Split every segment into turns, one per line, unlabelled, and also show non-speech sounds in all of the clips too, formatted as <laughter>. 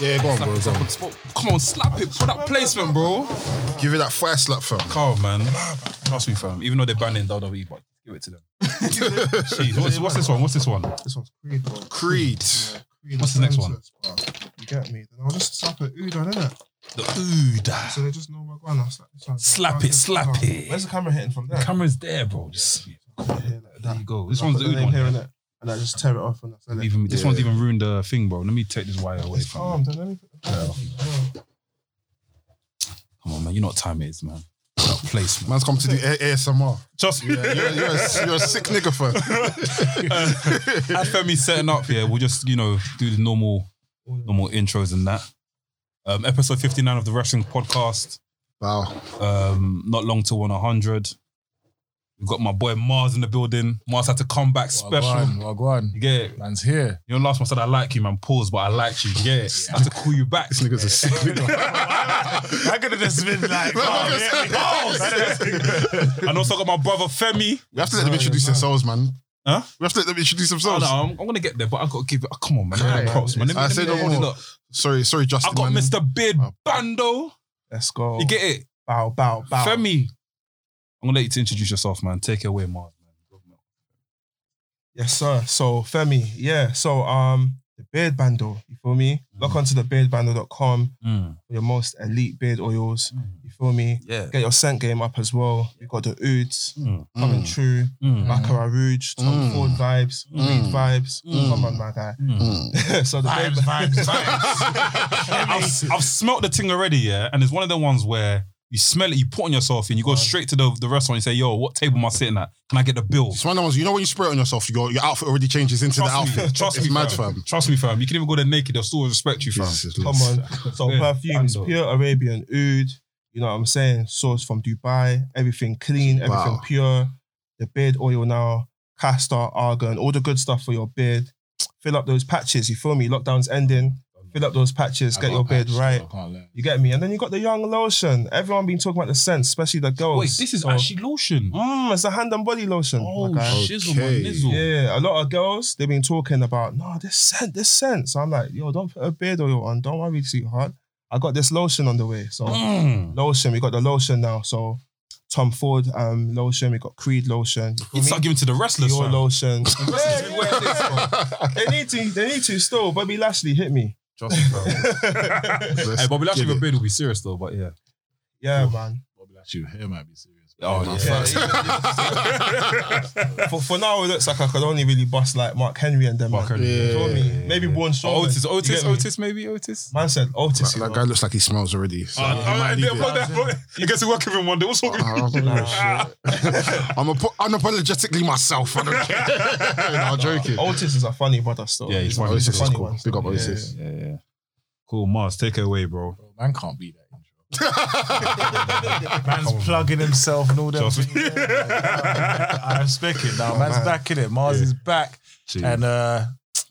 yeah, go on,
Slap
bro. Go
it, slap
on.
it, slap it. Come on, slap it. Put that placement, bro.
Give it that fire slap, fam.
Carl, man. Trust me, fam. Even though they're banning WWE, but give it to them. Jeez, what's, what's this one? What's this one?
This one's Creed, bro.
Creed.
Yeah, Creed
What's his next one?
Atlantis, bro. You get me? Then I'll just slap it. Udon, innit?
The Ood.
So they just know we're going. I'll slap this one.
Slap
I'll
it,
just-
slap
Oh,
it.
Where's the camera hitting from there?
Camera's there, bro. Just,
Yeah, here, like
there
that.
you go. This
I'll
one's
put
the
the
Ood
name
one.
here, innit? And I just tear it off and I sell it.
Even, this
Yeah.
one's even ruined the thing, bro. Let me take this wire away
It's
from you.
calm. Then let me put the
Yeah.
yeah.
Come on, man. You know what time it is, man. That place, man.
Man's come to do A- ASMR.
Trust me.
Yeah, you're, you're, a, you're a sick nigga, fam.
As Femi setting up, yeah, we'll just, you know, do the normal normal intros and that. Um, episode 59 of the Wrestling Podcast.
wow.
Um, not long till 100. We've got my boy Mars in the building. Mars had to come back special.
Wagwan, Wagwan.
You get it?
Man's here.
You know, last one said, I like you, man. Pause, but I liked you. You get it? I had to call you
<laughs>
back.
This nigga's a sick nigga.
I could have just been like, oh,
oh,
<laughs>
And also got my brother Femi.
We have to let them introduce themselves, man.
Huh?
We have to let them introduce
Oh,
themselves.
no, I'm, I'm going to get there, but i got to give it. oh, come on, man. Give it props, man. Let me-
I
let
said no
me- let me-
more.
look.
Sorry, sorry, Justin.
I got
man.
Mr. Beard
Oh.
Bando.
Let's go.
Oh.
You get it?
bow, bow, bow.
Femi. I'm going to let you to introduce yourself, man. Take it away, Mars. man.
Yes, sir. So Femi, yeah. So um, the beard bando. You feel me?
Mm-hmm.
Log on to the beardbando.com
Mm.
for your most elite beard oils.
Mm.
You feel me?
Yeah.
Get your scent game up as well. You got the Oods coming
Mm.
true.
Mm.
Baccarat Rouge, Tom
Mm.
Ford vibes,
Mm.
Reed vibes.
Mm.
Come on, my guy. <laughs>
Mm.
Hmm.
so the beard, <laughs>
I've, I've smelt the thing already, yeah. And it's one of the ones where you smell it, you put on yourself, and you go straight to the, the restaurant and say, Yo, what table am I sitting at? Can I get the bill?
It's one of the ones, you know when you spray it on yourself, your, your outfit already changes into the
Trust
outfit.
me, trust
it's
me,
mad,
fam.
fam.
Trust me, fam. You can even go there naked, they'll still respect you, fam.
Come on. So
Yeah.
perfumes,
Bando.
pure Arabian oud. You know what I'm saying? Sourced from Dubai. Everything clean. Everything
Wow.
pure. The beard oil now, castor, argan, all the good stuff for your beard. Fill up those patches. You feel me? Lockdown's ending. Fill up those patches. get your beard right. You get me? And then you got the young lotion. Everyone been talking about the scents, especially the girls.
Wait, this is
So-
actually lotion.
Mm, it's a hand and body lotion.
Oh,
my guy.
shizzle, my
Okay.
nizzle.
Yeah, a lot of girls they've been talking about no this scent, this scent. So I'm like, yo, don't put a beard oil on. Don't worry, sweetheart. I got this lotion on the way. So
Mm.
lotion, we got the lotion now. So Tom Ford um lotion, we got Creed lotion,
You start giving to the wrestlers,
your
fam. <laughs>
lotion. Yeah,
be
yeah,
wearing this,
yeah. they need to, they need to still. Bobby Lashley hit me.
Hey, Bobby Lashley with a beard will be serious though, but yeah.
Yeah, man.
Hair might be serious.
Oh,
Yeah,
yeah.
Yeah,
facts.
For, for now, it looks like I could only really bust like Mark Henry and them.
Mark
man.
Henry,
Yeah.
You feel me? Maybe
yeah.
Braun Strowman.
Otis,
You
Otis,
get me?
Otis, maybe Otis.
Man said Otis. you
That
know.
guy looks like he smells already. So
Uh,
he might
I
need
guess
it.
<laughs> we're working with him one day. What's wrong with
I
<laughs>
don't know,
Ah.
shit. <laughs> I'm apo- unapologetically myself. I don't care. <laughs> no, I'm joking.
Otis is a funny brother still.
Yeah, he's funny.
a-
Otis is
funny
cool.
one. <laughs>
Big up Otis.
Yeah.
Yeah, yeah. Cool, Mars, take it away, bro.
Bro, man can't be that intro.
<laughs>
Man's plugging himself and all that.
Just-
I respect it now. Man's
man.
back in it. Mars
Yeah.
is back.
Jeez.
And uh,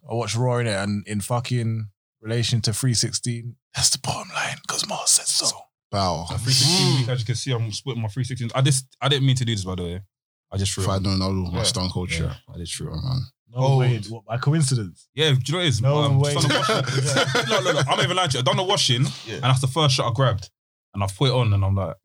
I watched Raw in it and in fucking relation to 316, that's the bottom line because Mars said so.
Bow.
A 316 week, as you can see, I'm splitting my 316. I just, I didn't mean to do this, by the way. I just threw.
If
it.
I don't know my
Yeah.
stone cold shit.
Yeah, I just threw. it. <laughs>
man.
No
Oh.
way. What, by coincidence.
Yeah, do you know what it is?
No
Um,
way.
just done the washing. look, look, look, I'm not even lying to you. I done the washing,
Yeah.
and that's the first shot I grabbed, and I put it on, and I'm like,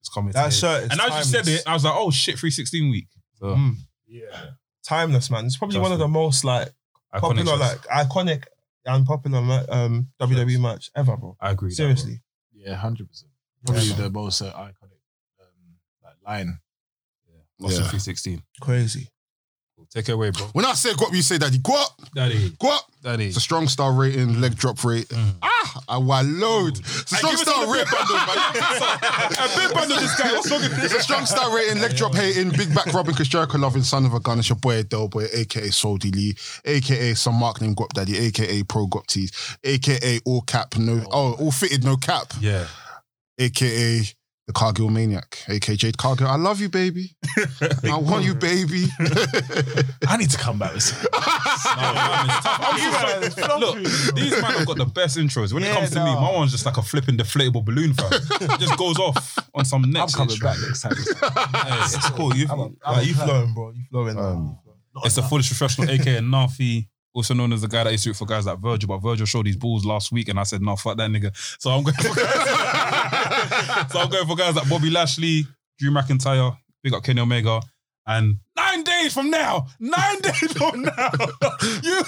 it's coming.
That
today.
shirt is
And as you
timeless.
said it, I was like, oh shit, 316 week. So,
Mm.
Yeah.
Timeless, man. It's probably
Trust
one of
me.
the most like
iconic
popular,
shots.
like iconic and popular ma- um, WWE match ever, bro.
I agree. with that, bro.
Seriously.
Yeah, 100%. Probably
Yeah.
the most uh, iconic um, like line.
Lost in
Yeah.
316.
Crazy.
Cool. Take it away, bro.
When I say go up, you say daddy. Go up,
<laughs> Daddy,
go up.
daddy.
It's a strong star rating, leg drop rate.
Mm.
Ah, I wallowed. It's a strong star rating. <laughs>
A big bundle, this guy. What's wrong with
It's a strong star rating, leg drop hating, big back robbing, Chris Jericho loving, son of a gun. It's your boy Del Boy, aka Soul D Lee, aka some mark named Guap Daddy, aka Pro Guap Tees, aka all cap, no, oh, all fitted, no cap,
Yeah.
aka the Cargill Maniac, aka Jade Cargill. I love you, baby. I want you, baby.
I need to come
<laughs>
back with something.
I'm so- Look, <laughs> these men have got the best intros. When it
Yeah,
comes to me,
nah.
my one's just like a flipping deflatable balloon, fam. It just goes off on some
I'm
next
coming
intro.
back next time.
<laughs> Hey, it's cool. You,
I'm a-
Like, you flowing, bro. You flowing. now.
Um,
it's the foolish professional, aka Nafi. also known as the guy that used to root for guys like Virgil, but Virgil showed his balls last week, and I said, "No, fuck that nigga." So I'm going for guys. <laughs> so I'm going for guys like Bobby Lashley, Drew McIntyre, big up Kenny Omega, and nine days from now, nine days from now, <laughs> you.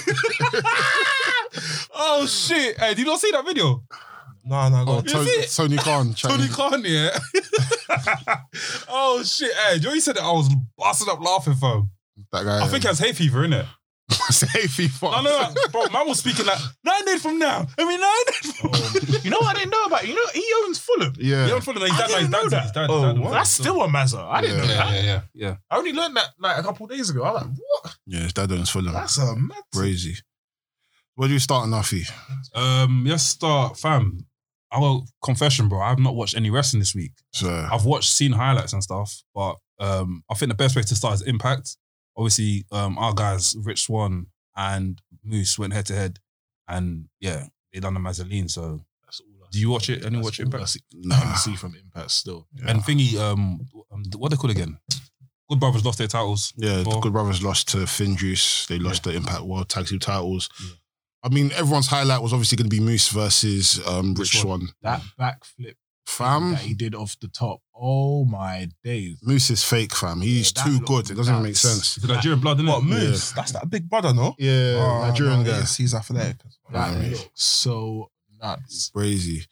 oh shit! Hey, did you not see that video?
No, no,
<laughs>
go.
Oh,
on.
Is
Tony, Tony
it?
Khan.
Tony
Tony Khan.
Khan, yeah. <laughs> oh shit! Hey, Joey said that I was busting up laughing, fam.
That guy.
I think it has hay fever, innit?
<laughs> Say FIFA.
No, no, no, bro. Man was speaking like nine days from now. I mean, nine days. From
You know what I didn't know about? You know, he owns Fulham.
Yeah.
You don't follow that. His
I
dad, like,
didn't
his
know
dad's
that.
his dad,
Oh,
his dad.
what?
That's still a mazza. I didn't
Yeah.
know that.
yeah, yeah, yeah.
I only learned that like a couple of days ago. I was like, what?
Yeah, his dad owns Fulham.
That's a mad.
crazy. Where do you start, Nafi?
Um, let's start, fam. I will confession, bro. I have not watched any wrestling this week.
So,
I've watched, seen highlights and stuff, but um, I think the best way to start is Impact. Obviously, um, our guys, Rich Swan and Moose, went head to head, and yeah, they done the Mazzoline. So,
That's all I
do you watch it? Anyone
That's
watch
all I
Impact?
see,
nah.
I see from Impact still.
And thingy, um, um, what they call it again? Good Brothers lost their titles.
Yeah, the
Well-
Good Brothers lost to Finn Juice. They lost the Impact World Tag Team titles. I mean, everyone's highlight was obviously going to be Moose versus um, Rich
Rich Swan.
Swan.
That backflip
Fam,
that he did off the top. Oh my days.
Moose is fake, fam. He's
Yeah, that
too
look-
good. It doesn't even make
that's-
sense.
It's the Nigerian blood, innit?
What moves? That's that big brother, no?
Yeah,
Oh,
Nigerian
no,
guy.
yes, he's athletic.
That
Yeah.
looked so nuts.
Crazy.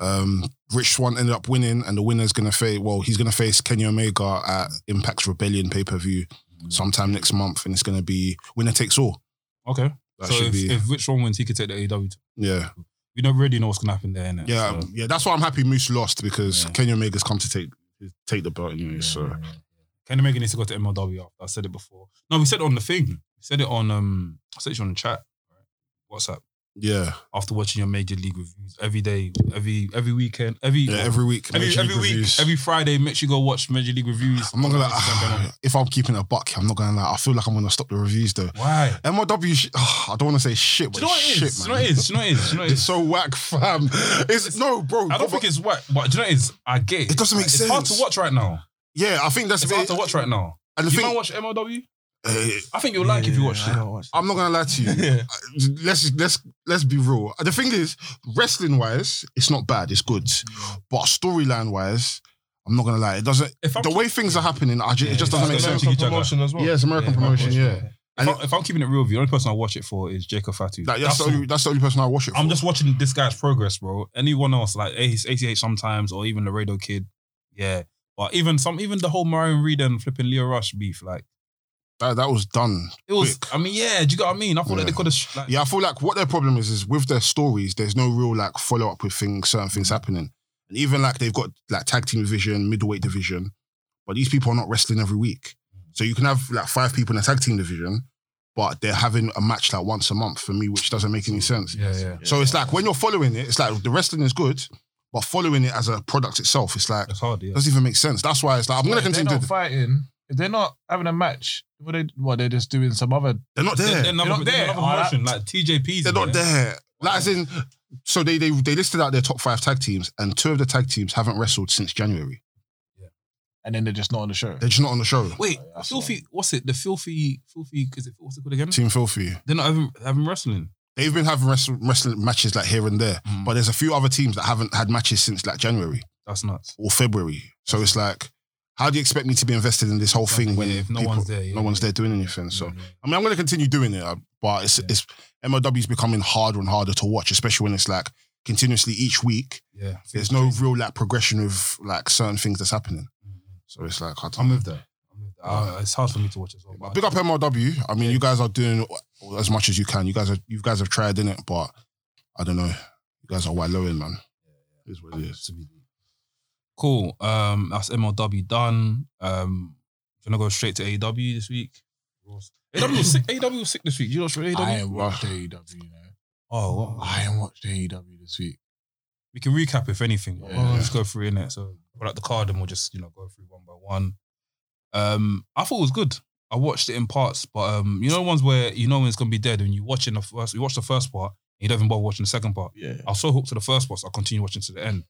Um, Rich Swan ended up winning, and the winner's going to face, well, he's going to face Kenny Omega at Impact's Rebellion pay per view sometime next month, and it's going to be winner takes all.
Okay.
That
so
should
if,
be.
if Rich Swan wins, he could take the AEW.
yeah.
We don't really know what's gonna happen there, innit?
Yeah,
So-
yeah, that's why I'm happy Moose lost because
Yeah.
Kenny Omega's come to take take the belt anyway. Mm, so
Kenny Omega needs to go to MLW. after. I said it before. No, we said it on the thing. We said it on um. I said it on the chat. WhatsApp.
yeah,
After watching your major league reviews every day, every every weekend, every
yeah, every week,
every,
Major
every
League
week,
reviews.
every Friday, make sure you go watch major league reviews.
I'm not gonna
Instagram.
lie. if I'm keeping a buck, I'm not gonna lie. I feel like I'm gonna stop the reviews though.
Why?
MLW, sh- <sighs> oh, I don't want to say shit, but
Do you know what it
shit,
is? Do you know
man.
what it is? Do you know what it is? Do you know what it
It's
is?
so whack, fam. It's, no, bro.
I don't
Robert-
think it's whack, but do you know what it is? I get it.
It doesn't make
it's It's hard
sense.
to watch right now.
yeah, I think that's
It's
a
hard
bit.
to watch right now.
And the
You
thing,
might watch MLW.
eh,
I think you'll like if you watch it.
<laughs> I'm not gonna lie to you.
Yeah.
let's let's let's be real. The thing is, wrestling wise, it's not bad. It's good, but storyline wise, I'm not gonna lie. It doesn't.
If I'm
the way things are happening, I ju-
Yeah,
it just doesn't
it's like
make
the
sense.
American
promotion as well.
Yeah, it's American
Yeah,
promotion.
American
Yeah,
promotion.
And
if, I, if I'm keeping it real with you, the only person I watch it for is Jacob Fatu.
Like, that's, the
all.
only, that's the only person I watch it. For.
I'm just watching this guy's progress, bro. Anyone else, like ACH ACH sometimes, or even Laredo Kid, yeah. But even some, even the whole Marion Reed and flipping Leo Rush beef, like
that, that was done.
it was. I mean, yeah, do you get what I mean? I thought that
Yeah.
they could have, like,
Yeah, I feel like what their problem is is with their stories. There's no real like follow up with things, certain things happening, and even like they've got like tag team division, middleweight division, but these people are not wrestling every week. So you can have like five people in a tag team division, but they're having a match like once a month for me, which doesn't make any sense.
yeah, yeah.
So it's like when you're following it, it's like the wrestling is good, but following it as a product itself, it's like
It's hard, yeah.
doesn't even make sense. That's why it's like I'm gonna
If they're
continue.
not
to-
fighting. If they're not having a match, what they what they're just doing some other
They're not there.
They're
They're
not
not
there.
there.
Another
Oh, that-
promotion, like TJP's.
They're not there. Like as in, so they they they listed out their top five tag teams, and two of the tag teams haven't wrestled since January.
and then they're just not on the show.
They're just not on the show.
Wait,
Yeah, that's
filthy. What's it? The filthy, filthy. Is it what's it called again?
Team Filthy.
They're not having, having wrestling.
They've been having wrestling, wrestling matches like here and there,
Mm.
but there's a few other teams that haven't had matches since like January
That's nuts.
or February. So it's like, how do you expect me to be invested in this whole thing when
Yeah, if no
people-
one's there, yeah,
no one's
yeah.
there doing anything? So
Yeah, yeah.
I mean, I'm going to continue doing it, uh, but it's it's MLW is becoming harder and harder to watch, especially when it's like continuously each week.
Yeah.
There's no real like progression of like certain things that's happening. So it's like I don't
I'm with that. I'm with that. Uh, it's hard for me to watch as well.
Big up MLW. I mean, you guys are doing as much as you can. You guys are you guys have tried in it, but I don't know. You guys are wide lowing, man. It is what it is.
Cool. Um, that's MLW done. Um, gonna go straight to AEW this week. AEW was sick. AEW was sick this week. You not sure E AEW?
I ain't watched AEW. You know,
oh, well,
I ain't watched AEW this week.
we can recap if anything.
Yeah.
We'll just go through in it. So, we're at the card, and we'll just you know go through one by one. Um, I thought it was good. I watched it in parts, but um, you know ones where you know when it's gonna be dead, and you watching the first, you watch the first part, and you don't even bother watching the second part.
Yeah.
I was so hooked to the first part, so I continued watching to the end.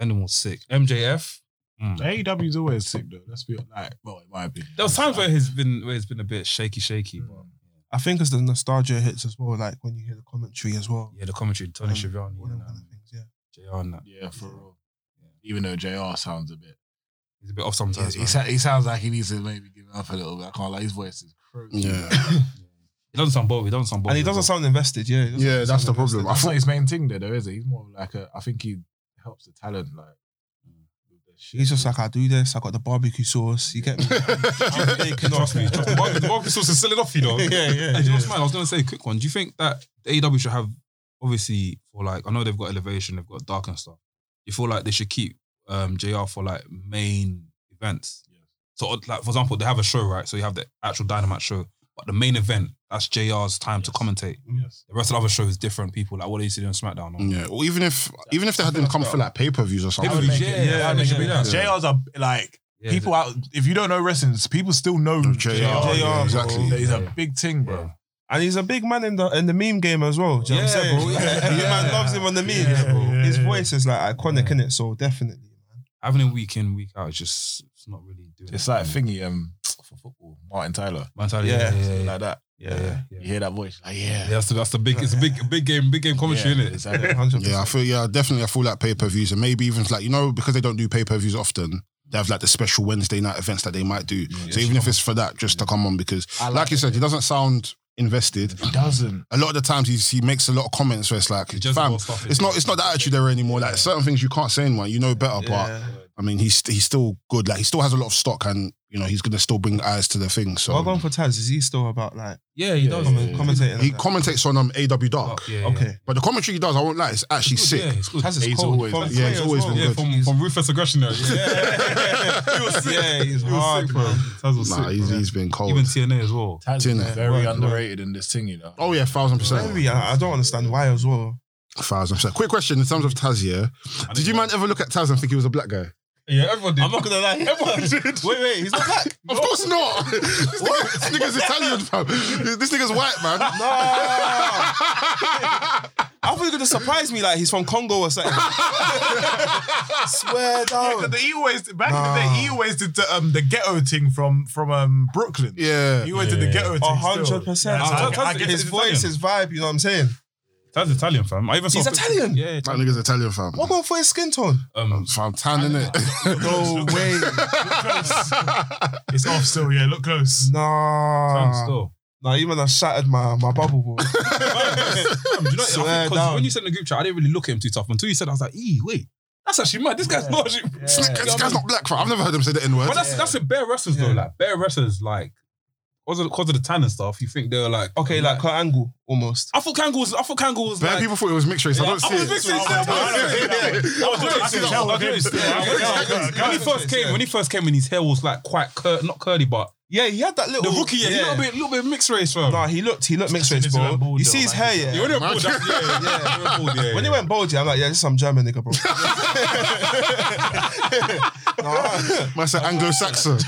Ending was sick. MJF. Mm.
AEW's always sick though. Let's be like, well, in my opinion,
There was times where he's been where he's been a bit shaky, shaky. But
I think it's the nostalgia hits as well, like when you hear the commentary as well.
Yeah, the commentary, Tony
Um,
Schiavone,
All them
and,
kind of
um,
things, yeah.
JR and that.
Yeah, for real. Even though JR sounds a bit.
He's a bit off sometimes.
he,
man.
he sa- he sounds like he needs to maybe give it up a little bit. I can't lie. His voice is crazy.
Yeah,
He doesn't sound bold. He doesn't sound bold.
And he doesn't sound invested, yeah. he doesn't
yeah, that's the
sound
<laughs>
invested.
problem. I
That's not
thought
his main thing, there, though, is it? He's more of like a. I think he helps the talent, like. with the shit.
He's just like, I do this, I got the barbecue sauce, you
<laughs>
get me?
Trust me,
<laughs>
trust me. Mark- The barbecue sauce is selling off, you know.
yeah, yeah.
Hey, do you know what's mad? I was going to say a quick one. Do you think that AEW should have, obviously, for like, I know they've got elevation, they've got dark and stuff. You feel like they should keep um, JR for like main events.
Yes.
So, uh, like, for example, they have a show, right? So you have the actual Dynamite show, but the main event, that's JR's time to commentate.
Yes.
The rest of the other show is different people. Like, what do you see on SmackDown?
Mm.
<laughs>
Or,
yeah, or even if even if they had them come for like pay per views or
I
something.
would
Yeah,
make it-
yeah,
I would make it
yeah,
big.
yeah.
JR's are like
Yeah,
people out. If you don't know wrestling, people still know
No,
JR.
JR,
bro.
yeah,
exactly.
He's
Yeah.
a big thing, bro.
Yeah.
And he's a big man in the in the meme game as well. Do you know what I'm
Yeah,
saying?
bro,
<laughs>
yeah.
Every man
Yeah.
loves him on the memes.
Yeah, bro.
His voice is like iconic,
Yeah.
in it? So definitely, man.
having a week in, week out, it's just it's not really doing
It's
it.
like thingy um for football, Martin Tyler,
mentality.
yeah,
Yeah, yeah, yeah.
like that.
yeah, yeah, yeah.
You hear that voice? Like, yeah.
Yeah, that's the that's the big it's a big big game big game commentary
Yeah,
in it.
Exactly.
100%.
Yeah, I feel yeah, definitely. I feel like pay per views, and maybe even like you know because they don't do pay per views often, they have like the special Wednesday night events that they might do. so even if it's for that, just to come on because,
I
like,
like
you said, he doesn't sound invested.
He doesn't.
A lot of the times he's, he makes a lot of comments where it's like,
It's just
fam,
more stuff in
it's
there.
not it's not the attitude there anymore. Like certain things you can't say in one, you know better. But
Yeah.
I mean, he's he's still good. Like he still has a lot of stock, and you know he's gonna still bring eyes to the thing. So
Well, going for Taz, is he still about like
Yeah, he does.
comment- commentating?
he
on that?
commentates on um AW
Oh,
Dark,
yeah, yeah. <laughs>
okay.
but the commentary he does, I won't lie, it's actually
Good,
sick.
Yeah, it's good.
Taz is
He's
cold.
always
From
been-
yeah, he's
Korea
always
as
been
well.
yeah, from, from ruthless aggression <laughs> there.
Yeah.
he was sick.
Yeah, he's
He was
hard,
sick,
man.
Taz was
Nah,
sick.
he's,
bro.
he's been cold.
Even TNA as well.
Taz
Didn't it?
is very
Word, word.
underrated in this thing, you know.
oh yeah, thousand percent.
Very, I, I don't understand why as well.
Thousand percent. Quick question in terms of Taz, yeah. Did you man ever look at Taz and think he was a black guy?
Yeah, everyone did.
I'm not gonna lie.
Everyone did.
<laughs> Wait, wait, he's
<laughs>
not black.
Of course not. <laughs> this, nigga, this nigga's Italian, fam. This nigga's white, man.
No, I thought you were gonna surprise me like he's from Congo or
<laughs>
something. Swear down.
But he always back in
Nah.
the day. He always did the, um, the ghetto thing from from um, Brooklyn.
Yeah.
He went to the
Yeah.
ghetto.
A
thing still.
hundred percent.
Yeah, so
I-
I, I get
His
it.
voice, his vibe, you know what I'm saying?
Taz is Italian, fam. I even saw
He's
a picture-
Italian?
Yeah.
That nigga's Italian, fam.
What going for his skin tone?
Um,
Fam, tan, innit?
No way.
<laughs>
It's off still. Yeah, look close.
fam,
Nah.
still.
Nah, even I shattered my, my bubble, bro.
Fam, do you know,
Swear
I think 'cause
down.
when you said in the group chat, I didn't really look at him too tough until you said, I was like, ee, wait, that's actually mad. This guy's not actually.
This nigga- this guy's not black, fam. I've never heard him say the N word.
But that's that's a bare wrestlers though.
Yeah.
Like bare wrestlers, like because of, because of the tan and stuff, you think they were like
Okay, like cut angle almost.
I thought Kangle was I thought Kangle was
Bad
like.
people thought it was mixed race. I don't
I
see
was
it.
mixing stuff. When he first came, when he first came, when his hair was like quite cur- not curly, but
Yeah, he had that
the
little
rookie, yeah, he little bit, little bit mixed race, fam.
Nah, he looked, he looked mixed
As soon
race,
as he
bro.
went bald,
You see his
though,
hair,
like-
Yeah,
yeah.
when he went
Man.
bald, that's- yeah, yeah, yeah, when he went bald, yeah,
When he
yeah.
went bald, yeah, I'm like, yeah, this is some German nigga, bro. nah,
Man said Anglo-Saxon.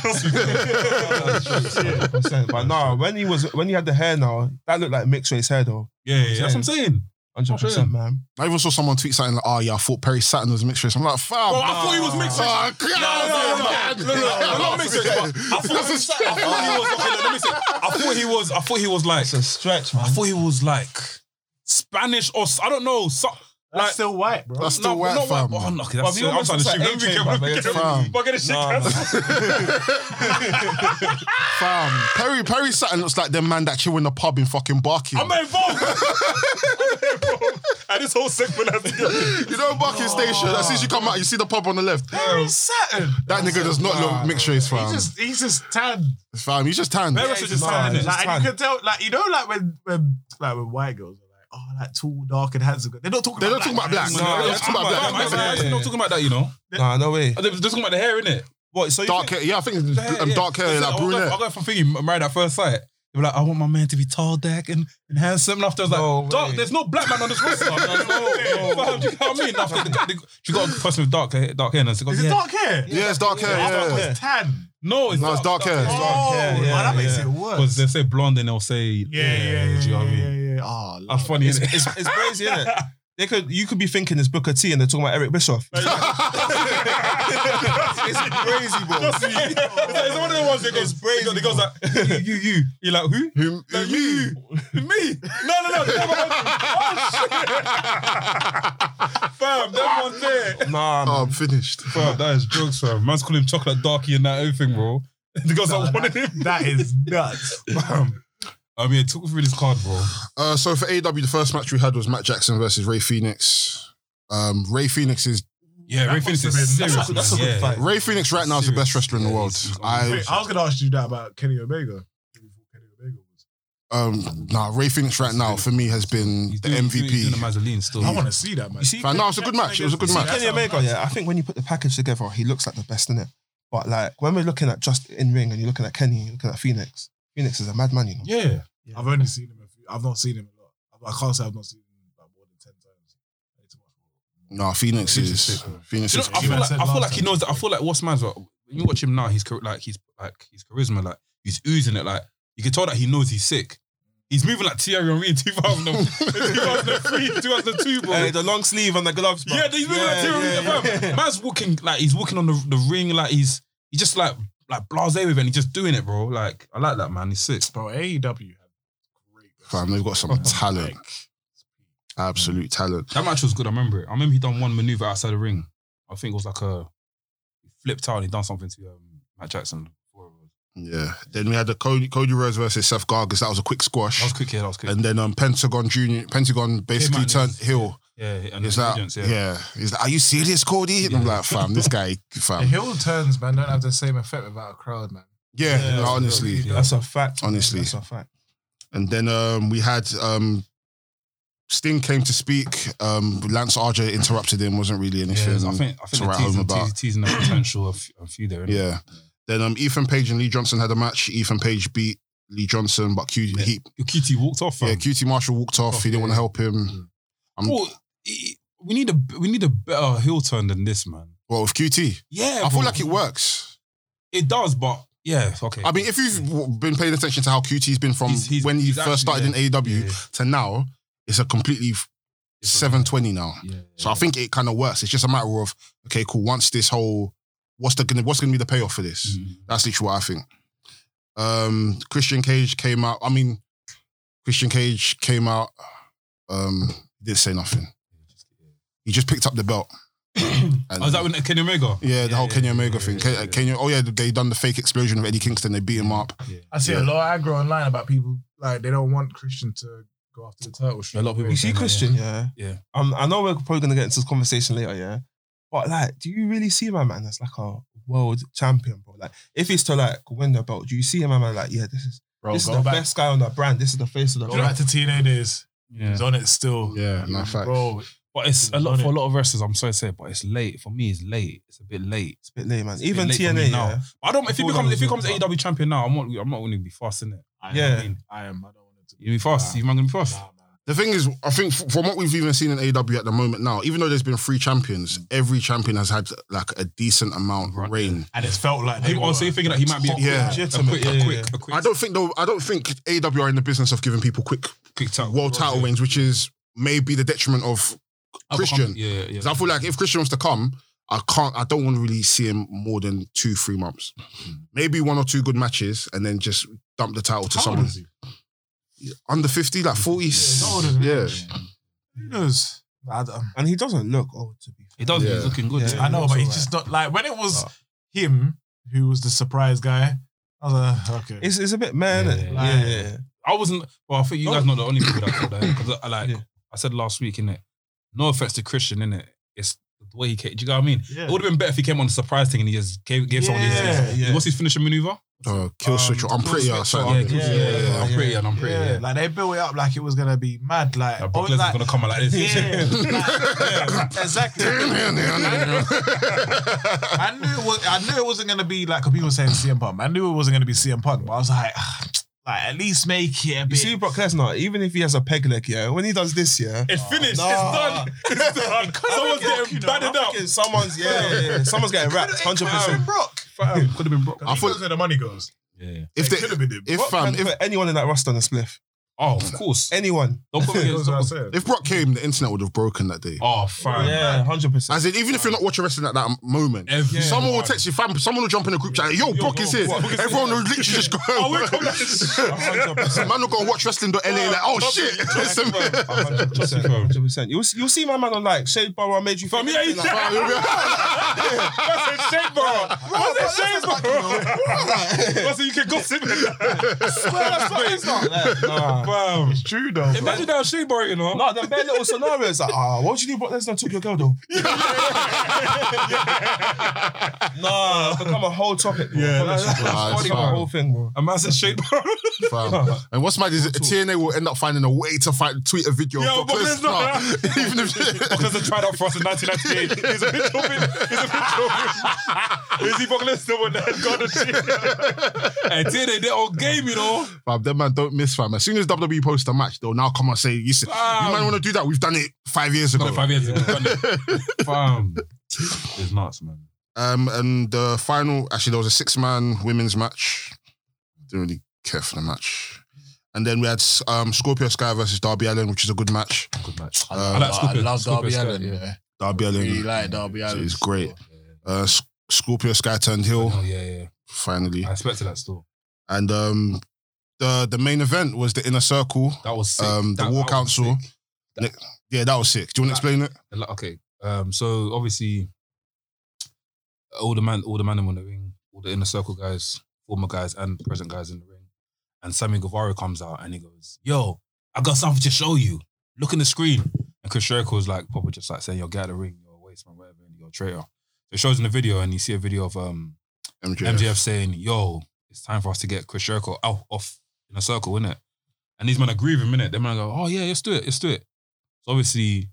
but nah, when he was when he had the hair now, that looked like mixed race hair though.
yeah, yeah, yeah, that's what I'm saying.
Hundred percent, man.
I even saw someone tweet something like, "Oh yeah, I thought Perry Saturn was mixed race." I'm like, "Fam,
Bro, I thought he was mixed race.
Oh, come
No, no, no,
on,
no, no, no, no,
man.
not mixed race, but I thought he was. I thought he was. Okay, look, let me see. I thought he was. I thought he was like.
It's a stretch,
I
man.
thought he was like Spanish or s- I don't know. So, like,
still white, bro.
That's still white,
not
fam.
Oh, no, okay,
Well,
that's
he
so, I'm
almost
trying to
looks
shit. Let me get
like AJ, man,
let me
but
get-
you're
fam.
fucking shit.
Nah, man.
Fam, Perry Perry Saturn looks like the man that chill in the pub in fucking Barking.
I'm not involved. I'm not involved. And this whole segment has to
You know Barking Station. As soon as you come out, you see the pub on the left.
Perry Saturn.
That nigga does not look mixed race, fam.
He's just he's just tan.
fam, he's just tan.
Perry Saturn
just
just tan,
tan.
innit?
Like
Just tan.
you can tell, like you know, like when when like when white girls are like, oh, like tall, dark, and handsome. They're not talking.
They're not
about
talking about black.
guys.
No,
Nah,
they're
yeah,
not talking
I'm
about
not- I'm
black.
actually- I'm actually not talking about that, you know.
Nah, no way.
They're just talking about the hair, innit?
What? So you
Dark
think-
hair. Yeah, I think it's um, dark hair, like brunette.
Oh, I go from thinking married at first sight. They were like, I want my man to be tall, dark, and, and handsome. And after I was like,
No
dark,
way.
there's no black man on this <laughs> roster. no, no, no. Do you know what I mean? After they got- they got- she got a person with dark hair, dark hair, and she goes,
Is it
yeah.
dark hair?
Yeah, it's dark hair.
I thought it
Yeah.
was tan.
No, it's
No, it's dark hair. It's
oh,
hair, yeah,
well, that makes
yeah.
it worse.
Because they say blonde and they'll say
yeah, yeah, yeah,
do you know
yeah,
what I mean?
yeah, yeah.
Ah,
Oh, love.
That's funny.
It's,
isn't it?
<laughs> it's, it's crazy, isn't it? They could, you could be thinking it's Booker T, and they're talking about Eric Bischoff.
it's crazy, bro.
Trust me. It's like- it's one of the ones that goes, he goes, he goes like, you, you, you. You're like, who?
Who, who
<laughs> Like,
me?
you. Me? No, no, no. Them ones- oh, shit. Fam, them ones there.
Nah,
Oh, <laughs> I'm finished.
Fam, that is jokes, fam. Man's calling him chocolate darky and that everything, bro. The girls are wanting him.
That is nuts.
Fam. I mean, talk through this card, bro.
Uh, so for AW, the first match we had was Matt Jackson versus Ray Phoenix. Um, Ray Phoenix is
Yeah, Ray Phoenix is serious.
that's, a- that's a
man.
good
Yeah.
fight.
Ray Phoenix right now is the best wrestler in the world. I
Wait, I was gonna ask you that about Kenny Omega. Who you thought Kenny Omega was.
um nah, Ray Phoenix right now for me has been
He's
the
doing- He's doing the
MVP.
Mazzoline still.
I want to see that man.
You see,
Fam, no, it was a good match. It was a good
See,
match.
Kenny
That's
Omega,
how-
yeah, I think when you put the package together, he looks like the best in it. But like when we're looking at just in ring and you're looking at Kenny, you're looking at Phoenix. Phoenix is a madman, you know.
Yeah. I've only seen him a few. I've not seen him a lot. I can't say I've not seen him like more than ten times. It's much more.
Nah, Phoenix is Phoenix
You
is
know, I feel
Even
like
said
I feel
last
like he
time.
knows. I feel like what's man's like, when you watch him now, he's char- like he's like his charisma, like he's oozing it. Like you can tell that he knows he's sick. He's moving like Thierry Henry in 2000, <laughs> 2003, 2002, bro.
Hey, Uh, the long sleeve and the gloves. bro.
yeah, he's moving like Thierry Henry.
yeah,
<laughs>
yeah.
Man's walking like he's walking on the, the ring, like he's he's just like like blase with it. And he's just doing it, bro. Like I like that man. He's sick.
Bro, AEW E had great.
fam, they've got
<laughs>
some talent. Absolute talent.
That match was good. I remember it. I remember he done one maneuver outside the ring. I think it was like a he flipped out. and He done something to um, Matt Jackson.
Yeah. Then we had the Cody, Cody Rhodes versus Seth Gargas. That was a quick
That was
squash.
quick. Yeah, that was quick.
And then um, Pentagon Junior, Pentagon basically
man,
turned
it's-
heel.
yeah, and
Is
the
that
ingredients,
yeah. He's like, are you serious, Cody? And I'm
Yeah.
like, fam, this guy,
<laughs>
The
fam.
hill turns, man, don't have the same effect without a crowd, man.
Yeah,
Yeah,
no, honestly.
yeah.
That's a fact. man.
Honestly.
that's a fact.
And then um, we had um, Sting came to speak. Um, Lance Archer interrupted him. Wasn't really an issue.
Yeah, I think I
to
think they're
write home
teasing,
about.
teasing, teasing the potential of a few there. innit?
Yeah. Then um, Ethan Page and Lee Johnson had a match. Ethan Page beat Lee Johnson, but Q-
Yeah.
he,
Your QT walked off.
yeah,
fam.
QT Marshall walked off. He didn't want to help him. I'm,
Bro, he- we need a we need a better heel turn than this, man.
well, with QT, I
Yeah, bro.
feel like it works.
It does, but yeah, okay.
I mean, if you've w- been paying attention to how QT's been from
He's- he's-
when he
he's
first
actually
started
there.
in AEW
Yeah,
to now, it's a completely f-
It's a-
720 now.
yeah,
So I think it kind of works. It's just a matter of okay, cool. Once this whole what's the gonna what's gonna be the payoff for this?
Mm.
That's literally what I think. Um, Christian Cage came out. I mean, Christian Cage came out. Um, didn't say nothing. He just picked up the belt. And-
<coughs> Oh, is that when Kenny Omega?
yeah, the whole
yeah,
Kenny
yeah,
Omega
yeah,
thing.
yeah,
Ken-
yeah. Mm.
Kenny, oh yeah, they done the fake explosion of Eddie Kingston. They beat him up.
I see
Yeah.
a lot of aggro online about people like they don't want Christian to go after the turtle.
A lot of people
You see,
Yeah, yeah.
Christian, yeah,
Yeah.
Um, I know we're probably gonna get into this conversation later, yeah. But like, do you really see my man as like a world champion, bro? Like, if he's to like win the belt, do you see him, my man? Like, yeah, this is
Bro,
this is
go
the
back,
best guy on the brand. This is the face of the
go
brand.
back to TNA days.
Yeah.
He's on it still.
Yeah, no facts.
Bro,
But it's a lot for a lot of wrestlers. I'm sorry to say, but it's late for me. It's late. It's a bit late.
It's a bit late, man.
bit
Even
late for
TNA,
me now.
yeah.
I don't. If he
Hold
becomes
on,
if he becomes
hold
AEW champion now, I'm not. I'm not going to be fast in it.
I
Yeah.
mean, I am. I don't want it to
You be fast. You man gonna be fast.
Nah, man.
The thing is, I think f- from what we've even seen in AW at the moment now, even though there's been three champions, every champion has had like a decent amount
Right.
reign.
And it's felt like
I think, oh, so you thinking that he might be a,
Yeah.
a
Legitimate,
quick, a
yeah,
quick,
yeah.
a quick,
I don't think though. I don't think AW are in the business of giving people quick
quick title,
world title wins, which is maybe the detriment of
I'll
Christian.
Come, yeah, yeah.
'cause I feel like if Christian was to come, I can't. I don't want to really see him more than two, three months.
Hmm.
Maybe one or two good matches, and then just dump the title to
How old
someone
is he?
under fifty, like forty.
Yeah, how old is he?
Yeah,
Who knows? I, don't-
And he doesn't look old to be.
He does.
Yeah.
He's looking good.
Yeah.
I know,
Looks
but he's
alright.
just not like when it was him who was the surprise guy. I was like, okay.
It's, it's a bit man.
Yeah,
Yeah,
yeah,
yeah,
yeah.
yeah.
I wasn't. Well, I think you guys know the only people that said that because I like
Yeah.
I said last week in it. No offense to Christian in it. It's the way he came. Do you know what I mean?
yeah.
It would have been better if he came on a surprise thing and he just gave, gave someone
Yeah,
his.
yeah.
What's his finishing maneuver?
uh, kill switch.
Um,
I'm
kill
pretty.
switch,
uh,
Yeah,
certain.
yeah, yeah,
yeah, yeah.
I'm pretty and I'm pretty. Yeah.
yeah, like they built it up like it was gonna be mad. Like,
Like,
oh,
Brock Lesnar's
like
gonna come out like this. <laughs>
yeah, like, yeah, exactly. I knew it was. I knew it wasn't gonna be like 'cause people were saying CM Punk. I knew it wasn't gonna be CM Punk, but I was like, <sighs> ah, like at least make it a
You
bit.
see, Brock Lesnar, even if he has a peg leg, yeah, when he does this, yeah,
Oh,
Oh,
It's finished.
Nah.
It's done. <laughs> It's done. Someone's getting batted up.
fucking someone's yeah, yeah, yeah, someone's getting wrapped, hundred percent.
Brock.
Could have been Brock.
I
I
thought-
thought where the money goes.
Yeah.
if
It
they,
could have been him.
if
Brock
um,
can
if
put anyone in that roster on a spliff.
Oh, of course.
Anyone.
Don't put
<laughs>
me against.
That's what I
Don't put,
said.
If Brock came, the internet would have broken that day.
oh, fam.
Yeah, hundred
<laughs>
percent.
As in, even if you're not watching wrestling at that moment,
Every-
someone will text you, fam, someone will jump in the group chat, yo, Brock is here.
Brock is here.
Everyone will literally just go,
<laughs> Oh, we're
<laughs>
coming.
hundred
man
percent.
will go and watch wrestling.la
Uh,
like, oh shit. Some-
Hundred percent. Hundred percent. You'll see- you'll see my man on like Shade Barrow made you.
Fam,
think
yeah,
everything
yeah.
<laughs> like-
That's a shame,
<laughs>
bro. That's a shame, bro. That's you can
<laughs>
gossip.
Nah.
Fam.
It's true though.
Imagine that shame, bro. You know.
No, the bare little scenarios like, ah, what do you do? Brock Lesnar took your girl <laughs> though. nah, it's become a whole topic. Bro.
Yeah,
that's,
that's-
Nah, it's
that's become a
fine.
whole thing, bro.
A man said shade, bro.
Fam. And what's mad is TNA will end up finding a way to find, tweet a video
Yo,
of
but
Brock
there's
Lesnar.
not-
<laughs> Even if
<laughs> Because they tried out for us in 1998. He's a bit chopping. He's a bit chopping. Is he fucking still with that god and
<laughs>
shit? And then they did all game, you know.
fam, them man don't miss fam. As soon as WWE post a match, they'll now come and say, you, see, you
Fam.
man want to do that? We've done it five years ago.
Not five years ago. done it. Fam. It's nuts, man.
Um, and the final, actually, there was a six man women's match. Didn't really care for the match. And then we had um, Scorpio Sky versus Darby Allen, which is a good match.
Good match.
I,
Uh,
love-
I like
I
Scorpio.
love
Scorpio
Darby
Sky,
Allen.
yeah.
Yeah.
Darby Allen.
Really like Darby Allen.
He's great. Uh, S- Scorpio Sky turned heel
Oh, yeah, yeah.
finally,
I expected that still.
and um, the the main event was the inner circle.
That was sick.
Um, the
That-
War
that was
Council.
sick.
Yeah, that was sick. Do you want to explain it?
And like, Okay. Um, so obviously, all the man, all the men in the ring, all the inner circle guys, former guys and present guys in the ring, and Sammy Guevara comes out and he goes, "Yo, I got something to show you. Look in the screen." And Chris Jericho is like, probably just like saying, "Yo, get out of the ring. You're a waste man, whatever. You're a traitor." It shows in the video, and you see a video of um,
MJF.
MJF saying, "Yo, it's time for us to get Chris Jericho out off in a circle, innit?" And these men agree with him, innit? They man go, "Oh yeah, let's do it, let's do it." So obviously,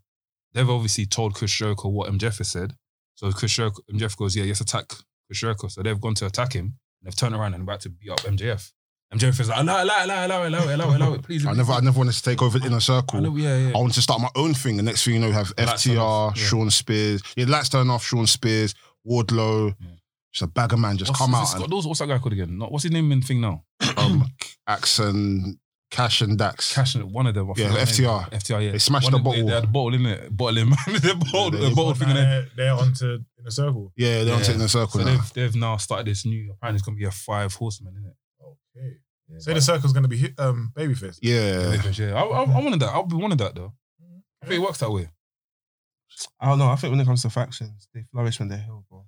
they've obviously told Chris Jericho what MJF has said. So Chris Jericho, MJF goes, "Yeah, yes, attack Chris Jericho." So they've gone to attack him, and they've turned around and about to beat up MJF. MJF is like, "Allow, allow, allow, allow, allow, it, allow, it, allow it, please."
I never, I never wanted to take over the inner circle.
I know, yeah, yeah.
I wanted to start my own thing. The next thing you know, we have
Lights turn
FTR,
off, yeah.
Sean Spears. Yeah, lights turn off, Sean Spears, Wardlow.
Yeah.
Just a bag of man just
What's-
come
is
out
this-
and
those- what's that guy called again? Not, what's his name and thing now? <clears throat>
um, Axe and Cash and Dax.
Cash and one of them. I
Yeah,
forgot their name.
FTR.
FTR, yeah.
They smashed
One
the
of- They,
bottle.
they had a bottle in it. Bottle <laughs> in, the bottle,
Yeah, they-
the bottle thing in there.
they're, they're onto in a circle.
Yeah, they're on
Yeah.
taking the
So
circle now.
they've, they've now started this new. Apparently, it's going to be a five horseman, isn't it?
Okay. so the circle's gonna be hit, um babyface.
Yeah.
Yeah, I, I, I wanted that. I'll be wanted that though. I think it works that way.
I don't know. I think when it comes to factions, they flourish when they're heel, bro.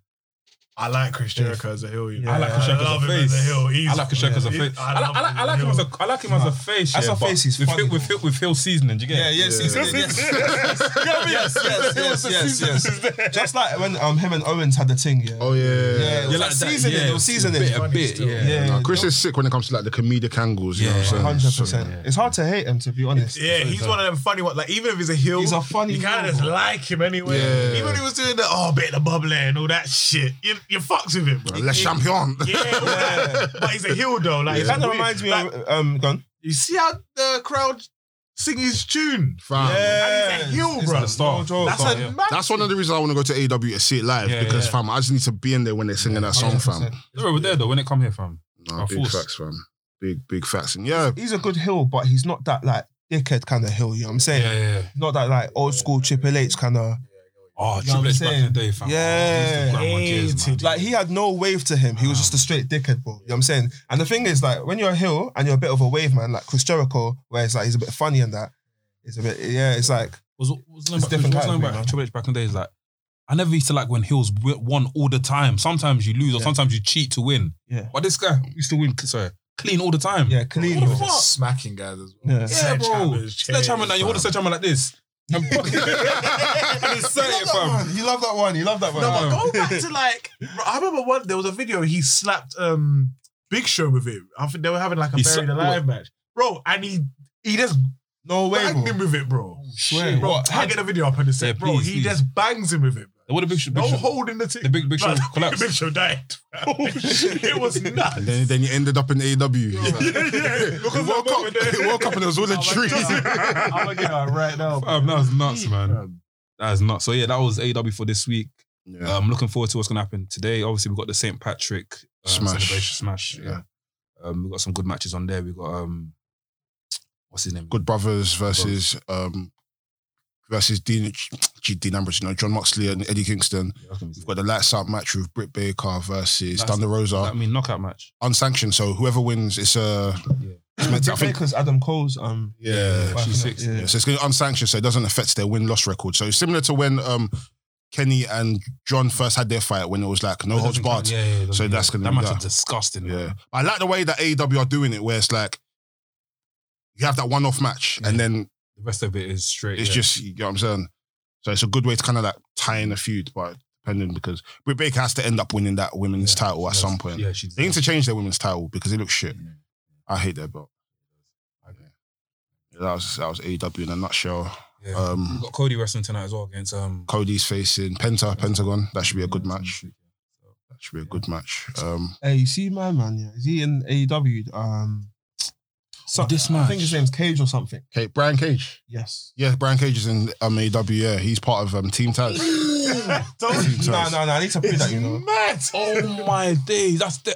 I like Chris Jericho as a heel. You know.
Yeah. I like Chris
Jericho as a
love him
face.
As a heel. He's,
I like Kashek as a
he-
face. I,
love
like- I, like, I like him as a I like him as a face.
As
yeah,
a
but
face, he's
with
funny,
Hill, with
bro.
Hill, with Hill seasoning. Do you get? it?
yes,
yes,
<laughs>
yes,
yes, <laughs> yes, yes, yes, yes.
yes.
Just like when um him and Owens had the thing, yeah.
Oh yeah.
Yeah,
Yeah,
like
like
seasoning,
that,
they
yeah,
were seasoning.
a bit, a
Funny
bit,
still.
yeah.
yeah,
Nah, Chris is sick when it comes to like the comedic angles. You know what I'm saying?
hundred
So-
percent. It's hard to hate him, to be honest.
yeah, he's one of them funny ones. Like even if he's a heel,
He's a funny
you kind
heel,
of just
bro.
like him anyway.
Yeah.
Even when he was doing the oh bit of the bubbly and all that shit, you you fucks with him. bro.
Le champion.
Yeah, all that. but he's a heel though. Like
It
it's
kind of
weird.
reminds me
Like,
of um, gone.
you see how the crowd sing his tune.
<laughs> Fam.
And he's a heel,
It's
bro.
a
star.
joke,
That's
bro.
a
yeah.
mad
That's one of the reasons I want to go to AW to see it live
Yeah,
because
yeah.
fam, I just need to be in there when they're singing that song, fam.
100%.
They're over there though. When they come here, fam.
Nah,
Of
big
course.
facts, fam. Big big facts, and
<laughs>
yeah,
He's a good heel, but he's not that like dickhead kind of heel. You know what I'm
Yeah,
saying?
yeah. yeah.
Not that like old school Triple H kind of.
Oh,
You
Triple
know what I'm
H back in the day,
saying?
fam.
Yeah.
Oh, he used to grind my gears, man.
Like he had no wave to him. He was just a straight dickhead, bro. You know what I'm saying? And the thing is, like, when you're a heel and you're a bit of a wave man, like Chris Jericho, where it's like he's a bit funny and that. It's a bit, yeah. It's like
was was known
It's
about,
different
was known
category,
about
man.
Triple H back in the day is like I never used to like when heels wi- won all the time. Sometimes you lose or
Yeah.
sometimes you cheat to win.
Yeah.
But this guy used to win sorry, clean all the time.
yeah, clean.
What the
bro.
fuck?
Smacking guys as well.
<laughs> Yeah.
Yeah, bro.
Sledgehammers,
Sledgehammer now, you want a sledgehammer like
<laughs>
this. And fucking and insert it, fam.
You love that one. You love that one.
No,
Wow.
but go back to <laughs> like, I remember one. There was a video he slapped um Big Show with him. I think they were having like a
He
buried
slapped-
alive match, bro. And he he just
No way,
banged
bro.
him with it, bro.
Swear.
Bro,
What?
I get a video up in the
Oh,
set,
Yeah,
bro.
please,
he
please.
just bangs him with it.
What a big show.
No
Big show.
holding the thing.
The big big show
<laughs>
<laughs> Like, the
collapsed. Oh,
big show died.
<laughs>
it was
and
nuts.
then then you ended up in AW. You
<laughs> yeah, yeah. Because that
woke
<laughs>
up,
moment there-
you woke up, and it was all the trees.
I'm looking at it right now.
Fam, that was nuts, man. That is nuts. So yeah, that was AW for this week.
<laughs> Yeah.
Um, looking forward to what's gonna happen today. Obviously, we've got the St. Patrick uh,
Smash.
celebration smash. Yeah. Um, we've got some good matches on there. We've got um What's his name?
Good Brothers versus um versus Dean G, Dean Ambrose, you know, John Moxley and Eddie Kingston.
Yeah, I was gonna say.
We've got the lights out match with Britt Baker versus
That's-
Thunder Rosa.
I mean, knockout match.
Unsanctioned, so whoever wins, it's uh,
Yeah.
it's meant to, I
Britt
think,
Baker's Adam Cole's um
yeah.
wife,
she's
isn't it?
six.
Yeah.
Yeah, so it's going to unsanctioned, so it doesn't affect their win loss record. So it's similar to when um, Kenny and John first had their fight when it was like no holds barred.
Yeah, yeah, yeah.
So that's gonna
that
be
match
that.
is disgusting. man.
Yeah. I like the way that AEW are doing it, where it's like you have that one off match and then
the rest of it is straight.
it's
yeah.
just, you know what I'm saying? So it's a good way to kind of like tie in a feud, but depending because Britt Baker has to end up winning that women's
Yeah,
title at
she
some
does.
point.
Yeah, she's.
They need to change their women's title because it looks shit. I hate their belt. Yeah, That was that was AEW in a nutshell.
Yeah. We've
Um,
got Cody wrestling tonight as well against um.
Cody's facing Penta, Pentagon. That should be a good match. That should be a good match. Um,
Hey, you see my man, yeah. Is he in AEW? Um so,
this
I
match.
think his name's Cage or something.
okay, Brian Cage.
Yes.
Yeah, Brian Cage is in um, AEW. Yeah, he's part of um, Team Taz. Team
No,
Taz.
no, no. I need to prove that, you know.
mad. Oh my days. That's the.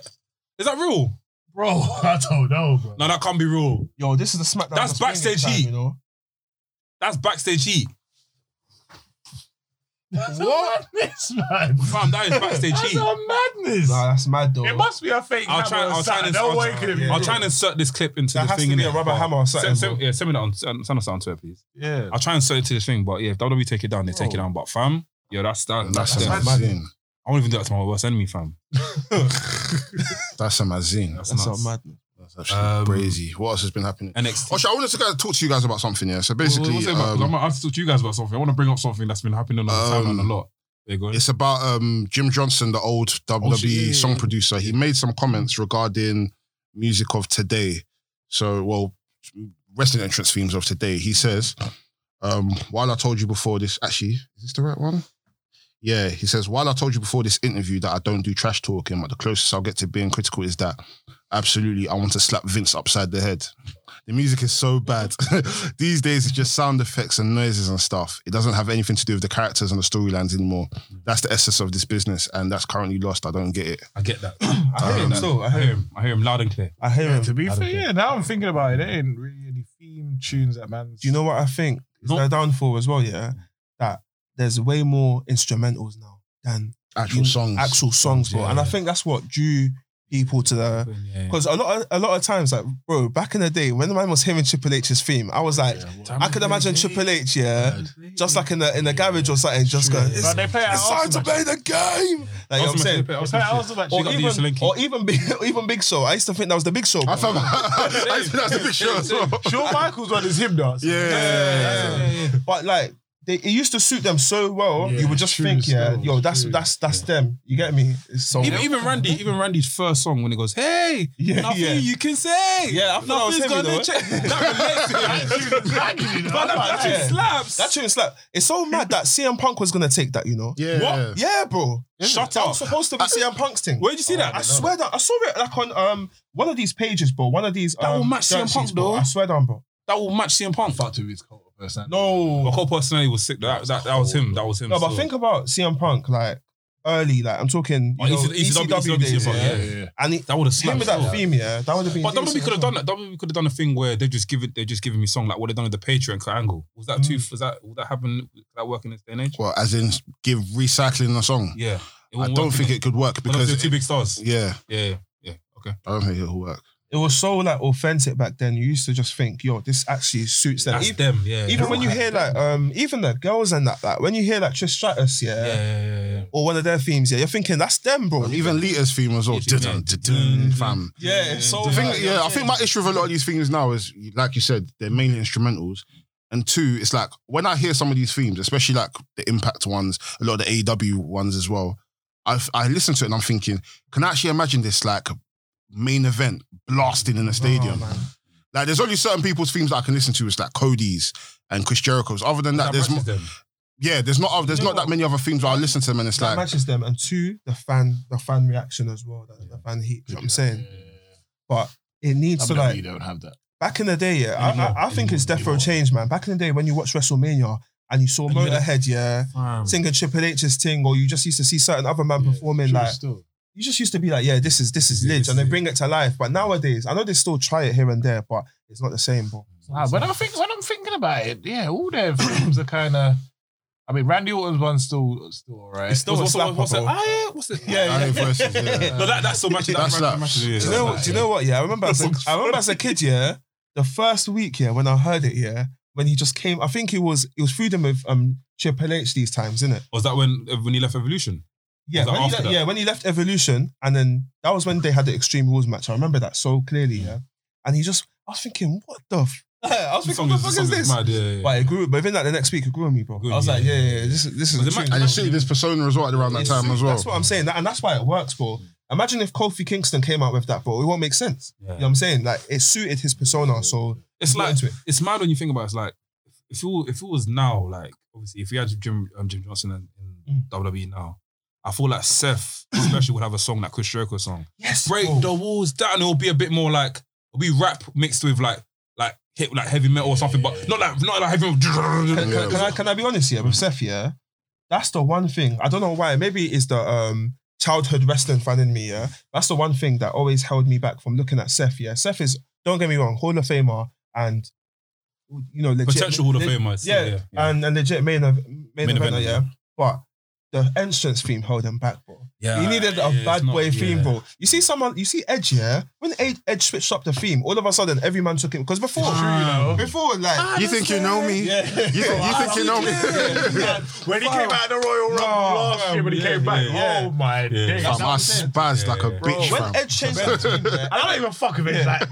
Is that real?
bro. I don't know,
<laughs>
bro.
No, that can't be real.
Yo, this is the SmackDown.
That's
of Spring
backstage
time,
heat.
You know?
That's backstage heat.
What? <laughs> This man.
<laughs>
Fam, that is backstage
That's
heat.
a madness.
Nah, that's mad though.
it must be a fake.
I'll try.
hammer
I'll try
inside.
and.
No
I'll,
way
try,
could it be.
I'll
real.
try and insert this clip into
That
the
has
thing.
to be
innit?
a rubber
But-
hammer or something,
Send, send,
bro.
yeah, send me that on. Send send us that on Twitter, please.
Yeah.
I'll try and insert it to this thing, but yeah, if WWE take it down, they take it down. But fam, yo, that's that, that's.
Oh. That's
that's
a
I
magazine.
won't even do that to my worst enemy, fam.
That's a magazine.
That's,
That's
nuts.
not madness.
That's actually
Um,
crazy. What else has been happening?
NXT.
Actually, I wanted to kind of talk to you guys about something. Yeah. So
Well,
basically,
what's it about? 'Cause
um,
I'm gonna ask you guys about something. I want to bring up something that's been happening on the
Um,
timeline a lot. There you go.
It's about um, Jim Johnson, the old WWE
Oh, shit, yeah, yeah,
song
yeah.
producer. He made some comments regarding music of today. So, well, wrestling entrance themes of today. He says, um, while I told you before this, actually, is this the right one? Yeah, he says, while I told you before this interview that I don't do trash talking, but the closest I'll get to being critical is that absolutely I want to slap Vince upside the head. The music is so bad. <laughs> These days, it's just sound effects and noises and stuff. It doesn't have anything to do with the characters and the storylines anymore. That's the essence of this business, and that's currently lost. I don't get it.
I get <clears throat> that.
I hear him still. I
I
hear
hear
him.
him. I hear him loud and clear.
I hear
Yeah,
him.
to be
I don't
fair,
think-
yeah. Now I'm thinking about it, there ain't really any theme tunes that man's.
Do you know what I think is
No.
their downfall as well? Yeah, that there's way more instrumentals now than
Actual
in-
songs.
actual songs, bro.
Yeah,
and I
yeah.
think that's what drew people to the because a lot of, a lot of times, like bro, back in the day when the man was hearing Triple H's theme, I was like, I could imagine Triple H, yeah, just like in the in the garage or something, just going, it's,
But they play
it's time to
Arsenal
play the game. Like you know what I'm
<laughs>
saying.
They play Arsenal match.
Or
got the
even,
Yusulinki.
or even big, <laughs> or even Big Show. I used to think that was the Big
<laughs>
Show.
I
bro.
found
<laughs>
<laughs> I think that's a big show as well.
Shawn Michaels on his hymn dance.
Yeah.
But like they, it used to suit them so well,
Yeah,
you would just
true
think, yeah,
still,
yo, that's
true.
that's that's them. You get me? It's so
Even, even Randy, even Randy's first song when he goes, "Hey,
yeah,
nothing
yeah.
you can say,
Yeah, I thought that was
nothing's
him,
gonna
you know.
change."
<laughs>
That relates to him. But that
like,
actually
yeah.
slaps.
That tune slap. It's so mad that CM Punk was gonna take that, you know?
Yeah.
What? Yeah, bro.
Shut
That
up.
was supposed to be CM Punk's thing.
Where'd you see that?
I swear that I saw it like on um one of these pages, bro. One of these um,
That will match
dirt
CM Punk,
sheets, bro.
though.
I swear down, bro.
That will match CM Punk.
fucked with his cult person.
My
No,
whole personality was sick. That, that, that was him. That was him.
no. But
so.
think about CM Punk like early, like I'm talking you
Oh,
know,
ECW,
ECW,
ECW,
days,
yeah.
yeah. And he,
that would have
him
slapped.
with that
still.
theme, yeah, that would have been.
But WWE could have done that. WWE could have done a thing where they've just given they've just given me song like what they've done with the Patreon angle. Was that too?
Mm.
Was that would that happen? Would that work in this day and age?
Well, as in give recycling a song.
Yeah,
I
It wouldn't
don't
work,
think
innit?
it could work
One of
because
the two big stars.
yeah,
Yeah, yeah. Okay.
I don't think it'll work.
It was so like authentic back then. You used to just think, yo, this actually suits them.
That's
Even,
them. Yeah.
even when you hear like um, even the girls and that, like when you hear like Trish Stratus, yeah,
Yeah, yeah, yeah. yeah.
or one of their themes, yeah, you're thinking that's them, bro.
Oh,
Um, even Lita's theme was all
Yeah.
dun, dun,
Mm-hmm.
dun, fam.
yeah, it's so
The thing,
like,
yeah, I think my issue with a lot of these things now is, like you said, they're mainly instrumentals. And two, it's like when I hear some of these themes, especially like the Impact ones, a lot of the AEW ones as well. I I listen to it and I'm thinking, can I actually imagine this like main event blasting in a stadium?
Oh, man.
like, there's only certain people's themes that I can listen to. It's like Cody's and Chris Jericho's. Other than that, there's
matches
mo-
them.
yeah, there's not there's
You know
not that
what?
many other themes where I listen to them and it's
that
like
matches them, and two, the fan, the fan reaction as well, the, the fan heat. You know what I'm saying, but it needs to like
you don't have that.
back in the day. Yeah, I, I, I think it's definitely changed, man. Back in the day when you watched WrestleMania and you saw
And you had-
Motorhead, yeah,
Fam.
singing Triple H's thing, or you just used to see certain other man performing like.
still.
you just used to be like, yeah, this is this is
Yeah,
lit,
this
and they
is
bring it to life. But nowadays, I know they still try it here and there, but it's not the same, bro.
Ah,
Nah, when I think when I'm thinking about it, yeah, all their
<clears throat>
films are kind of. I mean, Randy Orton's one's still still alright.
It's still
It
what's,
was a
what's, what's
slapper,
it?
bro.
Ah, yeah, what's it? <laughs>
I know
Yeah, yeah.
versus, yeah.
<laughs>
No, that, that's so much.
That's that.
Do you know? Do you know what? Yeah, I
<laughs>
remember. As a, I remember as a kid, yeah, the first week, yeah, when I heard it, yeah, when he just came, I think it was it was Freedom of um Triple H these times, isn't it?
Was that when when he left Evolution?
Yeah,
Was that
when he
after
left,
that?
yeah, when he left Evolution, and then that was when they had the Extreme Rules match. I remember that so clearly, yeah. And he just, I was thinking, what the, f-? <laughs> I was
The
thinking,
song is
what the
the song
fuck
is
is this?
mad. Yeah, yeah.
But it grew, but within like the next week, it grew on me, bro.
Good,
I was
yeah,
like, yeah, yeah, yeah, this is this
Was
is the
it
truth.
Mac-
And you see this persona was right around that
It's
time
true.
as well.
That's what I'm saying, that- and that's why it works, bro. Imagine if Kofi Kingston came out with that, bro. It won't make sense. You know what I'm saying? Like it suited his persona, so
It's
he got
like
into it.
it's mad when you think about it, it's like if it, wa- if it was now, like obviously if we had Jim um, Jim Johnson in, in
Mm.
WWE now, I feel like Seth
<clears throat>
especially would have a song like Chris Jericho song.
Yes,
Break
bro.
the walls down. It'll be a bit more like it'll be rap mixed with like like hit like heavy metal or something, but not like not like heavy.
Can,
Yeah.
can, can I, can I be honest here with Seth? Yeah, that's the one thing I don't know why. Maybe it's the um childhood wrestling fan in me. Yeah, that's the one thing that always held me back from looking at Seth. Yeah, Seth is don't get me wrong, Hall of Famer and you know legit,
<laughs> Potential Hall of
le-
Famer.
Yeah, and and legit main ev- main,
Main
eventer,
eventer,
yeah. But the entrance theme held him back, bro.
yeah.
he needed a
yeah,
bad
it's not-
boy theme,
yeah. <laughs>
bro. You see someone, you see Edge, yeah. When Edge, Edge switched up the theme, all of a sudden every man took it because before, before like
You think you know me?
<laughs>
yeah.
You, think, you think you know me?
When he came out of the Royal Rumble last year, when he
yeah,
came back,
yeah, yeah.
oh my days.
Fam, I spaz like a
Yeah.
bitch,
When
Oh, fam.
Ed changed the team,
<laughs>
yeah,
I don't even fuck with it. Like, <laughs>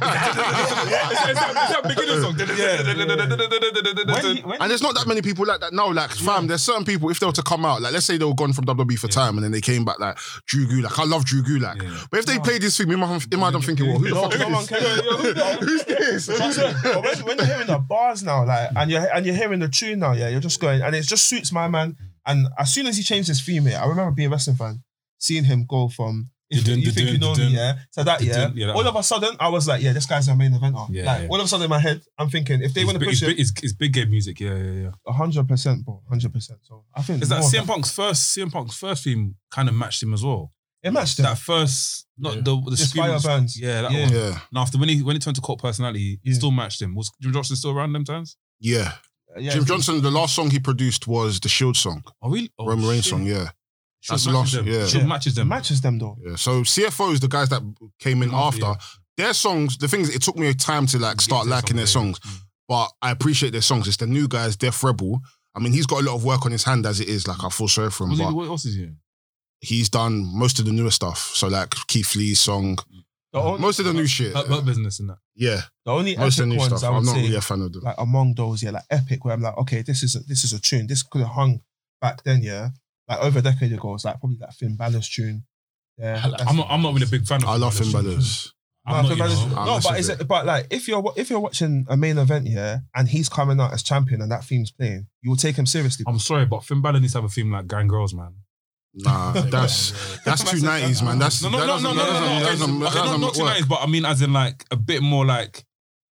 when he, when
And there's not that many people like that now. Like, fam, there's certain people, if they were to come out, like, let's say they were gone from WWE for time and then they came back, like, Drew Gulak. I love Drew Gulak.
Yeah.
But if they played this thing, in my, in my head, I'm thinking, well, who the
no,
fuck
no one
is
cares.
this? Who's this?
Trust me, but when, when you're hearing the bars now, like, and you're and you're hearing the tune now, yeah, you're just going, and it just suits my man. And as soon as he changed his theme, yeah, I remember being a wrestling fan, seeing him go from if
Dun-dun,
you think you know
dun-dun,
me,
dun-dun.
yeah, to that, yeah.
Dun-dun, yeah, that
all
one.
of a sudden, I was like, yeah, this guy's a main eventer.
Yeah,
like,
yeah.
all of a sudden in my head, I'm thinking if they want to push him,
It's big game music. Yeah, yeah, yeah.
hundred percent, bro, hundred percent. So I think
Is that
more of
CM Punk's first CM Punk's first theme kind of matched him as well?
It matched him.
That first, not the the
It's fire
screaming-
burns.
Yeah, that
Yeah.
one.
Yeah.
And after when he when he turned to cult personality, he
Yeah.
still matched him. Was Jim Johnson still around them times?
Yeah.
Yeah,
Jim Johnson, the last song he produced was the Shield song,
Oh really? Oh,
Roman Reigns
shit.
song, yeah.
Should
That's the
matches
last-
them.
yeah.
Should
Yeah.
matches
It
them.
matches them though.
Yeah. So CFOs, the guys that came in after,
Yeah.
their songs, the thing is, it took me a time to like start
Yeah,
liking their songs,
Mm.
but I appreciate their songs. It's the new guys, Def Rebel. I mean, he's got a lot of work on his hand as it is. Like I feel sorry for him,
Was he,
but
what else is he? in?
he's done most of the newer stuff. So like Keith Lee's song,
The only,
most of the new shit.
Hurt, Hurt business and that.
yeah,
the only
most of the
epic
new
ones
stuff.
I would
I'm not
say,
really a fan of them.
like among those, yeah, like epic, where I'm like, okay, this is a, this is a tune. This could have hung back then, yeah, like over a decade ago. It's like probably that Finn Balor's tune. Yeah, that's-
I'm not, I'm not really a big fan of.
I love
Finn
Finn
Balor.
Balor's.
I'm
no,
not,
Finn
you
Balor's-
know.
I
no,
messaged
but is
it.
it but like if you're wa- if you're watching a main event here and he's coming out as champion and that theme's playing, you will take him seriously.
I'm sorry, but Finn Balor needs to have a theme like Gang Girls, man. <laughs>
Nah, that's that's two nineties, man. That's
No, no,
that
no, no,
doesn't-
no,
that
no,
doesn't-
no.
that
Okay,
doesn't- that
okay, not-
doesn't
not
work.
290s, but I mean, as in like a bit more like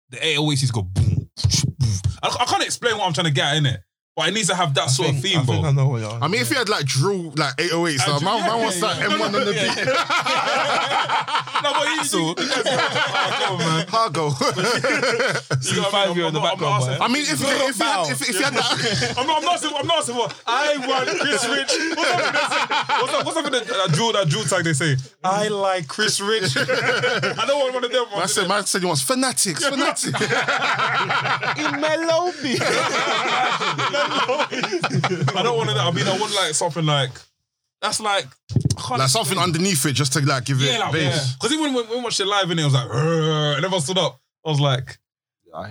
the 808s has got boom. boom. I, I can't explain what I'm trying to get in it, but it needs to have that
I
sort
think,
of
I
theme,
think I
bro.
know what you're.
I mean, if he had like drill, like 808, so
Andrew-
man,
yeah,
man wants
yeah,
that
<laughs> yeah.
M1 on
No,
the
no, yeah.
beat.
No, but you, you,
So-
you guys
<laughs>
know. Oh, come on, <laughs> man.
Hargo.
You know what I mean? I'm
C5 in the
not- I'm
background,
not asking-
I mean, if, if, if, he
<laughs>
had, if, if he had that.
I'm not, I'm not saying, I'm not saying what I want Chris Rich. What's up with that? What's up, what's up with that, that jewel, that jewel tag they say? I like Chris Rich. <laughs> I don't want one of them.
Man said, man said he wants
<laughs>
fanatics, fanatics.
in
<laughs>
Melobi.
I don't want that. I mean, I want like something like, that's like,
like something underneath it just to like give it
yeah, like, yeah.
bass.
Because even when we watched it live and it was like, "Rrr," and everyone stood up, I was like,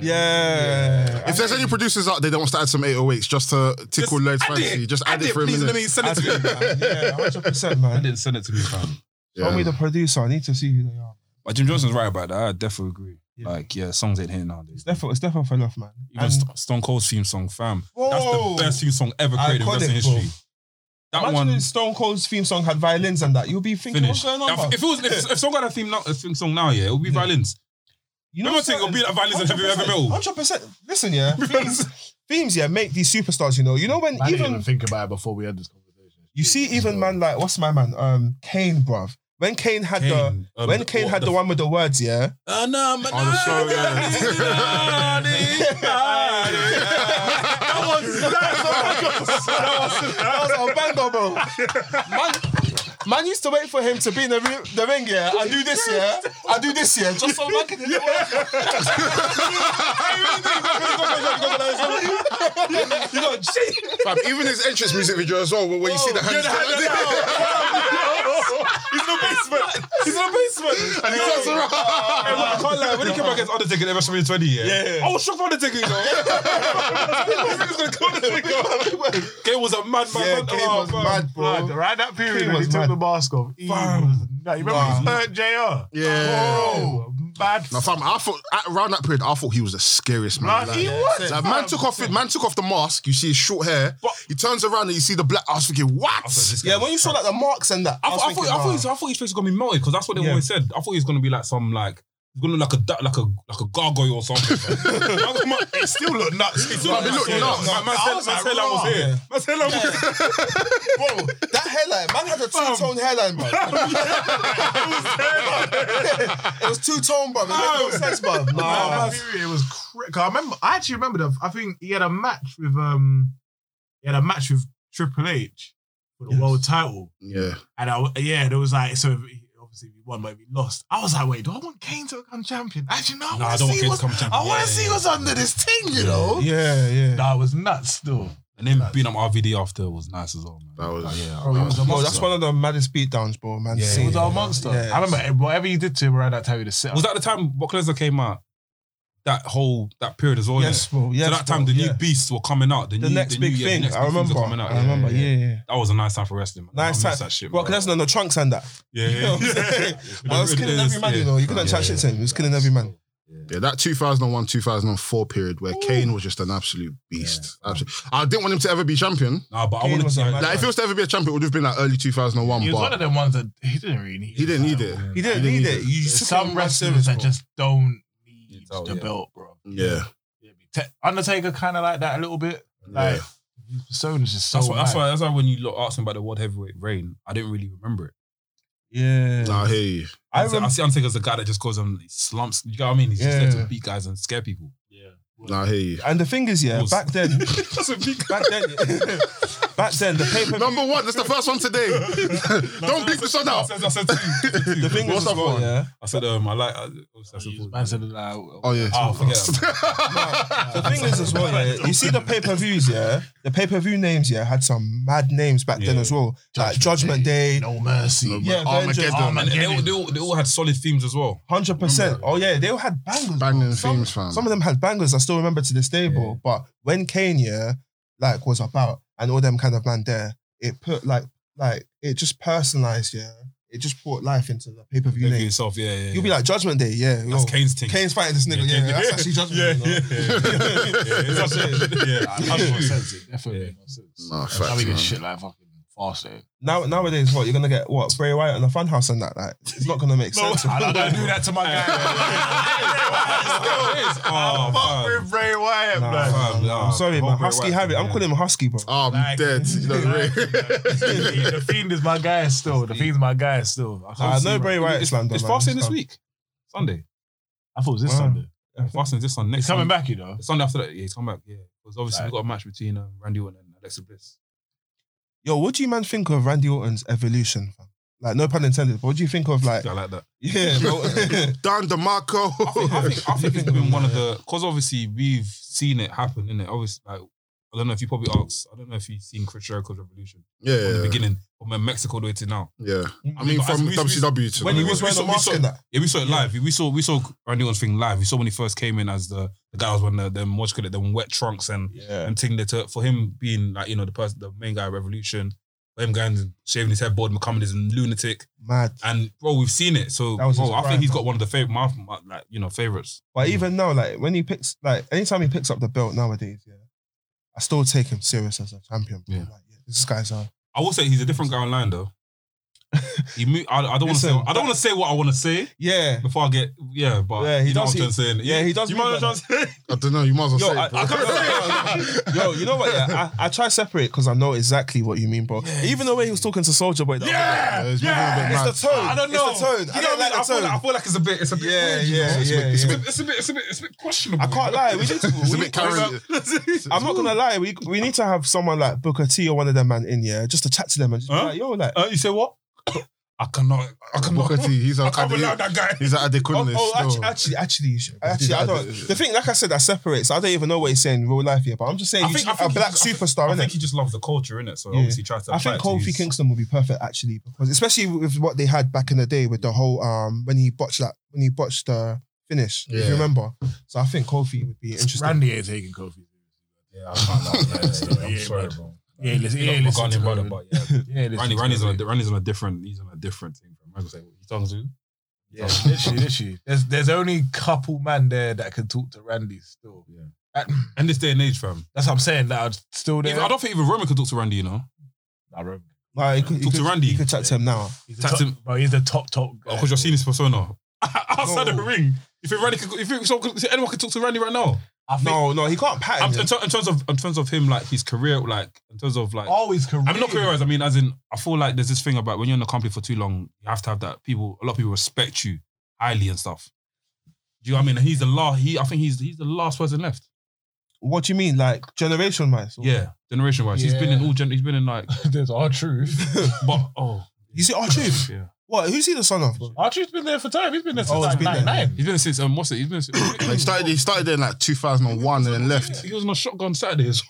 yeah.
If there's any producers out there that wants to add some 808s just to tickle
Just
Lloyd's
add
fancy,
it.
just add, it for a
please, let
minute.
me send it
I
to
do,
you.
man. yeah, hundred percent, man.
didn't send it to me, fam.
Yeah.
Show me the producer. I need to see who they are.
But Jim Johnson's right about that. I definitely agree.
Yeah.
Like, yeah, songs ain't hitting nowadays.
It's definitely it's definitely fell off, man.
Even
And-
St- Stone Cold's theme song, fam. That's
Whoa.
the best theme song ever created in
Iconic,
wrestling
bro.
history. That
Imagine
one
if Stone Cold's theme song had violins and that. You'll be thinking,
finished.
what's going on?
If,
bruv?
if it was, if, if someone got a theme, now, a theme song now, yeah, it would be
Yeah.
violins.
you
remember saying it'll be like violins and heavy- heavy metal?
Hundred percent. Listen,
<laughs>
yeah. Themes, themes, yeah, make these superstars. You know, you know when
I didn't even
even
think about it before we had this conversation.
you see even man like what's my man um Kane, bruv. when Kane had the
um,
when Kane had the, one with the words, yeah.
Uh, no, man.
Oh, the song, yeah.
That was
That was a banger, bro. Man, man used to wait for him to be in the, re- the ring, yeah. I do this, yeah. I do this, yeah. Just so man can do it. You got G.
Fam, even his entrance music video as well, where, where you see the hands. <laughs>
He's in the basement. He's in the basement.
and he turns around.
Hey, man, I can't lie. When he came back
"Oh,
against Undertaker at WrestleMania 20, yeah.
Yeah.
I was shocked for Undertaker, you know. Kane was a mad man.
Yeah,
man.
Kane
Oh,
was
man.
mad, bro.
Blood, Around that period when
was
he took
mad.
the mask off, he
Fam.
was nah, you remember
Nah.
he hurt JR?
Yeah.
Bro, bad.
Now, fam, I thought at- around that period, I thought he was the scariest man.
Nah,
alive.
he was,
Like, man took off man took off the mask. You see his short hair. he turns around and you see the black. I was thinking, what?
Yeah, when you saw like the marks and that,
I, thought, I, thought,
thinking,
I, thought
wow.
his, I thought his face was gonna be melted because that's what they
Yeah.
always said. I thought he was gonna be like some like he's gonna look like a da- like a like a gargoyle
<laughs>
or something. it still looked nuts. It still
But it
looked
looked nuts.
nuts. Man, man said-
was
man
like,
said I was
raw.
here. Man said I was here.
Bro, that hairline, man had a two tone hairline, <laughs> bro.
<laughs>
it was two tone, bro. It made no sense, bro.
Nah,
Nah,
that period was cra- 'cause I remember. I actually remember the. I think he had a match with um, he had a match with Triple H for the world title,
Yeah.
and I w- yeah, there was like so. If he, obviously, if he won, but if he lost, I was like, wait, do I want Kane to become champion? Actually, no. I
Nah, I
want
don't
to
want
see
Kane to
what's-
become champion.
I want
Yeah,
to see
yeah,
what's under this thing, you know.
yeah, yeah.
Nah, it was nuts. Still,
And then beating up RVD after was nice as well, man.
That was-
Like, yeah.
Bro, he was a
Bro,
monster.
that's one of the maddest beatdowns, bro, man.
Yeah,
See,
He was
yeah.
a monster.
Yeah.
I remember eh, whatever you did to him around that time, he was sit.
Was that the time Brock Lesnar came out? That whole that period as well.
Yes,
innit?
bro. Yes,
so that time
bro,
the new
yeah.
beasts were coming out. The,
The
new,
next
the
big
new, yeah, the
thing,
next
I
big things
remember.
were coming out.
I remember, yeah, yeah.
That was a nice time for wrestling. Man.
Nice
I
time.
miss that shit.
Brock
bro.
Lesnar in the trunks and that.
Yeah, yeah.
<laughs> You know what I'm saying?
<laughs>
Bro, I was killing every man, you know. You couldn't
Yeah,
chat shit
yeah.
to him. He was killing every man.
Yeah, that 2001, 2004 period where Kane was just an absolute beast. Absolute. I didn't want him to ever be champion.
Nah, but I
Kane
wanted
was
to.
a
like,
mad
Like, if he was to ever be a champion, it would have been like early 2001,
He was one of
but
them ones that he didn't really need.
he didn't
it.
need it.
He didn't
He didn't
need
need
it. You
There's
took
some
him
wrestlers that
bro.
just don't need
It's all,
the
yeah.
belt, bro.
Yeah.
Te- Undertaker kind of like that a little bit. Like
Yeah.
his persona's just so.
That's why, that's
mad.
why. That's why. When you lot asked me about the world heavyweight reign, I didn't really remember it.
Yeah.
Nah, I hear you.
I
I, see- I
remember.
see Undertaker as a guy that just goes on slumps. You know what I mean? He's just
Yeah.
there to beat guys and scare people.
Nah, I hear you.
And the thing is, yeah,
Was-
back then,
That's what beat
<laughs> back then, back then, the paper.
Number one, that's the first one today.
<laughs>
<laughs> Don't beep this one
I
out.
said, I said, <laughs> two.
The thing
What's
is, as
up,
well,
one?
yeah.
I said, um, I like. I, oh, that's a
He was
fool.
mad to the like, oh,
Oh, <laughs> yeah.
Oh, forget that.
The thing is, as well, yeah, you see the pay per views, yeah. The pay per view names, yeah, had some mad names back then
Yeah.
as well, like Judgment Day,
no mercy.
No,
yeah, Avengers,
Armageddon.
And Oh, they all, they, all, they all had solid themes as well.
hundred percent. Oh yeah, they all had bangers.
Banging
Some-
themes, fam.
Some of them had bangers. I still remember to this day, bro. But when Kane, yeah, like was about and all them kind of man there, it put like like it just personalized, yeah. It just brought life into the pay per view
Think of
names.
yourself, yeah, yeah.
You'll be
yeah.
like Judgment Day, yeah.
that's
yo,
Kane's thing.
Kane's fighting this nigga, yeah.
Kane-
that's actually Judgment
yeah,
Day. you know?
yeah, <laughs> yeah. yeah. That's it. Yeah,
Nah, it makes more
that's true.
sense. It definitely
Yeah.
makes more sense.
Nah,
That's how
facts,
we
man.
get shit like fucking fast. eh?
Now nowadays, what you're gonna get? What Bray Wyatt and a funhouse and that? Like it's not gonna
<laughs>
make sense.
I don't, don't do that to my guy. <laughs>
It is. Oh,
Fuck
fam.
with Bray Wyatt,
Nah,
blood.
Nah,
fam,
nah.
I'm sorry, man.
Bobby
Husky
White,
Harry. I'm
yeah.
calling him Husky, bro.
Oh, I'm
Like-
dead. You know, <laughs>
<laughs>
Ray.
the fiend is my guy still. The fiend's my guy still. I,
Nah,
can't
no
see,
Bray
bro.
Wyatt
It's,
slander.
it's
man.
fasting this
fine.
week, Sunday.
I thought it was this
Wow.
Sunday.
Fasting this on next.
He's coming
Sunday.
back, you know.
Sunday after that, yeah, he's come back. Yeah, because obviously
Right.
we got a match between um, Randy Orton and Alexa Bliss.
Yo, what do you man think of Randy Orton's evolution? Fam? Like, no pun intended. But what do you think of like?
I like that.
<laughs> Yeah,
<laughs>
<laughs>
bro.
Don DeMarco.
I think, I think, I think it's been one of the because obviously we've seen it happen, innit? Obviously, like I don't know if you probably asked, I don't know if you've seen Chris Jericho's revolution from
<laughs> Yeah,
the beginning from Mexico the way to now.
yeah. I mean,
Because
from
as we-
WCW to E.
when he
we-
was
we
wearing
saw-
the
we
mask
saw-
and that.
Yeah, we saw it live. We saw we saw Randy Orton's thing live. We saw when he first came in as the the guy was wearing the them what you call it, them wet trunks and
Yeah.
and thing that uh, for him being like you know the person the main guy of Revolution, for him going and shaving his headboard, becoming this lunatic.
Mad.
And bro, we've seen it. So
That was
bro,
his
I
prime,
think he's
bro.
got one of the favorite, my, my, like you know, favorites.
But even now, like when he picks, like anytime he picks up the belt nowadays, yeah, I still take him serious as a champion. bro.
Yeah.
Like, yeah, this guy's a <laughs>
I will say he's a different guy online though. He mo- I, I don't want to say.
Listen,
I don't want to say what I want to say
Yeah.
before I get. Yeah, but
Yeah, he
you know
does
what I'm
he-
saying.
yeah, he does
You might
move
as well say.
I don't know. You might as well
Yo,
say
I-
it, bro.
I can't- <laughs> Yo, you know what? Yeah, I, I try separate because I know exactly what you mean, bro. Even the way he was talking to Soldier Boy. That
Yeah,
Yeah,
it's moving a bit
yeah.
mad.
It's the tone.
I don't know.
It's the tone.
You
I
know what
don't like
I mean? I
the
feel like I
tone.
feel like it's a bit. It's a bit.
Yeah,
weird, you know?
yeah,
It's a bit-
yeah,
it's a
yeah.
bit-
It's a bit. It's a bit. It's a bit questionable.
I can't lie. <laughs> We need to.
<laughs> It's a
we-
bit
<laughs>
carried.
I'm not gonna lie. We we need to have someone like Booker T or one of them man in here just to chat to them and just be
Huh?
like, yo, like
Uh, you say what? <coughs> I cannot. I cannot.
Booker T, he's
I
a
can't allow that guy.
he's at the
Oh,
list.
oh
still.
actually, actually, actually, you should- actually,
<laughs>
I don't. The thing, like I said, that separates. I don't even know what he's saying in real life here, but I'm just saying,
I
he's
think- I
a
think
black
he's-
superstar,
I
isn't
think
it?
he just loves the culture, innit? So
Yeah.
obviously he tries to.
I think
apply it to
Kofi
his-
Kingston would be perfect actually, because especially with what they had back in the day with the whole um when he botched that when he botched the finish. If
Yeah.
you remember, so I think Kofi would be interesting.
Randy ain't taking Kofi.
Yeah, I can't lie. Yeah, yeah, yeah,
Yeah,
I'm sorry,
but-
bro.
Yeah, listen,
Big
yeah,
up my
listen
Ghanaian
to
brother,
him.
but yeah.
Yeah, listen
Randy,
to
Randy's on
him.
a Randy's on a different he's on a different thing. bro. Michael say he's talking to.
Yeah, literally, literally. There's there's only couple man there that can talk to Randy still.
Yeah.
That-
And this day and age, fam.
that's what I'm saying. That are still there.
Even- I don't think even Roman could talk to Randy, you know.
I remember.
Like, you could, you
Talk to
could-
Randy.
You could chat to him now.
He's the
Tapped him.
top, bro, he's the top top. guy.
Because you're seeing his persona <laughs> outside
No.
the ring. You think Randy could? You think someone could, anyone could talk to Randy right now?
I think
No, no, he can't pattern.
Um,
him.
in, ter- in terms of in terms of him, like his career, like in terms of like.
always career.
I'm not career-wise. I mean, as in, I feel like there's this thing about when you're in a company for too long, you have to have that people. A lot of people respect you highly and stuff. Do you know what I mean? And he's the last. He, I think he's he's the last person left.
What do you mean, like generation wise?
Yeah, generation wise, he's been in
Yeah.
all. Gen- he's been in like,
<laughs>
There's our truth.
<laughs> but oh, <coughs>
You see, R Truth.
yeah.
What? Who's he the son of? bro?
Our truth's been there for time. He's been there since
Oh, it's
like
been there.
99.
He's been in since um, what's it? He's been. in Since,
<coughs> Like, he started. He started there in like 2001 and then left.
He was on a shotgun Saturday. <laughs> So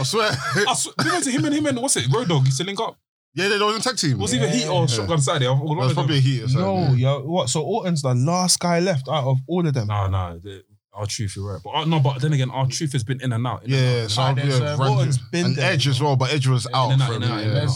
I swear.
<laughs>
<laughs>
I swear, you know, it's him and him and what's it? Road Dog used to link up.
yeah, they don't even tag team.
Was
yeah.
either Heat or Shotgun Saturday? I forgot
Well, it's
one of
probably a
them.
heat. Or something.
No, yo, what? So Orton's the last guy left out of all of them.
Nah, nah. the- Our truth, you're right. But uh, no, but then again, our truth has been in and out. in and out, in
Yeah,
and
so
out.
I'm
Like, there's,
yeah,
uh,
Randy.
Orton's been
and
there.
Edge as well, but Edge was
Yeah,
out
in and
for a
out, in and out,
minute.
in and
yeah.
out.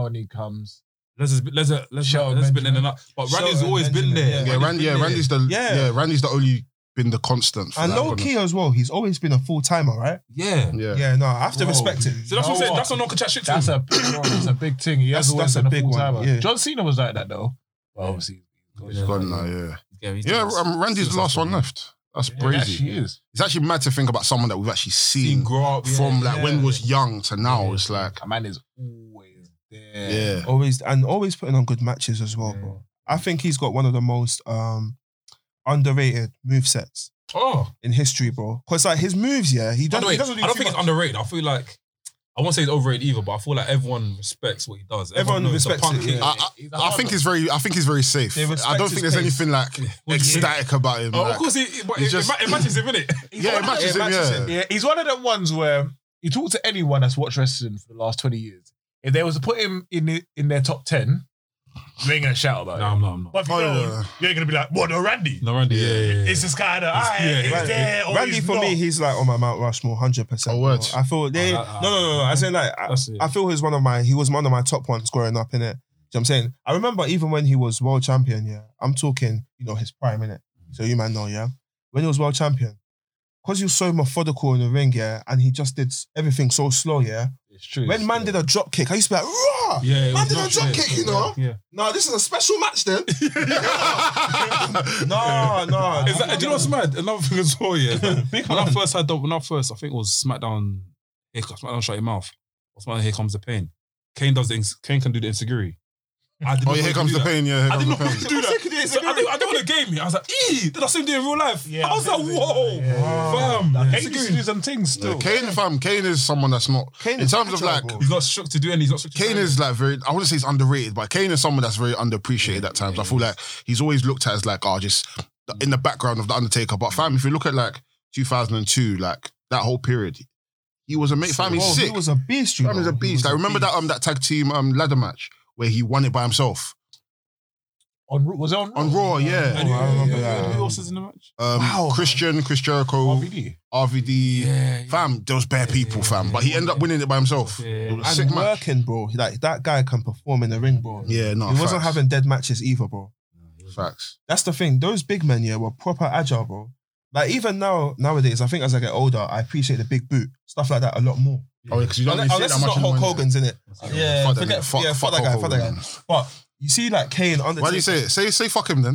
Lesnar when he comes.
Let's just, let's just, let's,
Shelton
let's been in and
Benjamin.
out. But Randy's
Shelton
always been
Benjamin,
there.
yeah.
Yeah,
Randy's
Ran-
been
yeah, Randy's the
there.
Yeah.
yeah. Randy's the only been the constant. For
And
that,
low
wasn't
key as well, he's always been a full timer, right?
Yeah.
it? Yeah.
Yeah, no, I have to
Whoa.
respect it.
So that's what I'm
No
saying.
one.
That's what no one can chat shit to.
That's
him.
a that's a big thing. He
That's-
has always
that's a
been a
big
big
one,
one.
yeah.
John Cena was like that though. Well, obviously,
He's gone now. Yeah.
Yeah, he's
Yeah.
doing
um, Randy's the last one left. That's crazy.
she is.
It's actually mad to think about someone that we've actually
Seen
seen
grow up yeah,
from like
yeah.
when he was young to now. It's like
A man is always there.
yeah.
Always and always putting on good matches as well, bro. I think he's got one of the most um underrated move sets
Oh,
in history, bro. Cause like his moves, yeah, he
by
doesn't.
the way,
he doesn't do
I don't
too
think it's
much.
underrated. I feel like I won't say it's overrated either, but I feel like everyone respects what he does.
Everyone
knows
respects it,
king.
yeah.
I, I, I think he's very. I think he's very safe.
They respect
I don't
his
think there's
pace.
anything like
yeah.
ecstatic about him.
Oh,
like-
of course, it, but
He's
it,
just-
it, ma- it matches
<laughs>
him, innit?
Yeah, it matches
it
him.
matches
Yeah.
him.
Yeah, he's one of them ones where you talk to anyone that's watched wrestling for the last twenty years. If they was to put him in the, in their top ten, you ain't gonna shout about
No,
it.
I'm not. I'm not.
But if you
Oh,
don't,
yeah.
you ain't gonna be like, "What, no, Randy?"
No, Randy. Yeah, yeah, yeah.
It's just kind of,
yeah,
"Alright, he's
Randy-
there." Or
Randy
he's
for
not.
me, he's like on my Mount Rushmore, hundred percent.
Oh, word.
I feel they.
Ah, ah,
no, no, no, no. I said like I,
That's it.
I feel he's one of my. He was one of my top ones growing up in it. You know what I'm saying? I remember even when he was world champion. Yeah, I'm talking. You know his prime in it. So you might know. Yeah, when he was world champion, because he was so methodical in the ring. Yeah, and he just did s- everything so slow. Yeah.
It's true.
When man did a drop kick, I used to be like, raw.
yeah, it
Man
was
did a
not-
drop
yeah,
kick,
yeah,
you know?
Yeah.
No, this is a special match
<laughs>
then.
<laughs> Yeah.
no, no.
Is that, do you know what's mad? <laughs> Another thing as well, yeah.
<laughs>
when I first had the, when I first, I think it was SmackDown, Here Comes- SmackDown Shut Your Mouth, or SmackDown Here Comes the Pain. Kane does the, ins- Kane can do the insecurity. I didn't
Oh,
know
yeah,
he
here
could
comes
do
the
that.
pain. Yeah, here
I
comes
didn't
the
know
pain.
he could do that. So I think I don't want to game it. I was like, ee, did I see him do it in real life?
Yeah,
I was
I
like, whoa, fam.
Kane used to
Insecurity.
do some things
Yeah,
still.
Kane, fam. Kane is someone that's not.
Kane
in
is
terms of
fragile,
like,
bro.
He's not shook to do any. He's not shook to do
Kane
any.
is like very. I wouldn't say he's underrated, but Kane is someone that's very underappreciated at times. I feel like he's always looked at as like, oh, just the- in the background of the Undertaker. But fam, if you look at like 2002, like that whole period, he was a mate. Fam, he's
Bro,
sick.
He was a beast. You
Fam is
know?
a
He
beast.
was
I remember that um that tag team um ladder match where he won it by himself
On Raw- was it on
on Raw. Yeah,
And who-
Oh, I remember
who-
that.
Who else is in the match?
um,
Wow.
Christian, Chris Jericho, RVD.
RVD?
Yeah,
Fam, there was bare people, fam, but he ended up winning it by himself.
Yeah.
It was a
And
sick match.
working, bro. Like that guy can perform in the ring, bro.
Yeah, no,
he wasn't
facts.
having dead matches either, bro.
facts.
That's the thing. Those big men, yeah, were proper agile, bro. Like even now, nowadays, I think as I get older, I appreciate the big boot stuff like that a lot more.
Oh, because you don't
Unless,
really see
unless
that
it's
much
not
anymore,
Hulk
innit?
Hogan's in it,
Fuck that nigga.
yeah, forget, yeah, fuck that guy,
Hulk
fuck that guy.
Hogan.
But You see, like Kane under.
Why do you say it? Say say fuck him then.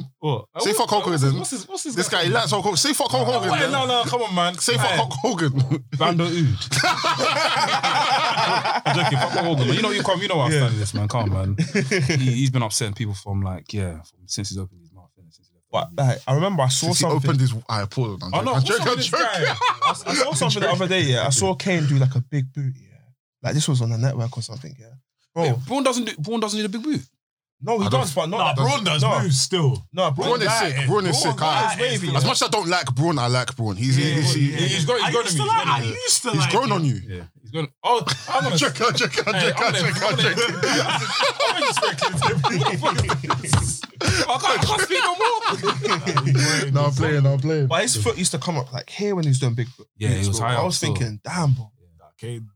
Say fuck Hulk Hogan.
What's his, what's his
This guy, he likes Hulk Hogan. Say fuck Hulk Hogan.
Wait,
then.
no, no, come on, man.
Say fuck
Hey,
Hulk Hogan.
Bando Ood. I'm joking, fuck Hulk Hogan. man. You know, you come, you know where I stand in this, man. Come on, man. He, he's been upsetting people from like, yeah, from, since he's opened his mouth. innit, Since he left.
But like, I remember I saw
Since <laughs> he
something.
opened his eye, pulled. I'm
Oh no!
joking. I'm
what's up
joking. I'm
with this
joking.
guy?
I saw something the other day. Yeah, I saw Kane do like a big boot. Yeah, like this was on the network or something. Yeah, bro.
Wait, Braun doesn't do. Braun doesn't need a big boot.
No, he
I don't-
does, but not.
Nah,
like-
Braun does
no,
moves still.
No,
Braun is sick. Braun is sick. I-
is wavy. <laughs>
As much as I don't like Braun, I like Braun. He's he's he-
He- He's grown. He's
I
grown on me. He's grown on me.
used to like. I used to
he's
like.
grown on you.
Yeah, he's grown. Oh, I'm gonna.
Joke, joke, joke, joke,
Hey, I'm gonna-
joke,
I'm gonna-
joke. <laughs>
I'm gonna just I can't, I can't speak no more.
No, I'm playing. I'm playing.
But his foot used to come up like here when he was doing big. boots,
Yeah, he was
bro.
high
I
up,
was
so-
thinking, damn, bro.
Nah, Kane.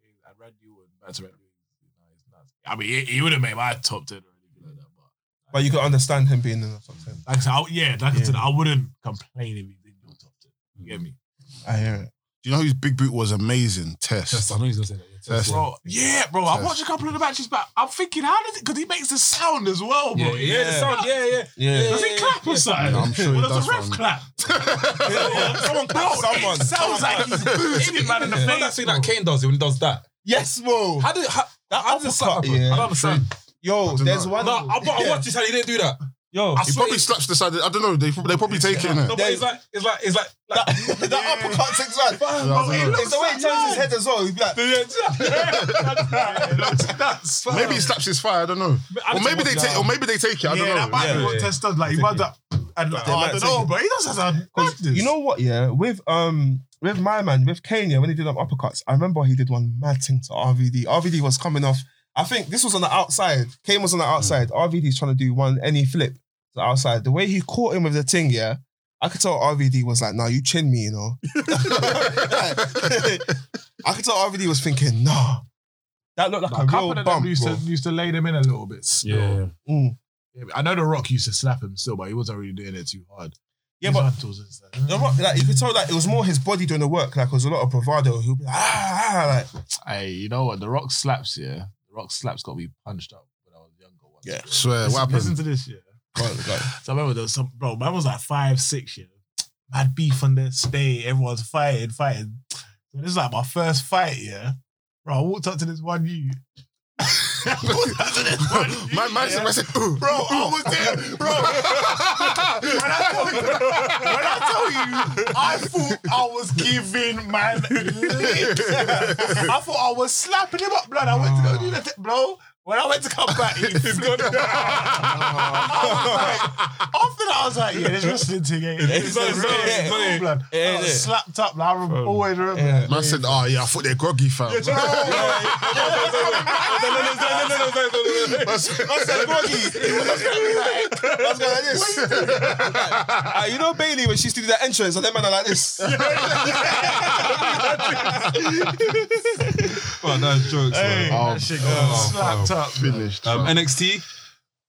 Kane, I read you and that's read you. Nah, it's nuts. I mean, he, he would have made my top ten or anything like that. But
But you could understand him being in the top ten.
like I said, I, yeah, like I said,
Yeah.
I wouldn't complain if he didn't go top ten. You get me?
I hear it.
Do you know whose big boot was amazing? Test.
I know he's gonna say that.
Test.
Bro, yeah, bro. I watched a couple of the matches back. I'm thinking, how does it? Because he makes the sound as well,
Yeah,
bro.
yeah, the sound. Yeah, yeah.
Yeah.
Does he clap or something?
No, I'm sure he
Or
does
does the ref
one. <laughs>
clap?
Someone,
Bro,
someone.
it sounds like he's booting man in
<laughs>
the
You know that
face.
thing that Kane does when he does that.
Yes, bro.
How did how, how does it
uppercut,
sound?
yeah.
I don't understand.
Yo,
don't
there's
know.
one.
No, I, but I
Yeah.
watched this and he didn't do that.
Yo,
I
He
swear
probably
he-
slaps the side. I don't know. They they probably take it. innit?
No, but it's like it's like it's like. like
that uppercut's exact.
I don't know.
It's the way he turns his head as well. He'd be
<laughs>
like,
Maybe he slaps his fire. I don't know. Or maybe they take. Or maybe they take it. I
yeah,
don't
that
know.
might be
Yeah,
what
yeah.
Test does. Like, he runs up. And like,
They
oh,
might
I don't
take
know,
it.
but he does that sound madness.
You know what? Yeah, with um with my man with Kane, yeah, when he did them uppercuts, I remember he did one mad thing to RVD. RVD was coming off. I think this was on the outside. Kane was on
Hmm.
the outside. RVD's trying to do one any flip to the outside. The way he caught him with the thing, yeah. I could tell RVD was like, nah, you chin me, you
<laughs>
know. <laughs> I could tell RVD was thinking, nah. That looked like
Nah,
a
couple
real
of them
bump.
used,
bro.
to, used to lay them in a little bit. Still.
Yeah.
Mm.
Yeah, I know The Rock used to slap him still, but he wasn't really doing it too hard.
Yeah,
His
but
hand tools and stuff.
The Rock, like, you could tell like it was more his body doing the work. Like it was a lot of bravado. He'll be like, ah, ah, like
Hey, you know what? The Rock slaps, yeah. The Rock slaps got me punched up when I was younger. Once.
Yeah.
Swear. What
Listen, listen
happened?
to this, yeah. <laughs>
Right, like,
So I remember there was some bro, man was like five, six, yeah. Mad beef on the stay, everyone's fighting, fighting. So this is like my first fight, yeah. Bro, I walked up to this one you. <laughs>
<laughs> My man said, man said, "Ooh."
Bro, I was there,
<laughs>
bro. when, I tell you, when I tell you, I thought I was giving man licks. I thought I was slapping him up, blood. I went to go do that, bro. When I went to come
<laughs>
back, he flipped. I was like, after that, I was like, yeah, this wrestling thing ain't it's
not- it's not-
really
it's not-
cool, blood. I was slapped up. Like, I rem- always remember. <laughs>
yeah.
Man said, "Oh yeah, I thought they're groggy, fam." <laughs> Man said-
Let's go like this. Uh, you know Bailey when she used to do that entrance, and them man are like this.
Oh, that's jokes,
Hey,
Oh,
man.
that shit got
oh,
slapped up.
Finished.
Um, NXT,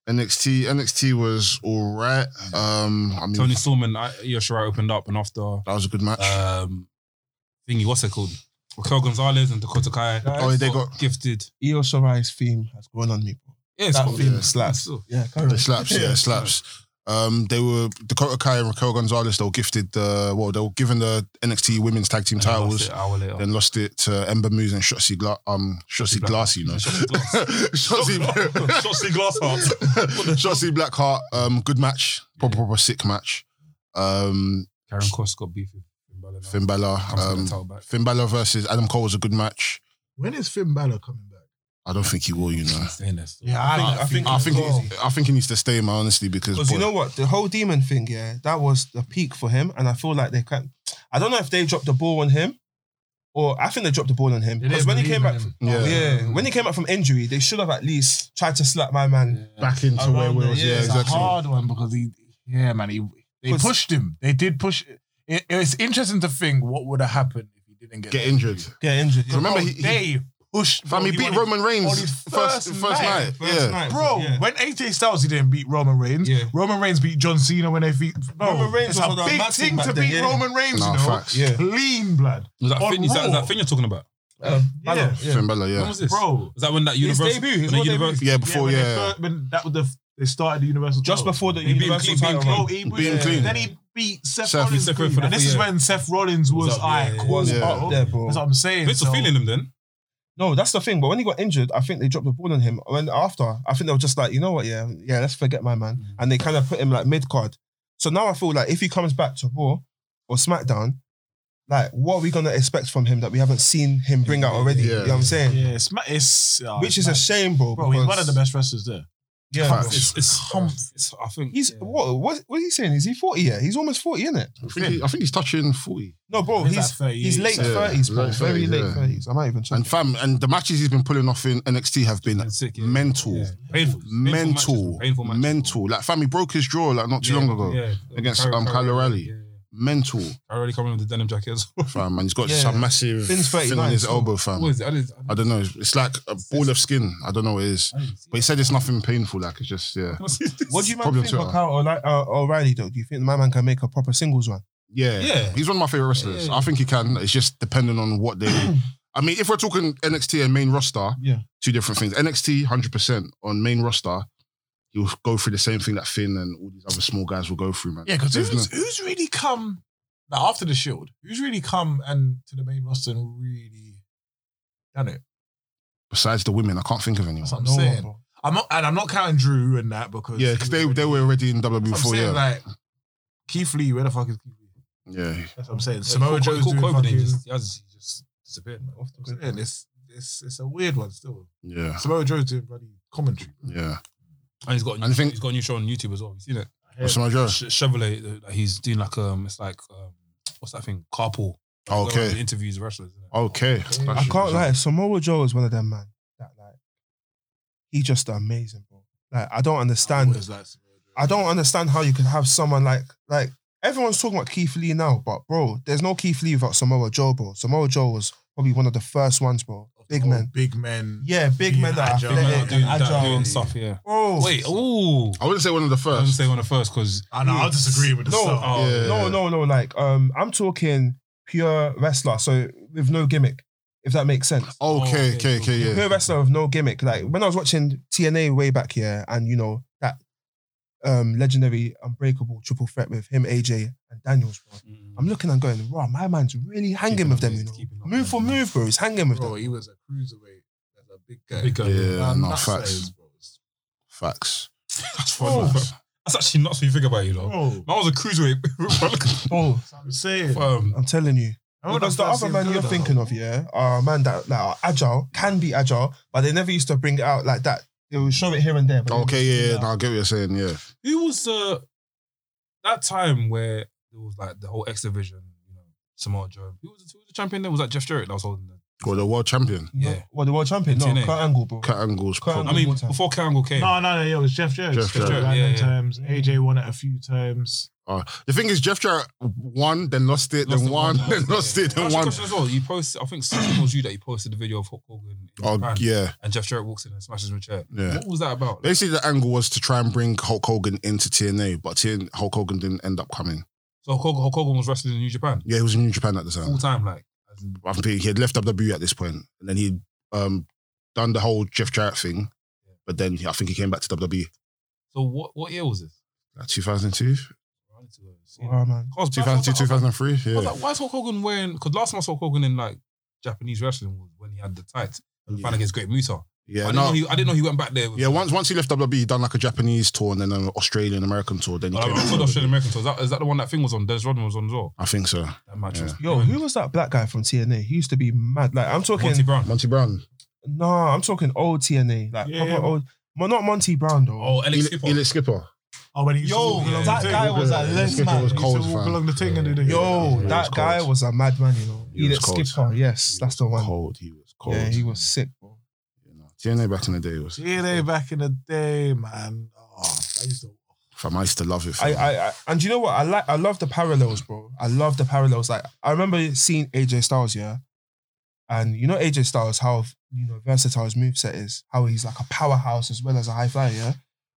NXT NXT was all right. Um, I mean,
Tony Storman, Io Shirai opened up, and after
that was a good match.
um, thingy, what's it called? Raquel Gonzalez and Dakota Kai.
Oh, they got-
gifted.
Io Shirai's theme has grown on me, bro.
Yeah, it's
That
got-
theme
yeah.
slaps.
Still.
Yeah,
It slaps, yeah, it slaps. Um, they were Dakota Kai and Raquel Gonzalez. They were gifted the well, they were given the NXT Women's Tag Team
And I
titles.
lost it an hour later.
Then lost it to Ember Moose and Shotzi Gla- um Shotzi
Black-
Glassy, you know. <laughs>
Shotzi
Shotzi,
Shotzi Glassheart.
<laughs> Shotzi Blackheart. Um, good match, proper proper sick match. Um,
Karen Cross got beef with Finn Balor.
Finn Balor,
now. Comes with the
um,
towel back.
Finn Balor versus Adam Cole was a good match.
When is Finn Balor coming back?
I don't think he will, you know.
Saying this.
Yeah, I,
think- I think-
I think
Cole.
I think he needs to stay, man. Honestly, because
Because you
boy,
know what, the whole demon thing, yeah, that was the peak for him, and I feel like they can. I don't know if they dropped the ball on him, or I think they dropped the ball on him because when he came back,
yeah,
yeah. when he came back from injury, they should have at least tried to slap my man.
back into where we was. Yeah,
it's
exactly.
a hard one because he, yeah, man, he they
'Cause-
pushed him. They did push. It, it's interesting to think what would have happened if he didn't get,
Get injured.
Get injured. Yeah.
Remember,
Bro,
he- he-
they pushed.
Fam, he
bro,
beat
wanted-
Roman
on
Reigns
his
first
first
first
night.
night.
First
yeah.
night,
Bro,
yeah.
when AJ Styles he didn't beat Roman Reigns.
Yeah.
Roman Reigns beat John Cena when they beat. Bro,
Roman Reigns
it's
was
a
on that
big
mad thing
thing
back
to
then,
beat
yeah.
Roman Reigns.
Nah,
you know,
facts.
Yeah.
lean blood.
Is that
On
Oh,
Finn? Is that, is
Raw.
that Finn you're talking about?
Um,
Yeah.
Balor, yeah.
Finn Balor,
When
yeah.
was this?
Bro,
Is that when that
His
universe?
debut, his
when
whole
the
debut.
universe-
Yeah, before,
when they
yeah.
fir- when that was the they started the Universal.
Just
title.
before the
He being clean,
Universal
being
title
clean.
Bro,
run.
he
Being
was-
clean.
Then he beat Seth,
Seth-
Rollins.
Seth
clean.
for the
and this is
year.
when Seth Rollins was,
up,
I
yeah,
was
Yeah.
up there, bro.
That's what I'm saying.
Vince
so-
was feeling him then.
No, that's the thing. But when he got injured, I think they dropped the ball on him. When after, I think they were just like, you know what, yeah, yeah, let's forget my man,
Mm.
and they kind of put him like mid card. So now I feel like if he comes back to Raw or SmackDown, like what are we gonna expect from him that we haven't seen him bring out already?
Yeah.
You know what I'm saying?
Yeah, it's, ma- it's uh,
Which is
mad.
a shame, bro.
bro. He's
because-
one of the best wrestlers there.
Yeah,
Facts.
bro.
It's, it's, it's I think
He's what, what? What is he saying? Is he forty yet? He's almost forty, isn't it?
I think, he, I think he's touching 40.
No, bro.
He's
He's
like 38,
he's late
so-
thirties, bro.
Late
Very
30s,
late
yeah.
thirties. I might even check.
And fam, and the matches he's been pulling off in NXT have been
Been sick, yeah.
mental.
Yeah. painful, painful matches,
Mental.
painful matches.
mental. Like, fam, he broke his jaw like not too
Yeah,
long ago.
yeah.
against,
Kyle-
um,
Kyle
Kyle O'Reilly.
Yeah, yeah.
Mental,
Kyle O'Reilly coming with the denim jacket. as well.
fam. And he's got
Yeah.
some massive
Finn's
thing
39,
on his
so-
elbow, fam.
<laughs> What is it? I didn't.
I don't know. It's like a ball of skin. I don't know what it is. But he said it's nothing painful. Like, it's just, yeah.
What do you man
Probably
think
on
about Kyle O'Li- uh, O'Reilly though? Do you think my man can make a proper singles run?
Yeah.
Yeah.
He's one of my favorite wrestlers.
Yeah.
I think he can. It's just depending on what they. I mean, if we're talking NXT and main roster,
Yeah.
two different things. NXT, 100% on main roster, he'll go through the same thing that Finn and all these other small guys will go through, man.
Yeah, because
There's
who's, who's really come like, after the Shield? Who's really come and to the main roster and really done it?
Besides the women, I can't think of anyone.
That's what I'm
No one,
saying.
bro.
I'm not, and I'm not counting Drew and that because
Yeah, because they, they were already in WWE
That's what I'm
before,
saying,
yeah.
like Keith Lee, where the fuck is Keith Lee?
yeah.
That's what I'm saying.
Yeah,
Samoa
call-
Joe's
call
doing
COVID and he
fucking-
just- he has- he just disappeared, man.
I'm saying, it's it's it's a weird one still.
Yeah.
Samoa Joe's doing bloody commentary.
Yeah.
And he's got a new,
And I think-
he's got a new show on YouTube as well. You seen it?
What's my
Sh- Chevrolet. uh, He's doing like um, it's like um, what's that thing? Carpool. Go around and
Okay.
interviews wrestlers. innit?
Okay.
I can't lie. Samoa Joe is one of them, man. That like, he just amazing, bro. Like, I don't understand.
Always like Samoa Joe.
I don't understand how you can have someone like like everyone's talking about Keith Lee now, but bro, there's no Keith Lee without Samoa Joe, bro. Samoa Joe was probably one of the first ones, bro. Big
Oh,
men.
big men.
Yeah, big
Yeah,
men that are
agile.
Big man
athletic
doing
and
that-
agile.
doing stuff. Yeah.
Bro,
Wait. Ooh.
I wouldn't say one of the
I was gonna
first.
say one of the first because
I know. I'll disagree with the
No.
stuff.
oh,
Yeah.
No, no, no. Like, um, I'm talking pure wrestler, so with no gimmick, if that makes sense.
Okay,
Oh,
okay,
okay,
okay, yeah.
Pure wrestler with no gimmick. Like when I was watching TNA way back here, and you know that um legendary unbreakable triple threat with him, AJ, and Daniels, bro.
Mm.
I'm looking and going, wow, my man's really hanging
Keeping
with
up
them, you
with-
know.
keeping up
Move
with
for
them.
move, bro. He's hanging with
Bro,
them.
he was a cruiserweight. That's a big guy.
Big guy.
Yeah,
Man,
no,
that's
facts.
it, bro.
Facts.
That's fun. man. Oh, That's actually nuts when you think about it, you know.
Bro,
I was a cruiserweight. <laughs>
Oh,
that's what I'm saying.
um,
I'm telling you.
I remember
Because the
first seeing
other man you're
Goldust.
thinking of, yeah, are a man that like are agile, can be agile, but they never used to bring it out like that. They would show it here and there. but they
Okay, yeah, yeah.
Yeah.
No, I get what you're saying, yeah.
Who was the that time where it was like the whole X division, you know, Samoa Joe? Who was, who was the champion then? Was that Jeff Jarrett that was holding them?
Or the world champion.
No,
Yeah.
Well, the world champion, no,
TNA.
Kurt Angle, bro.
Cat angles.
Kurt
probably.
I mean,
One time.
before Kurt Angle came.
No, no, no. Yeah, it was Jeff Jarrett.
Jeff Jarrett,
yeah,
Random
yeah.
terms. AJ won it a few times.
The thing is, Jeff Jarrett won, then lost it,
Lost
then
the
won, <laughs>
one,
then
yeah.
lost it,
Can I
then
ask you a
won.
question as well. You posted, I think it was you that you posted the video of Hulk Hogan in
Oh,
Japan,
yeah,
and Jeff Jarrett walks in and smashes him a chair.
yeah.
What was that about?
Basically, the angle was to try and bring Hulk Hogan into TNA, but TN- Hulk Hogan didn't end up coming.
so Hulk Hogan, Hulk Hogan was wrestling in New Japan
Yeah, he was in New Japan at the
full
time.
time, like. as in-
I think he had left WWE at this point, and then he'd um, done the whole Jeff Jarrett thing, but then I think he came back to WWE
So what? What year was this?
like 2002,
I need to go see it.
Uh,
Wow, Oh, man.
I was baffled. I was
2002,
like- I was like-
2003.
I was
Yeah.
like, why is Hulk Hogan wearing? Because last time I saw Hulk Hogan in like Japanese wrestling was when he had the tights and
Yeah.
fighting against Great Muta. I
Yeah,
didn't, know
no,
he, I didn't know he went back there. With,
yeah. Once once he left WWE, he done like a Japanese tour and then an Australian American tour. Then he
Oh, I
came.
remember
back
the
to
Australian
WWE.
American tour. Is that, is that the one that thing was on? Des Rodman was on as well.
I think so.
That match was.
Yo, who was that black guy from TNA? He used to be mad. Like I'm talking,
Monty Brown.
Monty Brown,
no, I'm talking old TNA, like
Yeah,
proper
yeah.
old. Well, not Monty Brown though.
Oh, Alex
Eli-
Skipper.
Eli Skipper.
Oh, when he used
Yo,
to walk along
that
the thing.
guy was
a Yeah, lens Skipper man. was
He used
cold,
to walk
fam.
along the thing and do the-
Yo,
Yeah,
that
it's
guy
cold.
was a madman, you know.
He
Elix
was cold.
Skipper, yes,
He
that's the one.
Cold. He was cold.
Yeah, he was sick, bro.
You know, TNA back in the day was.
TNA back in the day, man. Oh, I used to.
Fam, I used to love it.
I,
fam. <laughs>
I, <laughs> I, and you know what? I like, I love the parallels, bro. I love the parallels. Like, I remember seeing AJ Styles, yeah, and you know AJ Styles, how you know versatile his moveset is, how he's like a powerhouse as well as a high flyer. Yeah,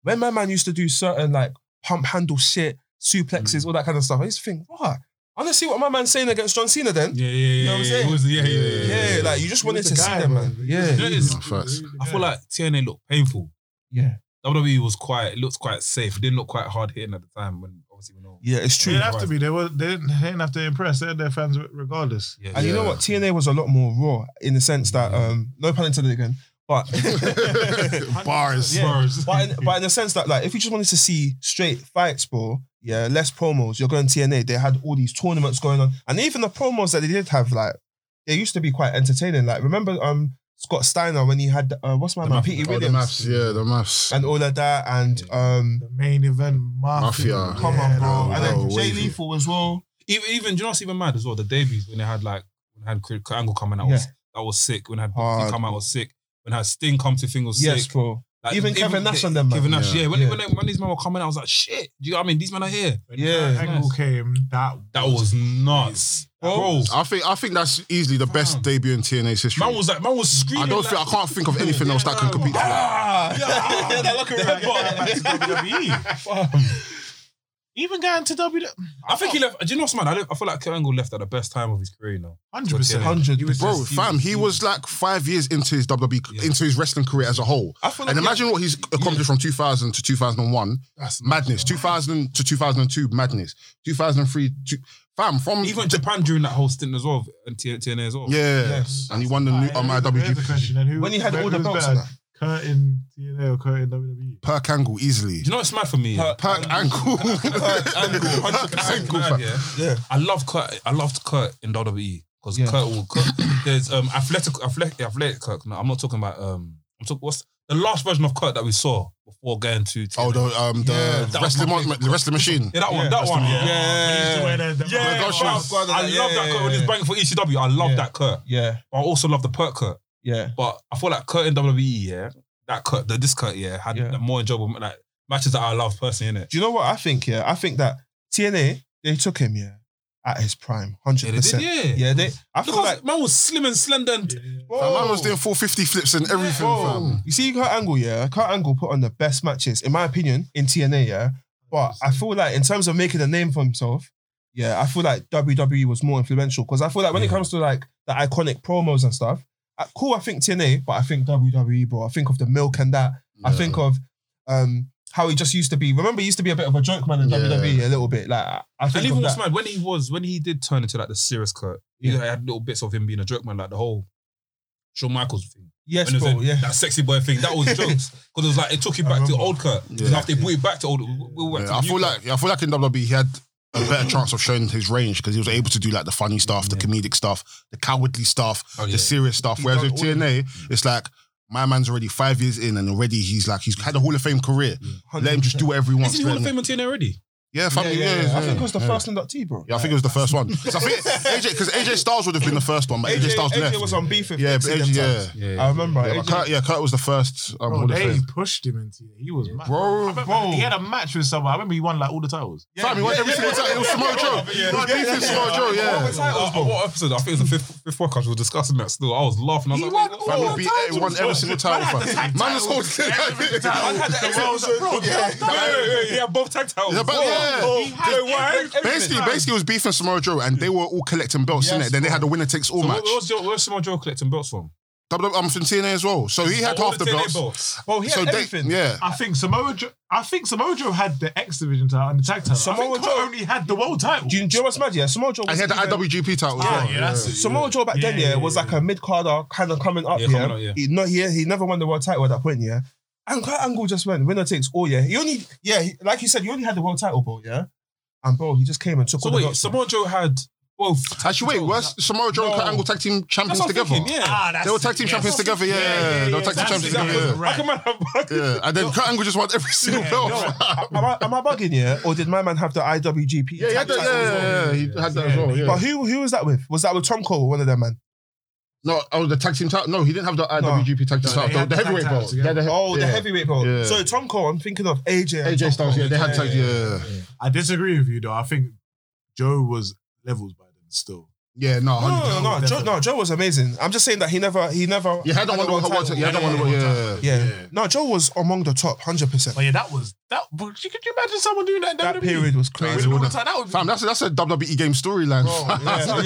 when
Mm.
my man used to do certain like pump handle shit, suplexes, all that kind of stuff, I used to think, what? I want to see what my man's saying against John Cena then.
Yeah, yeah, yeah. You
know what I'm saying?
It was, yeah, yeah, yeah. yeah.
Yeah, like you just wanted
was
to
the
see
guy,
them,
man.
man.
He was
Yeah.
You know what it is?
No, facts.
I feel like TNA looked painful.
Yeah.
WWE was quite, it looked quite safe. It didn't look quite hard hitting at the time when obviously we know.
Yeah, it's
They
true.
didn't have to be. They were. They didn't, they didn't have to impress. They had their fans regardless.
Yeah,
And you know
Yeah.
what? TNA was a lot more raw in the sense that,
Mm.
um, no pun intended again,
<laughs>
but <laughs>
Bars.
but in, but in the sense that, like, if you just wanted to see straight fights, bro, yeah, less promos. You're going TNA. They had all these tournaments going on, and even the promos that they did have, like, they used to be quite entertaining. Like, remember, um, Scott Steiner when he had uh, what's my man, Petey
Oh, the
Williams,
maths. Yeah, the maths.
and all of that, and um,
The main event, mafia.
Mafia.
Come on, bro.
no,
and then
no,
Jay
wavy.
Lethal as well.
Even, even, do you know what's even mad as well? The debuts when they had like, when they had Kurt Angle coming out,
Yeah.
was, that was sick. When they had Bobby
Hard.
come out, was sick. When they had Sting come to thing, was
yes,
sick.
bro,
Like,
even Kevin Nash and them, man.
Kevin Nash,
Yeah.
yeah. When,
Yeah.
When, they, when these men were coming out, I was like, shit. Do you know what I mean? These men are here.
When
Yeah.
that angle
Nice.
came. That
That was nuts. Bro,
I think I think that's easily the best
Fam.
debut in TNA's history.
man was like, man was screaming.
I don't
like, "Ah!"
think I can't think of
<laughs>
anything else that can compete. to that.
<laughs>
yeah, that locker room.
back to WWE. Even going to E. WWE,
I think he left. Do you know what's mad? I, don't- I feel like Kurt Angle left at the best time of his career, you know.
hundred percent.
100
Bro, fam, he was like five years into his WWE,
Yeah.
into his wrestling career as a whole.
I feel like
And imagine what he's accomplished from 2000 to 2001, madness. 2000 to 2002, madness. 2003, two, fam, from
Even Japan during that whole stint as well, and T- TNA as well.
yeah,
Yes.
and he won the new um,
Here's the
IWGP
question, then who-
When he had
who
all the
was
belts
better,
and
Kurt in TNA or Kurt in WWE?
per angle easily.
Do you know what's mad for me? yeah?
Per angle,
<laughs> Kurt Angle, 100%
Angle,
mad,
fam.
yeah.
Yeah.
I love Kurt. I loved Kurt in WWE because
Yeah.
Kurt will.
<coughs>
Kurt, there's um athletic, athletic, athletic Kurt. No, I'm not talking about um. I'm talking what's the last version of Kurt that we saw before going to.
<laughs> Oh, the um, the
that was
wrestling,
my
mon- the wrestling machine.
yeah, that one, that one, yeah.
Used to wear the- the-
Yeah,
The
bro,
God shoes.
I love
Yeah,
that
yeah,
Kurt when
yeah.
he's banging for ECW. I love
Yeah.
that Kurt.
Yeah,
But I also love the Pert Kurt.
yeah,
But I feel like Kurt in WWE, yeah, that Kurt, the, this Kurt, yeah, had
Yeah.
the more enjoyable like matches that I love personally, innit?
Do you know what I think? Yeah, I think that TNA they took him yeah at his prime, hundred
Yeah, they did,
percent.
yeah.
Yeah, they. I feel
Because
like
man was slim and slender and
That
whoa.
man was doing 450 flips and everything,
Whoa.
fam.
You see, Kurt Angle, yeah, Kurt Angle put on the best matches in my opinion in TNA, yeah. But I feel like in terms of making a name for himself, yeah, I feel like WWE was more influential because I feel like when it
Yeah.
comes to like the iconic promos and stuff, uh, cool. I think TNA, but I think WWE, bro. I think of the milk and that. I
Yeah.
think of um how he just used to be. Remember, he used to be a bit of a joke man in
Yeah.
WWE a little bit. Like I- I think
And even
of that.
what's mad when he was when he did turn into like the serious Kurt, you
Yeah.
know, I had little bits of him being a joke man, like the whole Shawn Michaels thing.
Yes,
When it was
bro.
in-
Yeah.
That sexy boy thing. That was jokes because it was like it took you back to old Kurt.
Yeah.
And after they brought you back to old, we went
Yeah,
to
I
new
feel
Kurt.
like yeah, I feel like in WWE he had a better chance of showing his range because he was able to do like the funny stuff, the
Yeah.
comedic stuff, the cowardly stuff,
Oh, yeah.
the serious stuff.
He
Whereas
done
with
all of
TNA, it's like my man's already five years in and already he's like he's had a Hall of Fame career. Let him just do whatever he wants.
Isn't he Hall
Let
of
him-
Fame on TNA already?
Yeah,
Yeah, yeah,
family.
yeah, I think it was the
yeah.
first one that T, bro.
Yeah, I think it was the first one. 'Cause I think AJ because AJ Styles would have been the first one, but AJ, Styles
AJ
left.
was on beef with
yeah, but
Nixon
AJ,
them
yeah.
times. I remember.
Yeah, but
AJ
Kurt, yeah, Kurt was the first um,
Bro,
Hall of
they
Fame.
pushed him into it. He was mad.
Bro,
I remember
bro.
He had a match with someone. I remember he won like all the titles.
Fam, he won every single time. It was Samoa Joe. He won beef with Samoa Joe, yeah.
Uh, uh, what episode? I think it was the fifth, fifth podcast. We were discussing that. Still, I was laughing. I was
He
like, wait,
won
Man
all
wait,
would
wait,
be
titles,
every, won every
bro.
single title.
Man had the
fam.
tag
Man was
titles. Every title.
holding.
Bro,
wait, wait, Yeah, both tag titles.
Yeah, but yeah.
He had
Wait, why?
every-
<laughs> Basically, basically, it was beef and Samoa Joe, and they were all collecting belts in it. Then they had the winner takes all
So
match.
where- where's, your, where's Samoa Joe collecting belts from?
WWE, I'm from TNA as well, so he had
All
half the
TNA
belts.
belts.
Bro, he
so
had
they-
everything.
yeah,
I think Samoa Joe. I think Samoa Joe had the X Division title and the tag title.
Samoa
Samoa I think
Joe-
Joe only had the world title.
Do you, do you know what's mad? Yeah, Samoa Joe.
and he had the
wasn't even-
IWGP title as well.
that's
Samoa Joe back then,
Yeah,
yeah,
yeah,
was like
yeah.
a mid carder kind of coming up.
Yeah,
Yeah,
coming up, yeah.
He, not, he, he never won the world title at that point, yeah. And Kurt Angle just went winner takes all, yeah. He only, yeah, he, like you said, he only had the world title, bro, yeah. And bro, he just came and took
So
all the
wait,
belts.
Samoa Joe had both.
Actually, wait, where's Samoa Joe and Kurt
No.
Angle tag team
That's
champions
what I'm
together?
thinking, yeah.
Ah, that's
They were tag team
it,
champions
yes.
together, yeah. They were tag team
that's
champions
exactly
together.
right.
How come I have
Yeah. yeah, and then Kurt Angle just won every single belt.
am, I, am I bugging, yeah? Or did my man have the IWGP?
yeah, he had that.
tag
Yeah,
title as well?
yeah, yeah, he had that as well.
But
Yeah.
who who was that with? Was that with Tonko or one of them, man?
No, oh, the tag team title. No, he didn't have the uh, IWGP tag team
No, they
title.
had
The
the tag
heavyweight
titles
belt. They
together.
had the he-
Oh, the
yeah.
heavyweight bro.
Yeah.
So Tonko, I'm thinking of AJ. and
AJ
Tonko.
Styles. Yeah, they had tag. Yeah,
I disagree with you though. I think Joe was levels by then still.
yeah. No,
No,
100%.
no, no, no, Joe, no. Joe was amazing. I'm just saying that he never, he never.
You had that one.
a
Yeah,
world
that
title.
one. Yeah,
Yeah.
Yeah. No, Joe was among the top, hundred percent.
But yeah, that was
That could you imagine someone doing that? In
That
WWE?
period was
Nah,
crazy.
it
All the
wouldn't.
time, that would be
Fam, that's that's a WWE game storyline. <laughs> fam.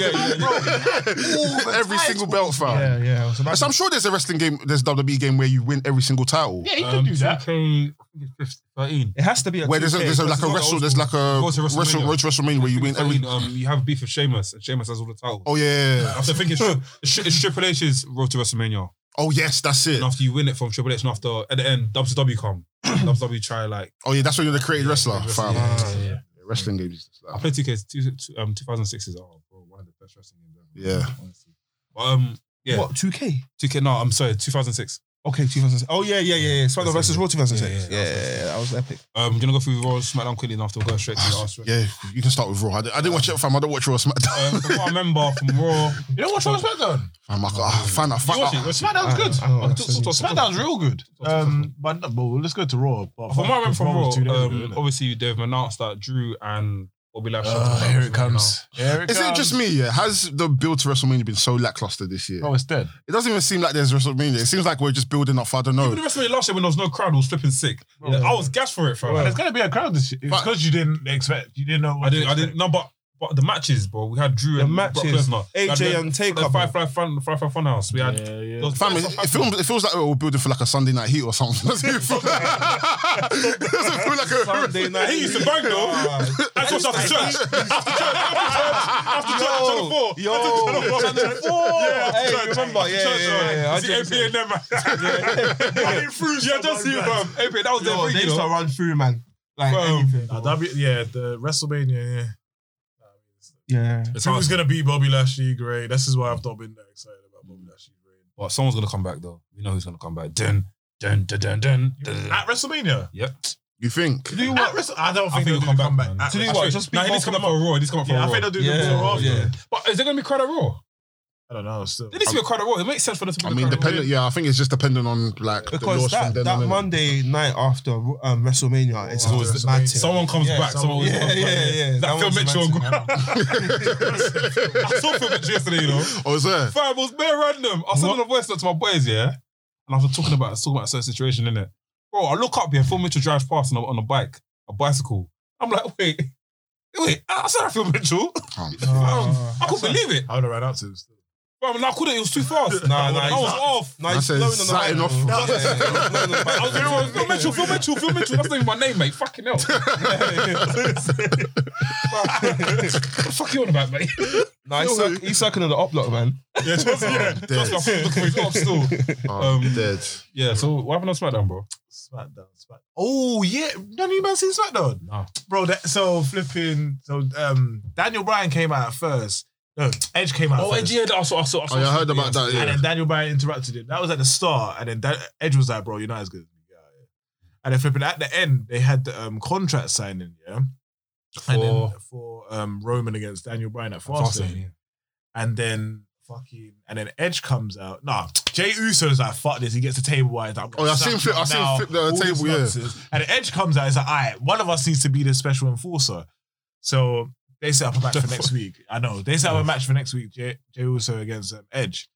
yeah.
every single belt, fam.
Yeah, yeah. It was
So I'm sure there's a wrestling game, there's WWE game where you win every single title.
yeah, he could do that.
2K, Um, I think it's 13.
It has to be a
Where there's a,
2K.
there's a,
because
like a
it's
wrestle,
not
there's like a
Go to WrestleMania.
wrestle, wrestle WrestleMania where you win every.
Um, you have beef with Sheamus, and Sheamus has all the titles.
Oh yeah.
After thinking, it's, it's Triple H's road to WrestleMania.
Oh yes, that's it.
And after you win it from Triple H, and after at the end, WCW
<clears throat>
come. WCW try like
Oh yeah, that's when you're the created wrestler, fam.
Yeah, yeah.
Wrestling games.
I played 2K. Two, two, um, 2006 is oh, bro, one of the best wrestling games ever.
Yeah.
honestly. But, um, yeah,
What, 2K?
2K. No, I'm sorry, 2006.
Okay, 2006. Oh, yeah, yeah, yeah, yeah. Spider versus Raw 2006.
Yeah,
Yeah,
yeah,
yeah,
yeah.
that was epic.
Um, do you wanna go through Raw and SmackDown quickly, and after we'll go straight to the last. one?
Yeah, you can start with Raw. I, di- I didn't watch it, fam. I don't watch Raw SmackDown.
Um, from what I remember from Raw,
You know what? Raw SmackDown.
<laughs> Fam, I got, ah, fam, I
Did you
found
watch it?
out.
SmackDown's good.
I don't know.
SmackDown's real good. Um, but but let's go to Raw. But
From what I remember from Raw,
was two days ago,
um,
innit?
obviously they've announced that Drew and Bobby
Ah,
Lashley.
Uh, here it comes. Here
Is it just me? Yeah, has the build to WrestleMania been so lackluster this year?
Oh, it's dead.
It doesn't even seem like there's WrestleMania. It seems like we're just building up. I don't
Even
know.
the WrestleMania last year when there was no crowd, I was flipping sick. I was gassed for it, fam.
There's gonna be a crowd this year. It's
But-
because you didn't expect. You didn't know. What
I
to
didn't. I
expect.
didn't. No, but but the matches, bro. We had Drew
The
and Brock
matches,
Lesnar. We had
AJ
the-
and Taker.
the five five fun five five funhouse. We had.
Yeah, yeah.
those-
Fam, it, it, feels, it feels like we're building for like a Sunday night heat or something. <laughs> Doesn't it feel- Doesn't feel like a
<laughs>
Sunday night.
He used to bang though. That's what's after church. After church, after church, after channel four.
Yo,
Channel four.
Yeah,
after
hey,
church,
remember,
after
yeah,
church,
yeah,
right?
yeah,
It's the
100%.
APA and them, man. I mean, Fruits, yeah, just see, fam. APA, that was their
Yo,
thing,
they
you
used to
know.
run through, man. Like
Bro.
anything.
Nah, that'd be- yeah, the WrestleMania, yeah.
Yeah.
It's
Who's
hard.
gonna be Bobby Lashley? Great. This is why I've not been that excited about Bobby Lashley. Great.
Well, someone's gonna come back though. We know who's gonna come back. Dun dun dun dun dun. dun, dun.
At WrestleMania,
Yep.
You think?
do what? I
I
don't think
think he'll
they'll
come back.
back.
man.
At-
To do
I
what?
think-
Just
nah,
nah,
he
he needs to come up for Raw. He needs to come up for
Yeah, I
Raw.
think they'll do
Yeah,
the Raw after.
yeah.
But is there gonna be crowd at Raw?
I don't know. Still,
There needs to be a crowd at Raw. It makes sense for them to be
I mean,
crowd at Raw.
dependent. Yeah, I think it's just dependent on like the
Because
laws
that,
from then
that
on. innit?
<laughs>
Monday night after um, WrestleMania, it's
Wow.
always the mad thing.
Someone comes
Yeah,
back. Someone,
someone-
always
yeah,
comes back.
yeah, yeah.
That
That
Phil
one's
Mitchell.
romantic.
I saw Phil Mitchell yesterday, you know.
<laughs> Oh, is there?
Fam, it was bare random. I sent a voice note to my boys, yeah. And I was talking about talking about a certain situation, innit? Bro, I look up here, Phil Mitchell drives past on a, on a bike, a bicycle. I'm like, wait, wait, I saw that Phil Mitchell.
Can't.
Fam, I couldn't believe it.
I would have ran out to him. Still.
Fam, and I couldn't, it was too fast.
Nah, nah,
I
he's
was
not-
off.
No,
I
he's
said,
blowing on the
"Sign
line,
off."
bro.
No.
Yeah, yeah, yeah, he's blowing on the
I was
line.
like, Phil Mitchell, Phil Mitchell, Phil Mitchell. That's not even my name, mate. Fucking <laughs> hell. What the fuck you on about, mate?
Nah, he's suck- he's sucking on the up block, man.
Yeah, just, yeah. <laughs> Just like, look for his up still.
Oh,
Um,
dead.
Yeah, so what happened on SmackDown, bro?
SmackDown, SmackDown. Oh yeah, none of you man seen SmackDown,
Nah.
bro. That so flipping. So um, Daniel Bryan came out first. No, Edge came out.
Oh,
first.
and yeah, I saw, I saw, I saw.
Oh, yeah, I heard about that.
And
Yeah.
then Daniel Bryan interrupted him. That was at the start, and then Dan- Edge was like, "Bro, you're not as good." as me." Yeah, yeah. And then flipping at the end, they had the um, contract signing, yeah, and then
For-
for um, Roman against Daniel Bryan at
Fastlane,
Fastlane, and then fucking, and then Edge comes out. Nah, Jay Uso's like, "Fuck this." He gets the table wide. Like,
Oh, I seen flip. I
now,
seen flip the
all this
table. Yeah.
nonsense. And Edge comes out. It's like, "All right, one of us needs to be the special enforcer." So they set up a match for
<laughs>
next week. I know they set up a match for next week. Jay, Jay Uso against um, Edge.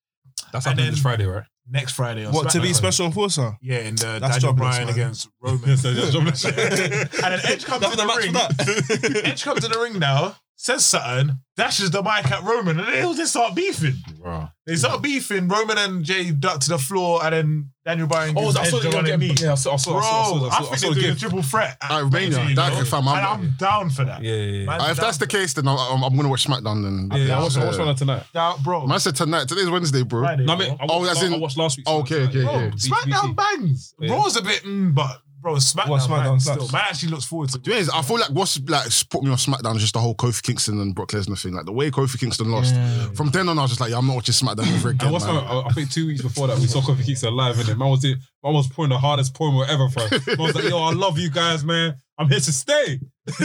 That's
And
happening this
then-
Friday, right?
next Friday. On
What, to be
SmackDown.
special enforcer?
Yeah, in the
That's
Daniel
jobless,
Bryan
man. <laughs>
against Roman. <laughs> and then Edge comes to
Nothing
the
match for
ring.
that.
Edge comes to the ring now, says something, dashes the mic at Roman, and they all just start beefing.
Wow.
They start beefing. Roman and Jay duck to the floor, and then Daniel Bryan.
<laughs> Oh,
gives
I saw
Edge
the
the running knee.
Yeah, I saw, I saw,
Bro,
I saw, I saw, I saw, I
think
saw
they're
the
doing a
game.
triple threat. at
All right, Mania,
Mania,
that
you know?
could- fam, I'm-
and I'm down for that.
Yeah, yeah, yeah.
Man,
Uh, if that's the case, then I'm, I'm, I'm gonna watch SmackDown. Then
Yeah, yeah, I watched, I
Yeah.
watched one of tonight.
down, bro.
Man said tonight. Today's Wednesday, bro.
Friday,
No, I
bro.
mean, I
Oh,
watched,
as
la-
in-
I watched last week's.
Oh,
one
okay,
tonight.
okay,
Bro,
okay.
BT.
SmackDown bangs.
Yeah.
Raw's a bit, mm, but bro, SmackDown,
What, SmackDown
bangs
slaps?
still. Man actually looks forward to.
To be honest, I feel like what's like put me on SmackDown is just the whole Kofi Kingston and Brock Lesnar thing. Like the way Kofi Kingston lost. From then on, I was just like, yeah, I'm not watching SmackDown ever again.
And what's
man.
my, I I think two weeks before that, we saw Coffee Kicks alive, and man was doing, man was pouring the hardest poem ever for. us. Man was like, "Yo, I love you guys, man. I'm here to stay." <laughs>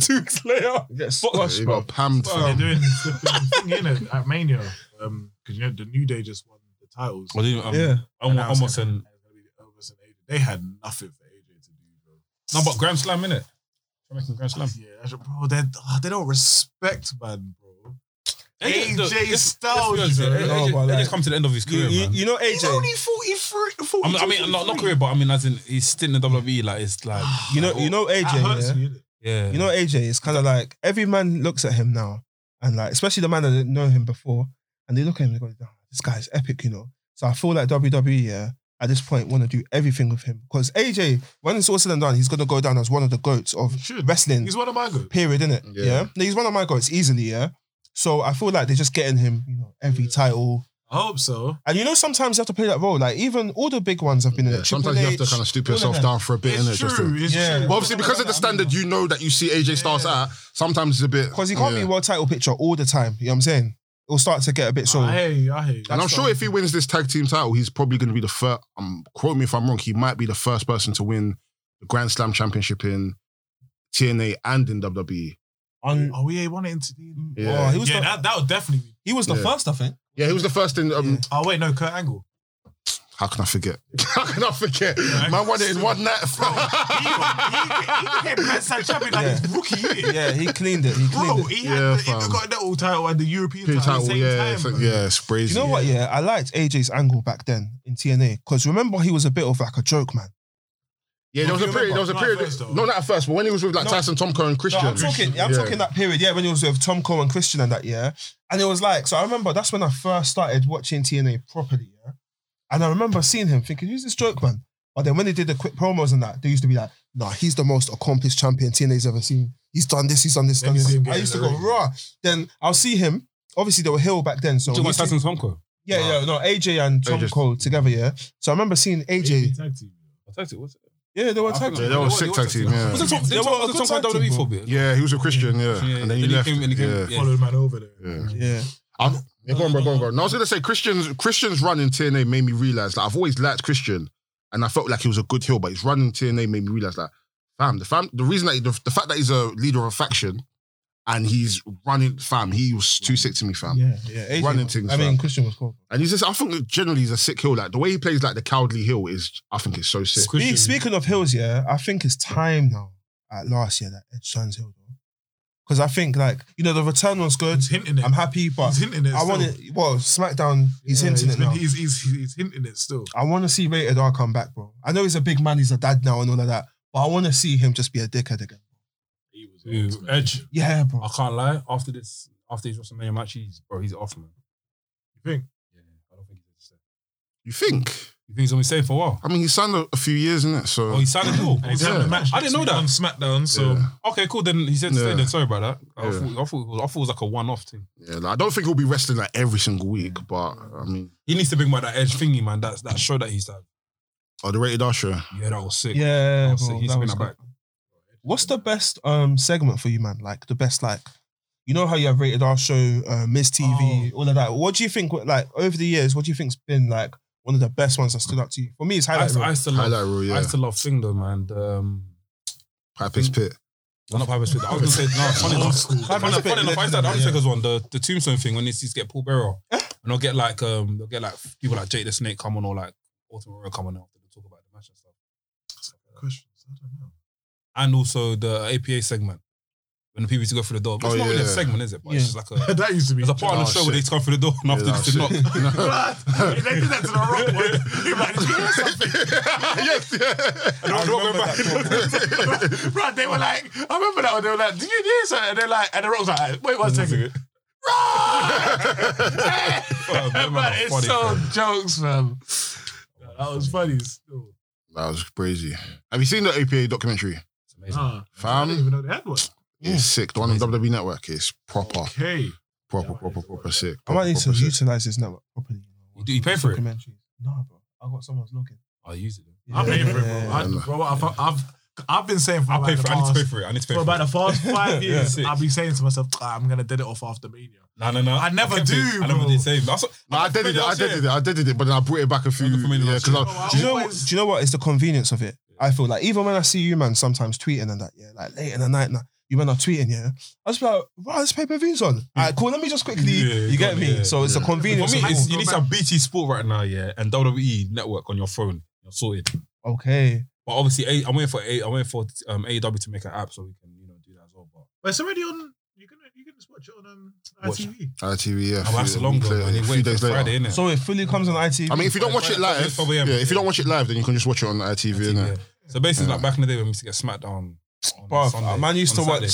two weeks later, fuck us,
You
bro.
got pammed.
They're
fam.
doing the thing in it at Mania. Um, because you know the New Day just won the titles.
I didn't, um,
Yeah.
Almost,
Now it's
almost
gonna-
an
it's gonna be Elvis and AJ. They had nothing for AJ to do, bro.
no, but Grand Slam in it. Grand Slam.
ah, Yeah, that's- bro, they they don't respect man, bro.
AJ
Styles,
AJ,
bro.
Oh, but
AJ,
like-
come to the end of his
You,
career,
you,
man.
you know
He's
AJ.
only 43, 42,
I mean, I mean, not, not career, but I mean, as in he's still in the WWE. Like it's like
<sighs> You know you know
That hurts
AJ. Yeah?
me, innit?
yeah.
You know AJ. It's kind of like every man looks at him now, and like especially the man that didn't know him before, and they look at him and they go, "Nah, "This guy's epic," you know. So I feel like WWE yeah, at this point want to do everything with him because AJ, when it's all said and done, he's gonna go down as one of the goats of
<laughs>
Should.
wrestling.
He's one of my good.
period, innit?
Yeah.
Yeah. No, he's one of my goats easily, yeah. So I feel like they're just getting him, you know, every title.
I hope so.
And you know, sometimes you have to play that role. Like even all the big ones have been in
Yeah,
it.
sometimes you have to kind of stoop yourself down for a bit, innit?
It's
Just
true.
to,
It's
Yeah.
true.
but obviously, because of the standard you know that you see AJ Styles at, sometimes it's a bit.
because he can't
yeah.
be world title picture all the time. You know what I'm saying? It'll start to get a bit so.
I hear you. I hear you.
And I'm sure if he wins this tag team title, he's probably going to be the first. Um, quote me if I'm wrong. He might be the first person to win the Grand Slam championship in TNA and in WWE.
un-
Oh, we ain't want it into the.
Yeah,
Oh, he was
yeah,
the,
that, that would definitely be.
he was the
Yeah.
first, I think.
yeah, he was the first in. Um,
Yeah.
Oh, wait, no, Kurt <laughs> Angle.
How can I forget? How can I forget? Man won it in one night.
He, he, he became Grand Slam champion like
Yeah.
his rookie year.
Yeah, <laughs> he cleaned it. He cleaned
Bro,
it.
Oh, he,
Yeah,
had the,
fam.
he got that old title and the European
Pin
title, at
title,
the same
yeah,
time.
it's like-
bro.
yeah, it's crazy.
You know what? Yeah, I liked AJ's angle back then in TNA because remember he was a bit of like a joke man.
yeah, there was a
you
period. There was a
remember?
period.
Not at first, though.
no, not at first, but when he was with like
No.
Tyson Tomko and Christian.
No, I'm talking. I'm
Yeah.
talking that period. Yeah, when he was with Tom Cole and Christian and that. Yeah, and it was like so. I remember that's when I first started watching TNA properly. Yeah, and I remember seeing him thinking, "Who's this joke man?" But then when they did the quick promos and that, they used to be like, "Nah, he's the most accomplished champion TNA's ever seen. He's done this. He's done this. Done
you
this."
see him
I
getting
used to
in
go
the ring.
raw. Then I'll see him. Obviously, they were heel back then. So
Talking
we
about
see-
Tyson Tomko.
yeah, yeah, no, AJ and Tom
AJ's
Cole together. Yeah, so I remember seeing AJ.
I typed it, was it?
Yeah, they were
I
tag
think-
Yeah, that was
They
sick
were
tag
tag
team.
team.
Yeah.
Was it Tom-
They
they
were
were-
a
was
good
it Tom
tag
Cole
team,
WWE E for
bro.
a bit?
yeah, he was a Christian. Yeah,
Yeah,
and then he
he
left.
came- and he came-
yeah.
yeah.
Followed man over there.
Yeah.
Yeah,
I'm, yeah, go on, bro, go on, go on. No, I was gonna say Christian's Christian's run in TNA made me realize that I've always liked Christian, and I felt like he was a good heel, but his run in TNA made me realize that, fam, the fam, the reason that he- the, the fact that he's a leader of a faction, and he's running, fam, he was too sick to me, fam.
yeah, yeah. AJ,
Running things,
I mean,
fam.
Christian was cool.
And he's just, I think generally he's a sick heel. Like the way he plays, like the cowardly heel is, I think it's so sick.
Spe- speaking of hills, yeah, I think it's time now. At last year, that Edge turns hill, though, because I think like you know the return was good.
He's hinting it.
I'm happy, but
he's hinting it.
I want
still.
to. Well, SmackDown, he's
Yeah,
hinting
he's
it now.
been- He's, he's, he's hinting it still.
I want to see Rated R come back, bro. I know he's a big man, he's a dad now and all of that, but I want to see him just be a dickhead again.
He was
Dude, Edge.
Yeah, bro.
Oh,
I can't lie. After this, after his WrestleMania match, he's bro, he's off, man.
You think?
Yeah, I don't think he's safe.
You think?
You think he's gonna be safe for a while?
I mean, he's signed a, a few years in it, so.
Oh, he signed a deal.
And he's having
Yeah.
a match.
I didn't
next
know
week
that.
on SmackDown. So
yeah,
Okay, cool. Then he said,
Yeah.
stay then. Sorry about that. I,
Yeah.
thought, I, thought it was, I thought it was like a one-off thing.
yeah like, I don't think he'll be wrestling like every single week, but I mean,
He needs to bring back that Edge thingy, man. That's that show that he's had.
oh, the rated R show.
Yeah, that was sick. that
oh,
yeah,
was sick.
bro.
Oh, He's
That
bring
was
that
good.
back.
What's the best um segment for you, man? Like the best like. You know how you have rated our show, uh, Miss TV,
Oh.
all of that. What do you think, like, over the years, what do you think's been, like, one of the best ones that stood out to you? For me, it's
I,
Highlight
used to- I used to love,
Highlight rule,
I
yeah.
used to love thing though, man. The, um,
Piper's
<laughs>
Pit.
well, not Piper Smith. I was gonna say no. Funny enough, funny,
Piper's
funny
Pit,
enough, I used to have the
yeah.
Undertaker's one, the the Tombstone thing when they used to get Paul Bearer,
Eh?
and they'll get like um, they'll get like people like Jake the Snake come on or like Ultimate Warrior come on now to talk about the match and stuff. Stuff like that.
Questions. I don't know.
And also the APA segment when the people used to go through the door.
Oh,
But it's not really a
yeah.
segment, is it? But it's just like a.
<laughs> that used to be.
There's a
<laughs>
part of the
Oh,
show where they
shit.
just come through the door and after
Yeah,
just to knock.
that <laughs> shit.
they did that to the rock one. He was like, "Did you hear something?"
yes, yeah.
I remember that.
<laughs> Bruh, they were like, I remember that one. They were like, did you hear something? And they're like, and the rock was like, wait one second. <laughs>
Fuck, them man
Bruh,
are
it's
funny,
so
fam.
jokes, man. That was funny still.
<laughs> That was crazy. Have you seen the APA documentary?
It's amazing.
Huh. I
Fam.
didn't even know they had one.
It's sick. The one on WWE Network is proper,
Okay.
proper, proper, proper sick.
I might
Proper,
need to
proper sick.
utilize this network properly.
You do- you pay for it?
Documentaries. Nah, bro. I got someone's login.
I use it.
I'm paying for it, bro.
Yeah.
I, bro I've, I've, I've been saying for
I
about
pay
the
for. I
past,
need to pay for it. I need to pay
for
for it.
about the
<laughs>
past five
Yeah.
years.
Sick.
I'll be saying to myself, "Ah, I'm gonna dead it off after Mania.
No, no, no.
I never
kept it.
do,
I never
bro.
did save. That's what,
No, I did it. I did it. I did it. But then I brought it back a few.
Like a familiar
Yeah, because
Bro, I
I.
Do you know?
always-
Do you know what is the convenience of it? I feel like even when I see you, man, sometimes tweeting and that, yeah, like late in the night, nah, you man are tweeting, yeah. I just be like, right, this pay per views on. All right, cool. Let me just quickly.
Yeah,
you get
got
me?
it, yeah.
So it's the
For
convenience.
me,
of
it's,
it.
you need some BT Sport right now, yeah, and WWE Network on your phone. You're sorted.
okay.
But obviously, A, I'm E waiting for A, I'm waiting for um, AEW to make an app so we can, you know, do that as well. But
But it's already on. You can you can just watch it on um,
Watch.
ITV.
ITV, yeah.
Oh, that's a long one. man. He
A few
waited
days
till
later.
Friday, innit?
So it fully comes on ITV.
I mean, if you don't watch it live,
Friday,
yeah,
12 a.m.
if you don't watch it live, then you can just watch it on ITV, innit?
Yeah. So basically, like back in the day when we used to get smacked down. on
Bruv,
Sunday,
man used to
on Saturday.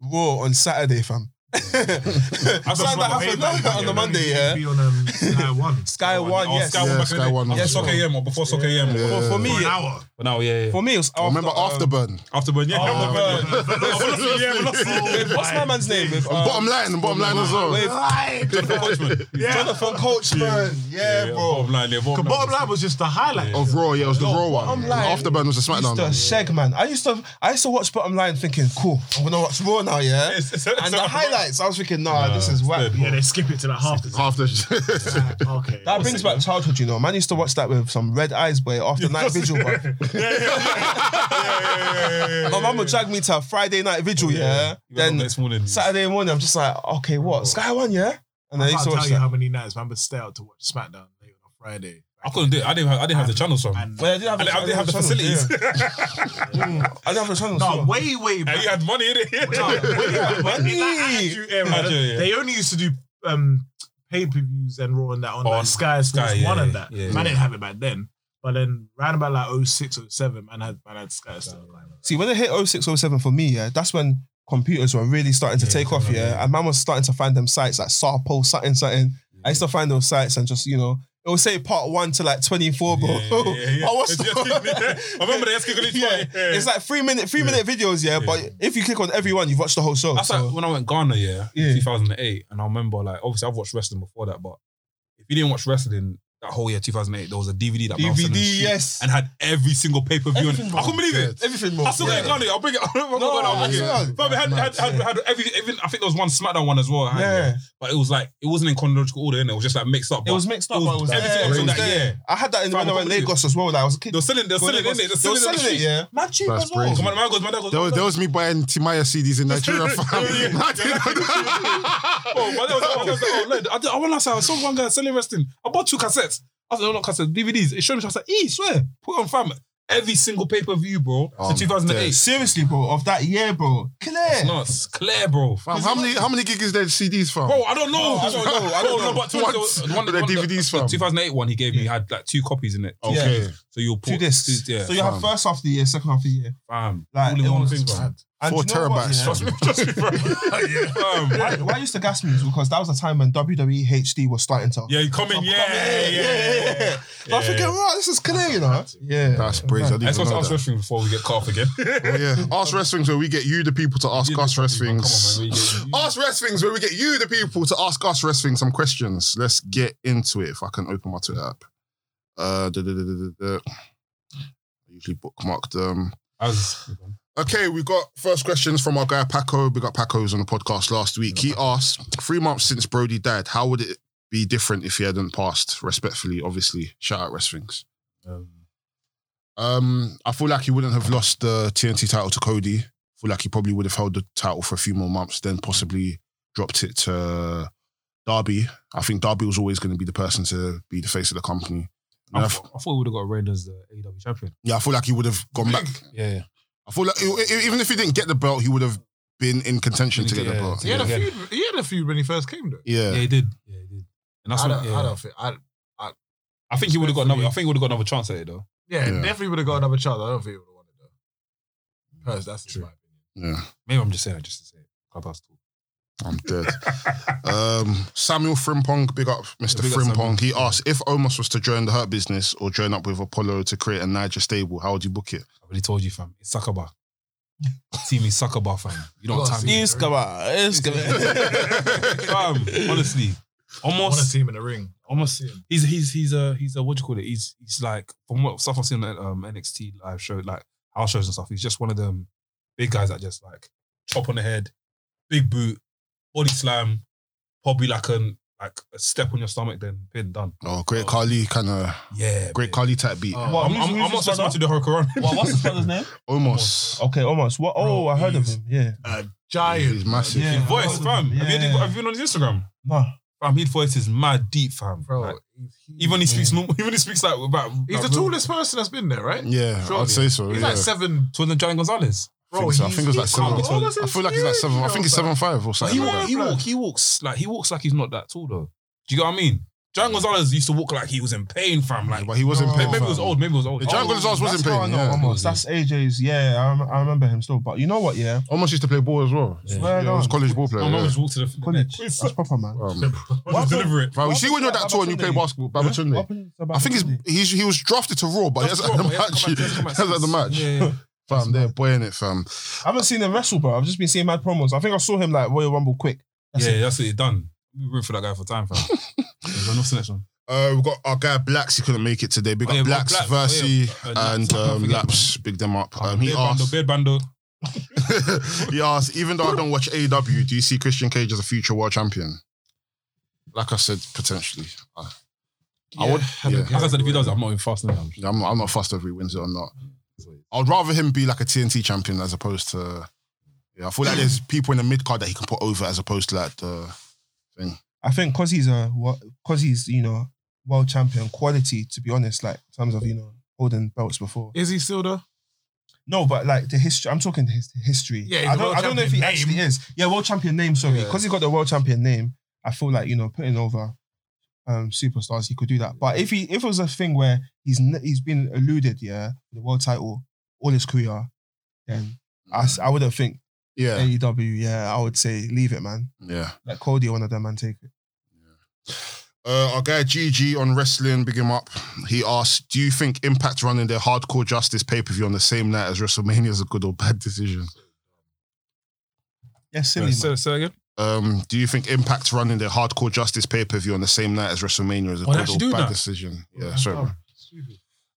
watch Raw on Saturday, fam.
That's
Something
what
that happened
I'm
no, on the Monday,
It'd
yeah.
Be on
<laughs>
um, Sky One.
Sky One,
Oh,
yes.
Sky
Yeah,
One back in the
Sky
day.
One,
Yeah,
that's
Soccer
right.
AM or before Soccer AM.
Yeah.
But for me,
For an hour.
But now, yeah, yeah.
for me, it was
I
after,
remember
um,
Afterburn.
Afterburn, yeah.
Afterburn.
Afterburn, yeah. Velocity, yeah, velocity.
Wait, <laughs> what's my man's name? With,
Uh,
um,
bottom line, bottom line as well.
with
Jonathan Coachman.
<laughs>
Jonathan Coachman. Yeah,
Yeah,
bro.
Bottom line, yeah.
The
Bottom
bottom
line.
line was just the highlight.
Of Raw, yeah, it was the Raw one.
bottom
And
line-
Afterburn was the SmackDown.
Used to
one.
shag man. I used to, I used to watch Bottom Line thinking, cool, I'm gonna watch Raw now, yeah.
It's- <laughs> it's-
and
it's
the
not-
highlights, I was thinking, nah, this is whack.
Yeah, they skip it to like half
<laughs>
the
<laughs>
time.
Half the.
<laughs> Okay.
That brings back childhood, you know. Man used to watch that with some red eyes, boy,
<laughs>
after night vigil, bro. My mum would drag me to a Friday night vigil, yeah.
Oh, You went up
Then
next morning.
Saturday morning, I'm just like, okay, what? Sky One, yeah? And I
I
used
can't
to
tell
watch
you how
that.
many nights man would stay out to watch SmackDown late on a Friday.
I couldn't do it. I didn't have, I didn't have the channels from.
And-
Well, I didn't have,
I didn't- I didn't have the
channels,
facilities.
yeah.
<laughs>
Mm, <laughs> I didn't have the channels.
No,
yeah.
way, way
And
back.
you had money in
<laughs> No,
it.
way back <laughs> when, in that
Money.
Attitude Era,
Attitude, yeah.
They only used to do um, pay per views and Raw and that on,
On
like Sky Sports
Oh, Sky, yeah,
1 and
yeah,
that.
yeah,
man, I didn't have it back then. But then, round about like 06, 07, man had, man had Sky still.
See, when it hit 06, 07 for me, yeah, that's when computers were really starting to
Yeah,
take off,
yeah,
yeah.
yeah.
And man was starting to find them sites like Sarpo, something, something. I used to find those sites and just, you know, it would say part one to like 24, bro. <laughs> I watched
It's just
the-
kicking it. I remember they asked you to leave
Yeah. It's like three minute, three minute videos, yeah, But if you click on every one, you've watched the whole show.
That's
so-
like when I went Ghana, yeah,
Yeah.
in 2008, and I remember like obviously I've watched wrestling before that, but if you didn't watch wrestling that whole year 2008, there was a DVD that Mel sent
DVD,
on the street
yes.
and had every single pay per view. I
Everything, bro.
couldn't believe it.
everything more.
I still got it, Ghana. I'll bring it. <laughs> I'm not
No,
going out. I'll bring
I
it.
swear.
But it had, had, had, had every, even, I think there was one SmackDown one as well. I had,
Yeah.
But it was like, it wasn't in chronological order, innit? It was just like mixed up.
It
but
was mixed up,
it
but it was
was everything
there.
else
It
in
was
that
there.
year.
I had that in
Fam,
when I
I
went
couldn't
Lagos as well. Like, I was a kid.
They were selling, they were selling,
Lagos.
innit? They're
They were
selling,
selling
it.
it, yeah.
Mad cheap
That's
as well.
crazy.
So my man goes, my dad goes,
That was, that was me buying Timaya CDs
<laughs>
in Nigeria, fam. <laughs> I didn't know that.
Oh, but there was, I was like, oh, look, I, did- I went last time. I saw one guy selling wrestling. I bought two cassettes. I was like, no, not cassettes, DVDs. It showed me. I was like, e, swear, put on fam. Every single pay per view, bro.
Um,
since 2008.
Seriously, bro, of that year, bro. Clear.
No, it's clear, bro.
Fam, how many how many gig is there CDs, fam?
Bro, I don't know.
I don't know, I don't know.
but 20,
What?
the one-
With
the
the
one-
DVDs,
the
fam. Oh.
2008 one he gave me had like two copies in it.
okay.
So you'll
Two
put
discs.
Yeah,
So you have
fam.
first half of the year, second half of the year.
fam.
Like,
all in
it
one
was-
thing,
<laughs>
fam.
And
Four
do you know what,
terabytes,
yeah?
trust me.
Trust me, bro. <laughs> yeah,
Why,
fam.
why I used to gas me is because that was a time when WWE HD was starting to.
Yeah, you come in.
come
Yeah,
in,
yeah, yeah. yeah.
But I'm thinking, right, this is clear, you know? Yeah.
That's crazy. I
I
didn't
just
even
want to
know
ask
that.
wrestling before we get cut off again.
Oh, yeah. Ask Wrestlings where we get you the people to ask
You
us
do something, man.
Wrestlings.
Come on, man. We-
<laughs>
you-
Ask Wrestlings where we get you the people to ask us Wrestlings some questions. Let's get into it if I can open my Twitter app. Uh, da, da, da, da, da, da. I usually bookmark them.
I was-
Okay, we got first questions from our guy Paco. We got Paco's on the podcast last week. He asked, three months since Brody died, how would it be different if he hadn't passed? Respectfully, obviously. Shout out Wrestlings. Um, I feel like he wouldn't have lost the TNT title to Cody. I feel like he probably would have held the title for a few more months, then possibly dropped it to Darby. I think Darby was always going to be the person to be the face of the company.
I,
And I f-
thought, I thought we would have got Reigns as the AEW champion.
yeah, I feel like he would have gone back.
Yeah,
I feel like e- e- even if he didn't get the belt, he would have been in contention to get the
Yeah.
belt.
He had, a
Yeah.
feud, he had a feud when he first came, though.
Yeah.
yeah, he did. Yeah, he did. And that's
I,
what.
don't,
Yeah.
I
I,
don't think. I,
think he would have got another. I think he would have got another chance at it though.
yeah,
Yeah.
definitely would have got another chance. I don't think he would have won it, though. Pers, that's
True.
true.
Yeah,
Maybe I'm just saying that just to say it. Clubhouse talk.
I'm dead. um, Samuel Frimpong, big up Mr.
Big up,
Frimpong. he asked if Omos was to join the Hurt Business or join up with Apollo to create a Niger stable, how would you book it?
I already told you, fam. It's Sakaba. Team is Sakaba, fam. You don't
Well,
time me.
see-
It's come out. It's <laughs> come
fam.
<laughs>
Honestly,
I want to
almost.
see him in the ring.
Almost.
See him.
He's he's he's a he's a what do you call it? He's he's like from what stuff I've seen on um, NXT live show, like house shows and stuff. He's just one of them big guys that just like chop on the head, big boot, body slam, probably like an like a step on your stomach, then pin done.
Oh, great Carly kind of
Yeah,
great
man.
Carly type beat.
I'm, I'm, I'm not supposed to do the Hurricane. <laughs>
What, what's his brother's name?
Omos,
Okay, almost. What? Oh,
Bro,
I heard of
he's-
him. Yeah.
A
he's
giant.
massive.
Yeah.
His voice, fam. Have you-
Yeah.
Have you been on his Instagram?
No.
Fam, his voice is mad deep, fam.
Bro,
Like,
he's huge.
even he speaks normal. <laughs> Even he speaks like about.
He's
like
the
real-
tallest person that's been there, right?
Yeah,
Surely.
I'd say so.
He's
yeah.
like seven.
Taller than Giant Gonzalez.
think so. I
he's-
think it was like
he's
seven.
calm.
I feel like it's like seven. I think it's seven five or
He
something.
walk,
Like
he walk, he walks like he walks like he's not that tall though. Do you get what I mean? John Gonzalez used to walk like he was in pain, fam. Like
that. But he wasn't
No.
paying.
maybe it was old, maybe it was old. Oh,
The Oh, John Gonzalez
That's
wasn't
how I
paying.
know
Yeah.
Omos. That's AJ's. Yeah, I, rem- I remember him still. But you know what? Yeah,
Almost used to play ball as well. Yeah,
Swear
he was a
down.
college ball player.
No, no,
yeah.
just walked to the, the
college.
next.
That's proper, man.
Um,
Just deliver it.
bro, you see when you're that tall and you play basketball, Babatunde. I think he's, he's he was drafted to Raw, but he hasn't had the match. He <laughs> hasn't had the match.
Yeah,
<laughs>
yeah.
Fam, they're boying it, fam.
I haven't seen him wrestle, bro. I've just been seeing mad promos. I think I saw him like Royal Rumble quick. That's
yeah, that's it. He's done. We've been for that guy for time,
<laughs>
fam. There's no selection.
Uh, we've got our guy Blacks. He couldn't make it today. Big
Oh, yeah,
up
we've got
Blacks,
Blacks. Oh,
Versi,
yeah. Uh,
and
Laps. I
um,
forget, Oh,
Laps. Big them up. Um, he
Beard bando,
asked.
beard bando.
<laughs> he asked, even though I don't watch AW, do you see Christian Cage as a future world champion? Like I said, potentially. I, I would. Yeah.
Like I said, if he does, I'm not even fast enough.
Yeah, I'm not, I'm not fussed whether he wins it or not. I'd rather him be like a TNT champion as opposed to. Yeah, I feel like there's people in the mid card that he can put over as opposed to like the.
I think because he's a because he's you know world champion quality. To be honest, like in terms of you know holding belts before.
Is he still though?
No, but like the history. I'm talking his history.
Yeah, he's
I
a
don't.
world
I don't know if he
champion
actually is. Yeah, world champion name. Sorry,
Yeah.
because he got the world champion name. I feel like you know putting over um superstars, he could do that. But if he if it was a thing where he's n- he's been eluded, yeah, the world title all his career, then I s- I wouldn't think
Yeah.
AEW. Yeah, I would say leave it, man.
Yeah.
Let Cody or one of them man take it.
Uh, our guy GG on wrestling, big him up. He asked, "Do you think Impact running their Hardcore Justice pay per view on the same night as WrestleMania is a good or bad decision?
Yeah, silly. man.
Say say again.
Um, do you think Impact running their Hardcore Justice pay per view on the same night as WrestleMania is a
Oh, they're
good
actually
or
doing
bad
that?
decision? Yeah,
Yeah.
sorry.
Oh,
man.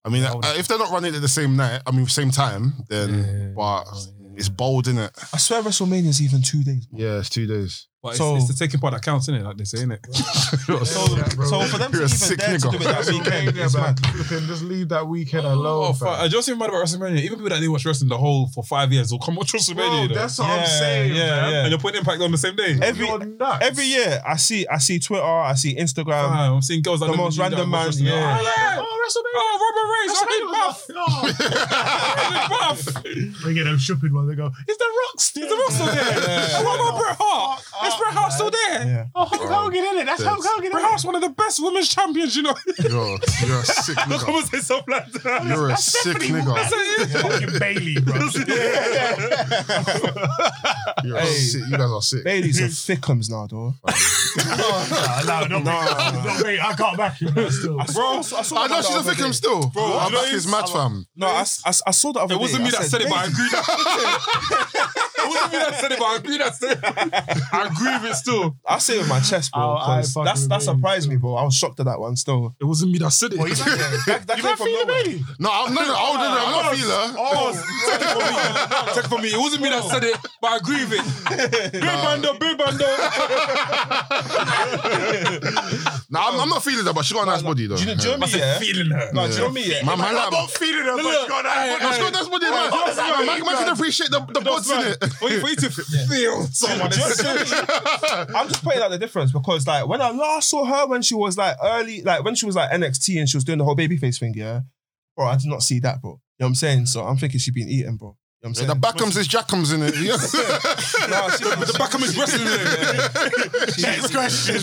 I mean,
Yeah, I
uh,
would've-
if they're not running it the same night, I mean, same time, then
Oh, Yeah.
but
Oh, yeah.
it's bold, isn't it?
I swear WrestleMania's even two days.
Yeah, it's two <laughs> days.
But it's,
So-
it's the taking part that counts, isn't it? Like they say, innit?
So,
Yeah, bro.
so for them to
You're a
even
sick
dare to
nigga.
do it that
<laughs>
<laughs>
weekend,
WrestleMania,
it's
man.
mad.
Flipping, Just leave that weekend alone.
Oh,
fam.
fuck. I just even mad about WrestleMania. Even people that didn't watch wrestling the whole for five years will come watch WrestleMania.
Bro,
though.
that's what
Yeah,
I'm saying.
yeah,
man.
yeah.
And you're putting impact on the same day.
Every-
You're nuts.
Every year, I see, I see Twitter, I see Instagram.
Fam, I'm seeing girls that
the
never
most
knew that
random
watch
man,
wrestling.
yeah.
Oh, yeah. Oh, Robert Reigns.
Oh,
I hate buff.
<laughs>
I hate buff.
Bring it them shopping while <laughs> they go.
Is the Rock still?
Is the Rock still there?
Yeah.
And What about Bret Hart? Is Bret Hart still there?
Yeah.
Oh, Hulk Hogan in it. That's Hulk
That's-
Hogan.
Bret
<laughs>
Hart's one of the best women's champions, you know.
<laughs>
You're, you're a sick
Don't <laughs> come
nigga.
and say something <laughs> like that.
You're a sick
That's
nigga.
it.
Fucking Bailey, bro.
You're a
Hey.
sick. You guys are sick.
<laughs>
Bailey's a thickums now, though.
no, no, no, no, mate, I can't back you. man, Still.
Bro, I saw, saw
I
that
know
the
she's a
other
victim
day.
still. Bro,
you
I'm
know
back
it's-
is mad, fam.
No, I, I, I saw the other
It wasn't
day.
me
I
that said it, but I
"Bailey."
agree. that- <laughs> It wasn't me that said it, but I agree
<laughs>
that said it. I agree with it still.
I say it with my chest, bro.
Oh, I
'cause
fucking
that's that
agree.
surprised me, bro. I was shocked at that one. Still,
It wasn't me that said it.
that,
<laughs>
that came from nowhere.
No, I'm no, no, I wouldn't- I'm not feeling her.
Take it from me. Take it from me. It wasn't me that said it, but I agree with it. Big bando, big bando.
<laughs> No, I'm, I'm not feeling that, but she got a nice body though.
Do you know, do you know me? Yeah.
Feeling her.
No, do you know me? Yeah. <laughs>
My man, like,
I'm feeling her, but
Look,
you got
hey,
that.
she got a nice body, man. Man, man, man can appreciate the, the bods in it.
Wait for you <laughs> to feel someone.
Do you know- do you know me? <laughs> I'm just pointing out the difference because, like, when I last saw her, when she was like early, like when she was like NXT and she was doing the whole babyface thing, yeah, bro, I did not see that, bro. You know what I'm saying? So I'm thinking she been eating, bro. You know what I'm
The
saying?
Backhams is Jackhams in it. <laughs> Yeah.
Nah, she-
The back of his wrestling leg.
<laughs>
Next question.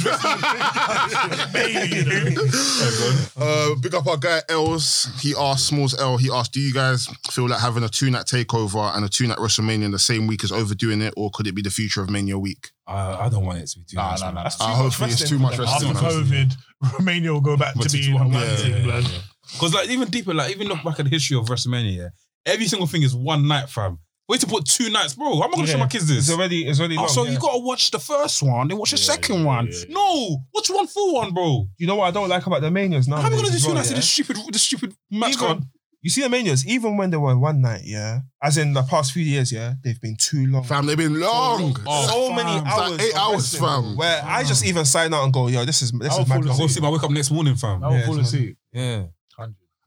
Bailey,
<laughs> Uh, big up our guy Els. He asked Smalls L. He asked, "Do you guys feel like having a two night takeover and a two night WrestleMania in the same week is overdoing it, or could it be the future of Mania week?"
I don't want it to be too
much, man.
Uh, hopefully, it's too much
After
wrestling. man.
COVID, Romania will go back
But
to
to
being
do
a
what
one
I'm-
team, blood.
Because like even deeper, like even look back at the history of WrestleMania, yeah, every single thing is one night, fam. Wait to put two nights, bro. How am I gonna show my kids
It's
this?
already, it's already.
Oh,
long,
so
yeah.
you gotta watch the first one, then watch the second one. No, watch one full one, bro.
You know what I don't like about the manias now?
How am I gonna do two
well,
nights in
yeah?
this stupid, this stupid match
Even-
card?
You see the manias, even when they were one night, yeah, as in the past few years, yeah, they've been too long.
Fam, they've been long.
Oh,
so many
fam.
It's
hours,
like eight
of
hours,
wrestling,
fam.
Where I just even sign out and go, yo, this is this
I'll
is mad.
fall
I go
crazy.
sleep. I wake up next morning, fam.
I will
Yeah,
fall
it's
asleep.
Oh. Yeah.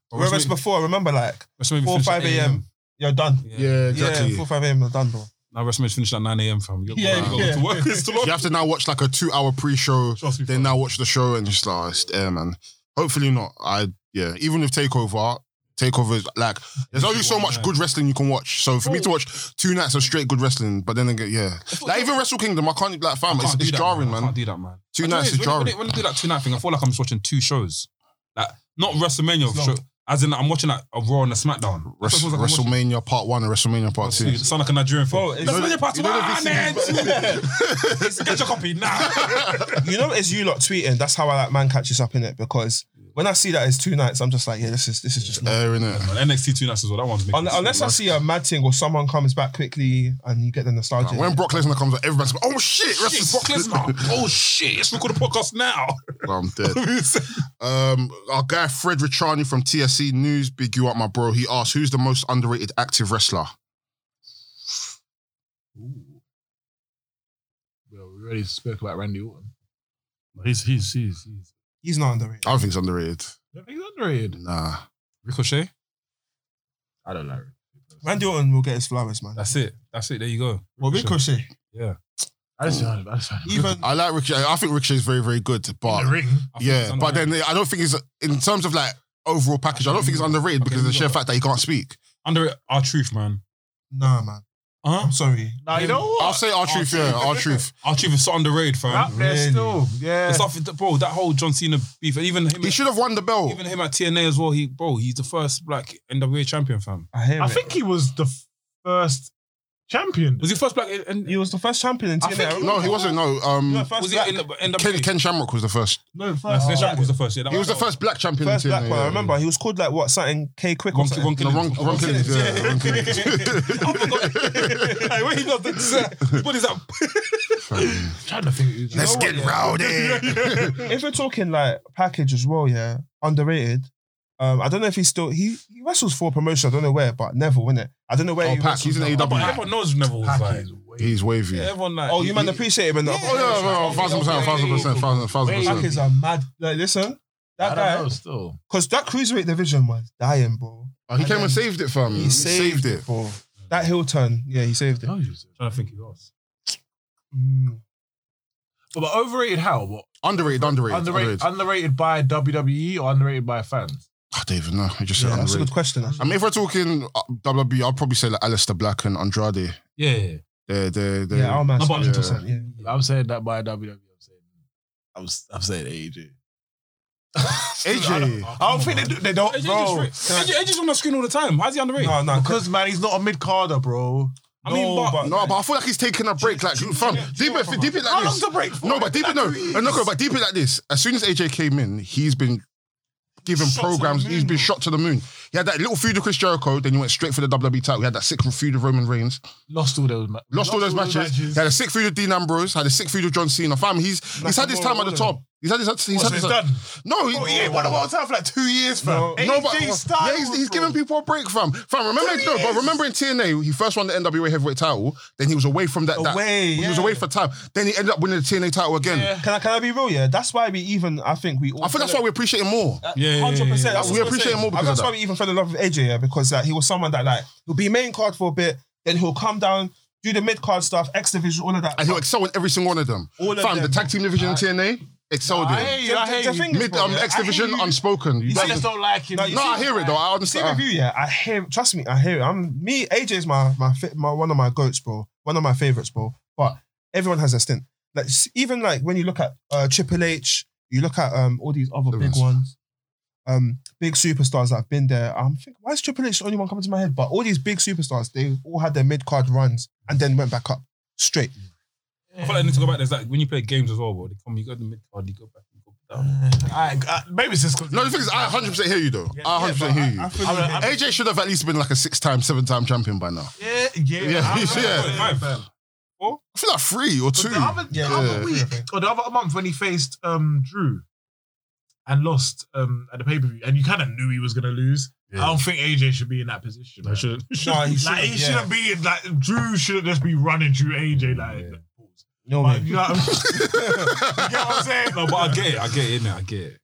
Whereas before, remember, like
WrestleMania
four
finished
five
at 8
a.m. You're done.
Yeah.
Yeah, exactly.
Yeah, four five a.m. You're done, bro.
Now WrestleMania's finished at nine a.m. Fam. You gotta,
Yeah,
you gotta
yeah.
go to work. It's still on.
You have to now watch like a two hour pre show,
Trust me,
then ah, now watch the show and just like, oh, it's there, man. Hopefully not. I, yeah, even with Takeover, takeovers. Like, there's only so much good wrestling you can watch. So for me to watch two nights of straight good wrestling, but then again, yeah, like even Wrestle Kingdom, I can't like fam. It's,
Can't do
it's
that,
jarring,
I
man.
can't do that, man.
Two
And the
nights
thing is,
is
when-
jarring.
When, they- when they do that two night thing, I feel like I'm just watching two shows. Like not WrestleMania show, as in I'm watching like, a Raw and a SmackDown.
Wres-
That's what it feels like I'm watching.
WrestleMania Part One and WrestleMania Part Two.
It sound like a Nigerian film.
it's-
WrestleMania part
you
one
know the
and
<laughs>
two. <laughs> Get your copy now.
you know, it's you lot tweeting. That's how I like man catches up in it because when I see that it's two nights, I'm just like, yeah, this is this is just.
Air in it.
Man, NXT two nights as well. That one's making
Un- Unless I see a mad thing or someone comes back quickly and you get the nostalgia.
When Brock Lesnar comes, out, everybody's like, "Oh shit,
Shit,
<laughs>
Brock Lesnar. Oh shit! Let's record a podcast now. <laughs>
I'm dead. Um, our guy Fred Richani from TSC News, big you up, my bro. He asked, "Who's the most underrated active wrestler?"
Well, we already spoke about Randy Orton.
He's he's he's he's.
He's not underrated.
I don't think he's underrated.
I think he's underrated.
Nah,
Ricochet.
I don't know.
Randy Orton will get his flowers, man.
That's it. That's it. There you go.
Well, Ricochet,
I just found I just found
even
I like Ricochet. I think Ricochet is very, very good, but
ring.
I think it's
yeah,
on
but
the-
then I don't think he's in terms of like overall package. I don't think he's underrated because of the sheer fact that he can't speak.
under our truth, man.
nah, man.
Huh?
I'm sorry.
Now you know
I'll
what?
say our truth, yeah, our truth.
Our truth is so underrated, fam.
Up there
Really?
still, yeah.
The stuff, with the- bro, that whole John Cena beef, even him,
He should have won the belt.
even him at TNA as well. He, bro, he's the first black NWA champion, fam.
I hear
I
it.
think he was the first champion.
Was he first black? And
he was the first champion in
I
TNA.
think
I
he-
No, he wasn't. No,
remember
um,
the first
was he
black,
in the NWA?
Ken, Ken Shamrock was the first.
No, oh, first.
No, Ken Shamrock was the first. Yeah, that
He was the first black champion. in
first black
TNA,
one. I
yeah.
remember he was called like what something K Quick or
Ron,
something.
Ron
No,
Killings.
wrong,
Oh,
wrong Killings,
Killings,
yeah, wrong Killings.
I
<laughs>
<laughs>
forgot. Like, when he does this, uh, what is that?
I'm trying to think. who's-
Let's
No,
get rowdy. Oh,
if we're talking like package as well, yeah, underrated. Um, I don't know if he's still he, he wrestles for a promotion. I don't know where, but Neville, innit? I don't know where
Oh,
he
Pac,
wrestles
he's in
now.
AEW.
But everyone knows Neville was
Pac
like.
is way-
He's wavy.
Yeah, everyone like.
Oh, you man appreciate him and
Yeah.
Oh yeah, no, no, thousand percent, thousand percent, thousand, thousand
Pac is
percent.
a mad. Like, listen,
I
that
don't know.
guy,
Still,
because that cruiserweight division was dying, bro.
Oh, He came and saved it, fam.
Mm.
He saved it.
bro. That hill turn, yeah, he saved it.
no, he was-
trying to think who else.
Mm.
but, but overrated how? What
Underrated, underrated,
underrated?
underrated.
Underrated by WWE or underrated by fans?
I don't even know. Ah, He just said
Yeah, that's a
underrated.
good question.
I
actually.
mean, if we're talking uh, WWE, I'd probably say like Alistair Black and Andrade.
Yeah, yeah, yeah.
They're, they're, they're,
Yeah, our man's
How about-
100%, yeah.
I'm saying that by WWE. I'm saying, I'm, s- I'm saying AJ.
AJ.
I don't think they do. They don't,
AJ
bro.
just, AJ, AJ's on the screen all the time. How's he underrated?
No, no,
Because man, he's not a mid carder, bro.
I mean, but,
No, but I feel like he's taking a break. Like, fam, deep it, deep it like this.
<laughs>
break? For?
No, but deep it, no. No, no, but deep it like this. As soon as AJ came in, he's been given programs. He's been shot to the moon. He had that little feud with Chris Jericho, then he went straight for the WWE title. He had that sick feud with Roman Reigns.
lost all those. Ma-
Lost, all those matches. He had a sick feud with Dean Ambrose. Had a sick feud with John Cena. Fam, he's he's had his time at the top. He's had his he's had his
done.
no. He,
Oh, he ain't won a world title for like two years, fam.
No.
no, but
AJ
yeah, he's, he's giving people a break, fam. Fam, remember, no, but remember in TNA, he first won the NWA heavyweight title. Then he was away from that. that-
Away,
he was
yeah.
away for time. Then he ended up winning the TNA title again.
Can I can I be real? Yeah, that's why we even I think we all.
I think that's why we appreciate him more.
Uh,
yeah, yeah, yeah,
Hundred
yeah.
percent.
We appreciate him more because
That's
of
why
that.
we even fell in love with AJ, yeah, because like, he was someone that like he'll be main card for a bit, then he'll come down, do the mid card stuff, X division, all of that.
And he'll excel in every single one of them.
All of
fam,
them.
the tag team division in TNA excelled
I
in.
hate you. I hate you.
Mid um, X division unspoken. You
I
guys-
just don't like him.
no, I hear it though. I
Same with
understand.
you, yeah. I hear. Trust me, I hear it. I'm me. AJ's my my fa- my one of my goats, bro. One of my favorites, bro. But everyone has a stint. Like s- even like when you look at uh, Triple H, you look at um all these other big
Lawrence.
ones, um big superstars that have been there. I'm thinking, why is Triple H the only one coming to my head? But all these big superstars, they all had their mid card runs and then went back up straight.
I feel like I need to go back. There's like when you play games as well, bro. They come, you go to the mid card, you go back, you go down.
I, I, maybe it's just because.
No, the thing is, I 100% hear you though. Hmm. I 100% hear you.
feel
I'm-
you.
I'm-
AJ should have at least been like a six time, seven time champion by now.
yeah, yeah,
Yeah,
I- I-
yeah.
I- I- I-
I feel like three or two. <laughs>
The other,
Yeah,
the other
yeah.
week or the other month when he faced um, Drew and lost um, at the pay per view, and you kind of knew he was gonna lose. I don't think AJ should be in that position. man.
shouldn't.
Nah, he
like he
shouldn't, yeah.
shouldn't be in- like Drew shouldn't just be running through AJ like. like, pause.
No,
But,
man.
you know what I'm <laughs> you get what I'm saying?
No, but I get it. I get it. Innit? I get it.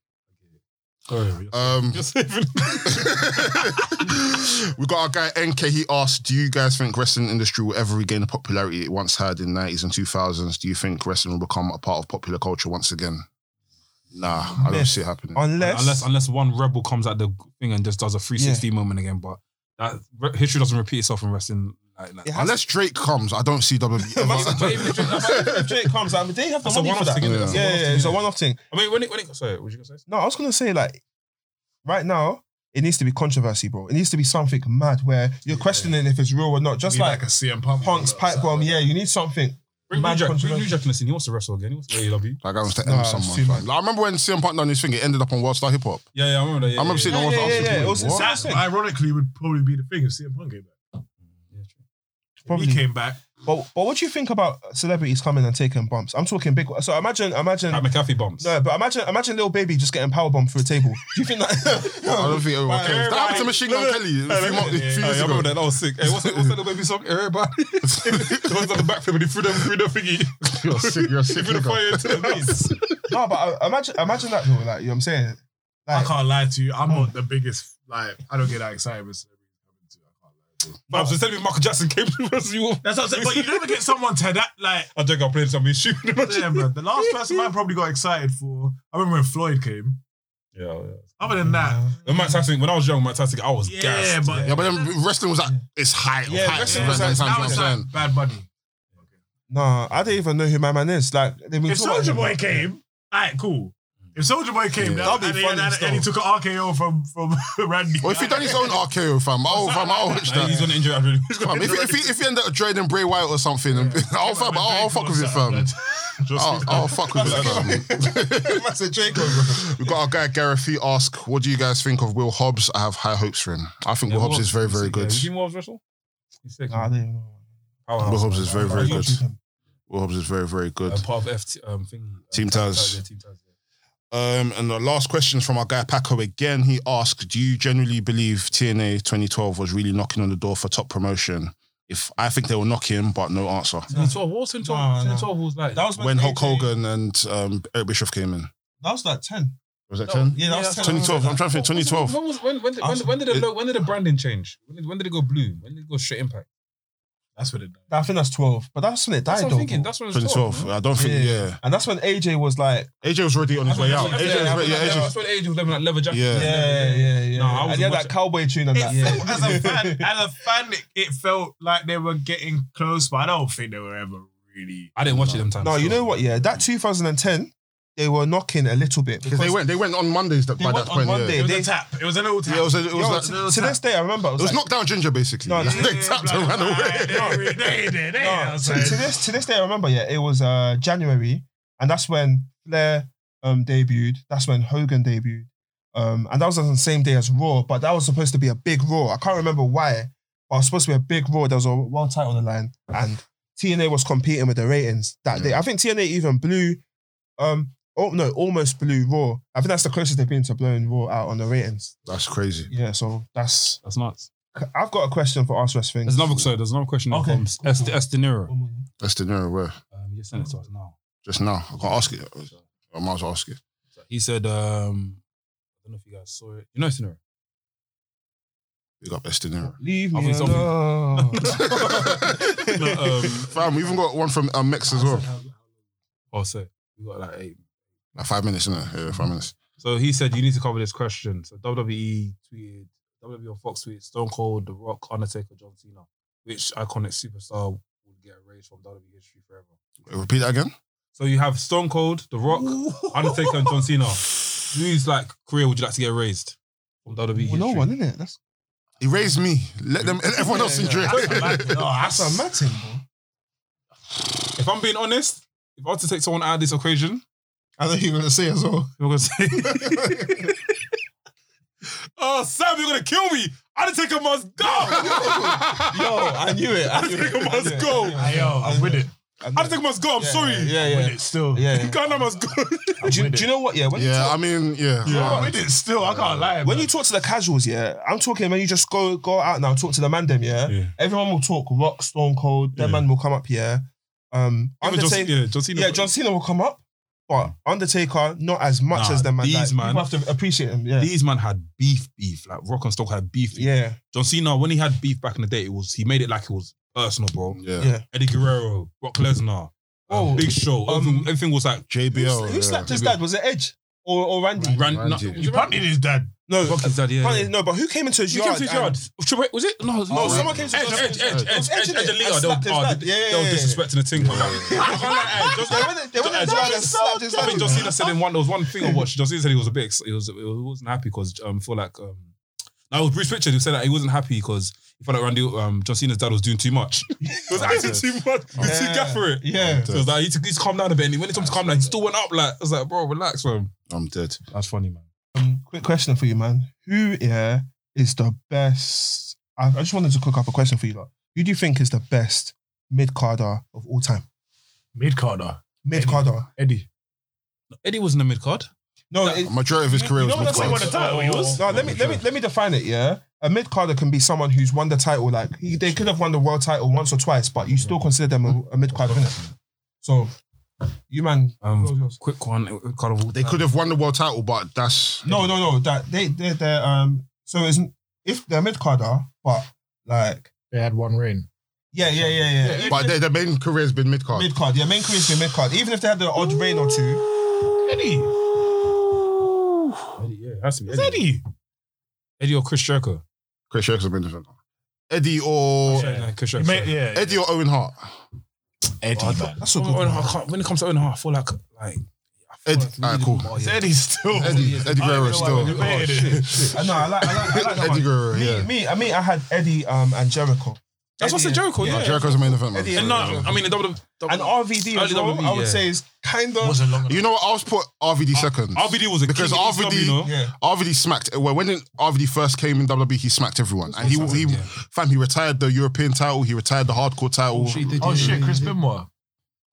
Sorry,
Um,
you're saving.
we got our guy NK. He asked, "Do you guys think wrestling industry will ever regain the popularity it once had in nineties and two thousands? Do you think wrestling will become a part of popular culture once again?" Nah, I don't
Myth.
see it happening.
Unless,
unless unless one rebel comes at the thing and just does a 360 moment again. But that re- history doesn't repeat itself in wrestling like <laughs> that.
it has
Unless Drake comes, I don't see WWE.
But
ever-
even if <laughs> Drake- but <laughs> if Drake comes, I mean, they have the
That's a
money for
one-off
that.
thing,
isn't it?
Yeah,
That's a
one-off thing, isn't it?
yeah, yeah, it's a one-off thing.
I mean, when it, when it, sorry, what was you gonna say?
No, I was gonna say like, right now it needs to be controversy, bro. It needs to be something mad where you're questioning if it's real or not. Just
Be
like,
a CM Punk.
Punk's pipe bomb. Yeah, you need something.
Bring New
Mad
Jack, bring New
controversy.
Jack in the scene. He wants to wrestle again. He wants to E AEW.
Like I was to
Nah,
M
it's
someone.
too
fam. Like, I remember when CM Punk done his thing, it ended up on World Star Hip Hop.
Yeah, yeah, I remember that. Yeah,
I remember
yeah,
seeing
yeah.
the ones
yeah,
asking
yeah,
people,
yeah. It was-
what?
it's-
That's ironically would probably be the thing if CM Punk came back.
Probably.
He came back.
But but what do you think about celebrities coming and taking bumps? I'm talking big. So imagine imagine
Pat McAfee bumps.
no, but imagine imagine little baby just getting power bomb through a table. Do you think that?
I don't think everyone
Right,
cares. That
right.
happened to Machine Gun Kelly a few months- a few
Hey, I
years ago.
remember that. That was sick. Hey, what's, what's that little baby song? Everybody. <laughs> the ones on the back flip and he threw them through the thingy.
You're sick, you're
He
sick.
threw the
nigga.
fire into the base.
<laughs> no, but I, imagine imagine that though. Like you know what I'm saying.
I
Like,
can't lie to you. I'm not the biggest. Like I don't get that excited. with celebrities coming to. I can't lie to you.
Man, so tell me Michael Jackson <laughs> came to wrestle you.
That's what I'm saying. But you never get someone to that like.
I think I played
<laughs>
some issue.
Yeah, bro. The last person I probably got excited for. I remember when Floyd came.
Yeah, yeah.
Other than that,
When Mike Tyson, when I was young, Mike Tyson, I was
yeah,
gassed.
but
Yeah, but then wrestling was at its height.
Yeah,
Yeah, height wrestling
wrestling was
was
at its
now
I'm
it's
saying.
like Bad Bunny.
nah, I don't even know who my man is. Like they
If
<laughs>
Soldier Boy came, alright, cool. If Soldier Boy came,
Yeah.
that,
That'd be
and,
funny
and, and he took an RKO from from <laughs> Randy.
Or if he done his
<laughs>
own RKO, fam, I'll, fam, I'll hitch
Like, he's
that.
on injury. Really.
Fam,
<laughs>
if, he- if, he, if he end up trading Bray White or something, <laughs> I'll, fam, I'll, I'll fuck with it, fam.
<laughs>
Oh. I'll, I'll fuck with it, fam.
That's a Jacob.
<laughs> We've got our guy Gareth He ask, what do you guys think of Will Hobbs? I have high hopes for him. I think Will Hobbs is very, very good.
Have you seen Wolves wrestle? He's sick.
Nah, I
man.
don't even know.
Powerhouse,
Will Hobbs
man.
is very, very
Like,
good.
he's
Will Hobbs is very, very good.
a Part of FT, um, thing.
Team Taz.
Yeah, Team Taz.
Um, and the last question is from our guy Paco again. He asked, "Do you generally believe TNA 2012 was really knocking on the door for top promotion?" If I think they were knocking, but no answer.
Team 12, what was Team 12?
Nah,
Team
nah.
12 was like.
That was
When Hulk
AJ
Hogan and um, Eric Bischoff came in,
That was like ten.
was that
No,
10?
Yeah, that
Yeah,
was
that's
10.
2012. I'm trying to think. 2012.
When, was, when, when, did, when, when did the low, when did the branding change? When did, when did it go blue? When did it go straight impact?
That's what it done.
I think that's 12. But that's when it died,
That's what
though. uh,
I'm thinking.
bro.
That's when it was
2012.
12.
I don't think.
Yeah.
Yeah,
And that's when AJ was like,
AJ was already on his way out.
man.
AJ was
yeah,
re- yeah, AJ.
That's when AJ was living like leather jacket.
Yeah.
yeah, yeah, yeah. yeah.
Nah, I
and
wasn't
he had
watching-
that cowboy tune and
It
that. <laughs>
felt, as a fan, as a fan, it- it felt like they were getting close, but I don't think they were ever really.
I didn't watch it them times.
no, you know what? Yeah, that 2010, they were knocking a little bit.
Because they went, they went on Mondays that, by
went
that
on
point.
Monday.
Yeah.
It was
They-
a tap. It was an old tap.
Yeah, it was, a, it was
Yo,
like,
to,
it
to this day, I remember. I was
was
like,
knockdown ginger basically. <laughs>
No,
they tapped and ran away.
away. They did. <laughs> They
no, to, to this to this day, I remember. Yeah, it was uh, January, and that's when Flair um, debuted. That's when Hogan debuted, um, and that was on the same day as Raw. But that was supposed to be a big Raw. I can't remember why, but it was supposed to be a big Raw. There was a world title on the line, and TNA was competing with the ratings that day. I think TNA even blew, um, oh no, almost blew Raw. I think that's the closest they've been to blowing Raw out on the ratings.
That's crazy.
Yeah, so that's.
That's nuts.
I've got a question for Ask Wrestling.
There's another, sorry, there's another question
Okay,
from
cool,
S.
cool.
S. De Niro.
That's the new where
Um, you sent it to us now.
just now. I can't ask it. I might as well ask it.
He said, um, I don't know if you guys saw it. You know, it's in there.
Big up Esther
<laughs>
Nero.
Leave
I
me
think something-
alone.
<laughs> um,
Fam, we even got one from um, Mex as well.
oh, so we got like eight.
Like five minutes, innit? Yeah, five minutes.
So he said, you need to cover this question. So WWE tweeted, WWE on Fox tweeted, Stone Cold, The Rock, Undertaker, John Cena. Which iconic superstar would get erased from WWE history forever?
Repeat that again.
So you have Stone Cold, The Rock, Undertaker, and John Cena. Whose like career would you like to get erased from WWE?
well, no
history?
one,
<laughs>
isn't it? That's
He raised me. Let them and everyone else enjoy.
that's a mad thing, bro.
If I'm being honest, if I was to take someone out of this equation,
I know you're gonna say
<laughs>
as well.
you're gonna say, "Oh, Sam, you're gonna kill me. Undertaker must
<laughs>
go.
Yo, I knew it. I knew
Undertaker
it. I knew
must
it.
go.
Yo, I'm with it.
I knew it.
Undertaker must go. I'm
Yeah,
sorry.
Yeah, yeah.
With it still.
yeah. yeah.
Ghana must go.
Do, you, do you know what? Yeah, when, you
<laughs> Yeah,
talk,
I mean, yeah.
I'm with it still. I can't lie.
when
bro.
you talk to the casuals, yeah, I'm talking when you just go go out now, talk to the man them, yeah.
Yeah.
Everyone will talk rock, stone cold, their
Yeah.
man will come up, yeah. Um
Even John,
Undertaker,
yeah, John Cena.
yeah, John Cena will come up, but Undertaker, not as much
Nah,
as them man.
these
like,
man-
people have to appreciate him, yeah.
These man had beef, beef. Like Rock and Stock had beef. beef.
yeah.
John Cena, when he had beef back in the day, it was he made it like it was personal, bro.
Yeah.
Yeah.
Eddie Guerrero, Brock Lesnar, um,
Oh,
Big Show.
um,
everything, everything was like
JBL.
Who slapped his dad? Was it Edge? or, or Randy?
Ran,
Randy.
no,
Randy.
you
Punted his dad.
No,
fucked his dad, yeah.
Funny,
yeah.
no, but who came into his
You
yard?
came to his
and-
yard. Oh, Triple H- Was it? No, it was
No,
not Randy.
someone came to his
Edge,
yard.
Edge, Edge,
It was
Edge, Edge,
innit?
and the leader.
And
They were,
slapped his
oh,
dad.
they,
Yeah,
they were
yeah, yeah.
disrespecting the thing. man. I can't lie, Edge, just-
They went- they went
Edge,
down and
Edge,
slapped
<laughs>
his
I
dad.
think Josina said in one, there was one thing <laughs> I watched. Josina said he was a bit, ex- he was, he wasn't happy because um, feel like um, no, it was Bruce Richard who said that he wasn't happy because he felt like Randy, um, Josina's dad was doing too much. <laughs> he was acting too much. He was too gaff for it.
Yeah.
So it was like, he took- he's calmed down a bit. And when it comes to calm down, he still went up. Like, I was like, bro, relax, man.
I'm dead.
That's funny, man.
Um, quick question for you, man. Who yeah is the best? I, I just wanted to cook up a question for you, lot. Who do you think is the best mid carder of all time?
Mid carder.
Mid carder.
Eddie.
Eddie wasn't a mid card.
No, it,
Majority of his career was
know
mid
that's
cards.
what I title he was?
no. Let me let me let me define it. Yeah, a mid carder can be someone who's won the title. Like he, they could have won the world title once or twice, but you still consider them a, a mid carder. innit? So, you man. what was
Um,
yours?
quick one. mid card of all
They
time.
could have won the world title, but that's
No, no, no. That they they they um. So it's if they're mid carder, but like
They had one reign.
yeah yeah yeah yeah. Even
but their, their main career has been mid card.
Mid card, yeah, main career's been mid card. Even if they had the odd rain or two,
Eddie.
Eddie, yeah, it has to be
It's
Eddie.
Eddie.
Eddie or Chris Jericho.
Chris Jericho's been different. Eddie or
Yeah.
No, Chris
He
Jericho.
made- yeah.
Eddie or Owen Hart.
Eddie, man.
that's a
Owen-
good
Owen
one.
Hart, I can't- when it comes to Owen Hart, I feel like like. I feel
Eddie-
like we
alright,
need
cool.
more,
It's
yeah.
Eddie still.
Eddie, Eddie Guerrero
I don't
still.
know why we debated
<laughs>
it.
Uh, No, I like, I like, I like that
Eddie
one.
Guerrero,
me,
yeah.
me, I mean, I had Eddie um, and Jericho.
That's what's the
Eddie
Jericho, yeah.
No, Jericho's the main event man.
Eddie
And no, I mean in WWE.
And RVD, as
Early
well,
WWE,
I would
yeah.
say is kind of.
Wasn't long enough.
You know what? I was put RVD second.
RVD was a
Because
king in Islam,
RVD
you know?
Yeah.
RVD smacked. Well, when RVD first came in WWE, he smacked everyone, and he he
Yeah.
fam he retired the European title, he retired the hardcore title.
She did,
Oh
yeah,
shit,
yeah,
Chris
Mm.
yeah.
Benoit.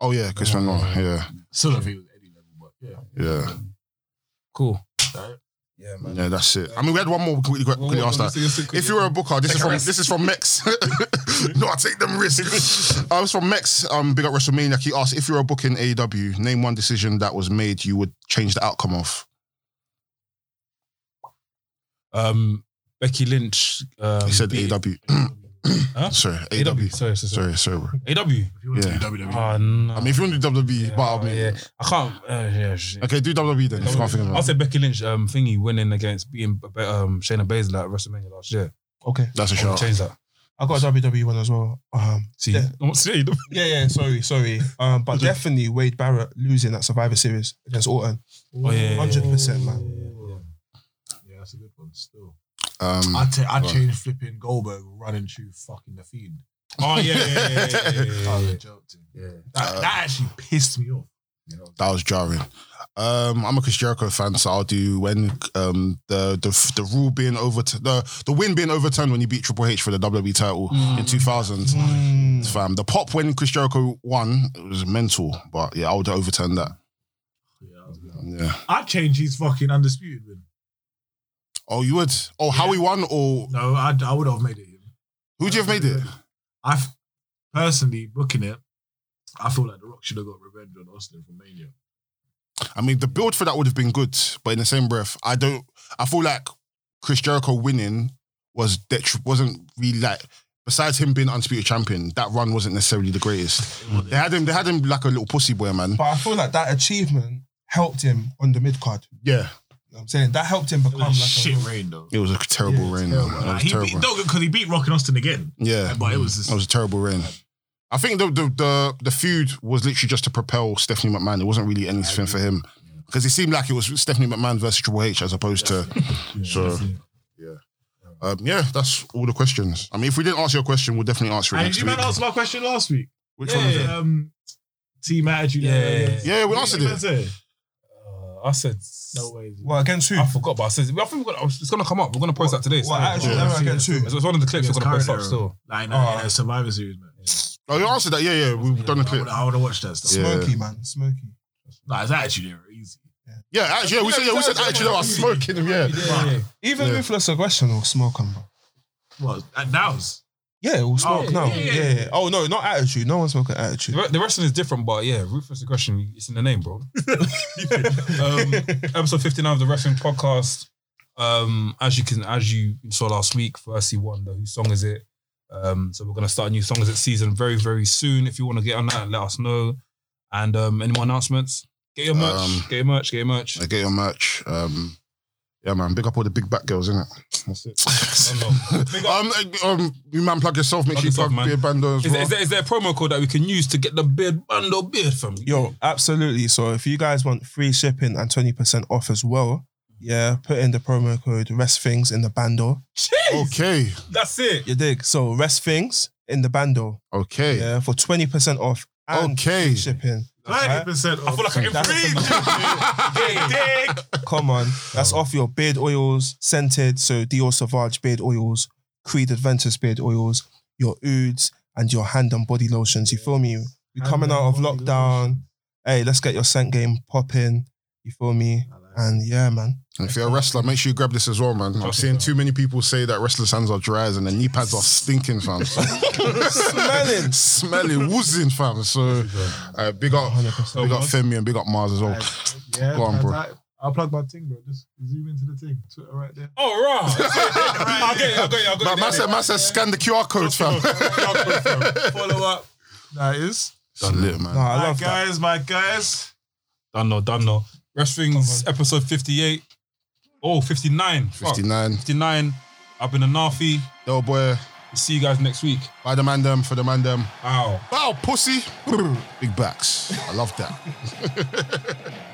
Oh yeah, Chris Benoit. Yeah,
Still don't think it was Eddie level, but yeah.
yeah,
Cool.
yeah, That's it. I mean, we had one more. We quickly, quickly asked that. If you were a booker, this is from this is from Mex. <laughs> no, I take them risks. I was from Mex. Um, big up WrestleMania. He asked if you were a book in AEW, name one decision that was made you would change the outcome of.
um, Becky Lynch, um,
He said
beat-
AEW.
Huh? E
sorry,
AW.
AEW.
Sorry, sorry, sorry.
Sorry, sorry, bro.
AW.
If you want
Yeah.
to do E. WWE.
Oh, no.
I mean, if you want to do E, WWE,
yeah,
but I mean,
yeah. I can't. Uh, yeah, shit.
okay, do WWE then. If you can't think of
I'll
it.
say Becky Lynch um, thingy winning against beating um, Shayna Baszler at WrestleMania last year.
Okay,
That's a
Sure.
shot.
Change that.
I got a WWE one as well. Um,
See,
Yeah.
I want to see AEW.
yeah, yeah, sorry, sorry. Um, but definitely Wade Barrett losing that Survivor Series against Orton.
Oh, yeah, yeah, yeah.
100%, man.
Yeah, that's a good one still.
Um,
I'd, ta- I'd
Right.
change flipping Goldberg running through fucking The Fiend.
Oh yeah, yeah, yeah, yeah, yeah, yeah, yeah,
I
yeah.
was joking. That, that actually pissed me off. You know?
That was jarring. Um, I'm a Chris Jericho fan, so I'll do when um, the the the rule being overturned, the the win being overturned when he beat Triple H for the WWE title
Mm.
in 2000. Fam, the pop when Chris Jericho won it was mental, but yeah, I would overturn that. Yeah.
I'd change his fucking undisputed win.
Oh, you would. Oh, how he won, or
No, I'd, I would have made it him.
who'd you have made it?
I f- personally booking it. I feel like The Rock should have got revenge on Austin from Mania.
I mean, the build for that would have been good, but in the same breath, I don't. I feel like Chris Jericho winning was detri- wasn't really like. Besides him being undisputed champion, that run wasn't necessarily the greatest. They had him. They had him like a little pussy boy, man.
But I feel like that achievement helped him on the mid card.
Yeah,
You know what I'm saying that helped him become
It was a
like
shit
a,
reign though.
it was a terrible
Yeah,
reign.
terrible.
man. It
Like,
was
he
Mm. terrible.
beat, no, because he beat Rock and Austin again.
yeah,
But it was just,
it was a terrible reign. I think the, the the the feud was literally just to propel Stephanie McMahon. It wasn't really anything for him because it seemed like it was Stephanie McMahon versus Triple H as opposed to. so, yeah, um, yeah, that's all the questions. I mean, if we didn't answer your question, we'll definitely answer it
And
next
you
week.
man asked my question last week.
Which
yeah,
one is it?
Um, team attitude.
Yeah, yeah, yeah.
Yeah, we answered it.
Uh, I said
No way.
well against who?
I forgot, but I said I think we're gonna, it's gonna come up. We're gonna post that today. so-
Well, actually,
Yeah.
never against who?
It's one of the clips we're
Against
gonna post up
Carter.
still.
Like in
Oh.
a, in a Survivor Series, man.
Oh, you answered that. Yeah, yeah, we've done a
I
clip.
would, I would have watched that stuff.
Yeah.
Smoky man, Smoky.
Nah, it's attitude era. Easy.
Yeah, actually, yeah, we said yeah, we said actually that was smoking him. Yeah,
yeah.
Even
Yeah.
ruthless aggression or smoke him. bro.
Well, at Dow's.
Yeah, it will smoke
yeah,
now.
Oh, yeah,
Yeah,
yeah,
yeah. Oh no, not attitude. No one's smoking attitude.
The, re- the wrestling is different, but yeah, ruthless aggression. It's in the name, bro. <laughs> um, episode fifty nine of the wrestling podcast. Um, as you can, as you saw last week, firstly wonder whose song is it. Um, so we're gonna start a new song is it season very very soon. If you want to get on that, let us know. And um, any more announcements? Get your merch.
Um,
get your merch. Get your merch.
I get your merch. Um, yeah, man. Big up all the big back girls, innit? That's it. <laughs> um, eh, um, you man, plug yourself. Make
Plug
sure you
yourself,
plug
man.
Beer Bando as
Is, there,
well.
is, there, is there a promo code that we can use to get the beard bundle beard from you?
Yo, absolutely. So if you guys want free shipping and 20% off as well, yeah, put in the promo code rest things in the bando.
Jeez,
Okay, <laughs>
that's it.
You dig? So rest things in the bando.
okay,
Yeah, for 20% off and
okay.
free shipping.
Ninety percent
I feel like I can
That's
breathe.
Come on. That's off your beard oils, scented. So Dior Sauvage beard oils, Creed Adventures beard oils, your ouds, and your hand and body lotions. You feel me? We're
Hand
coming
and
out of
body
lockdown. Hey, let's get your scent game popping. You feel me? And yeah, man.
And if you're a wrestler, make sure you grab this as well, man. I'm seeing too many people say that wrestlers' hands are dry and the knee pads are stinking, fam. So.
<laughs> Smelling.
Smelly, woozing, fam. So, uh, big up, big up Femi and big up Mars as well.
Yeah,
Go on, bro.
I, I'll plug my thing, bro. Just zoom into the thing. Twitter right there.
Oh,
All right. I'll get it. I'll get it. I'll get
Man, man said, man said, scan the QR codes,
<laughs>
fam. <laughs>
it. Follow up.
That is.
That's lit,
Nah,
man.
I
My
love that.
guys, my guys.
Done no, done no. Wrestling's episode 58. Oh, 59. Fuck.
59.
59. I've been a Nafi.
Yo, boy.
See you guys next week.
By the man them, for the man them.
Ow.
<laughs> Bow, pussy. Big backs. I love that.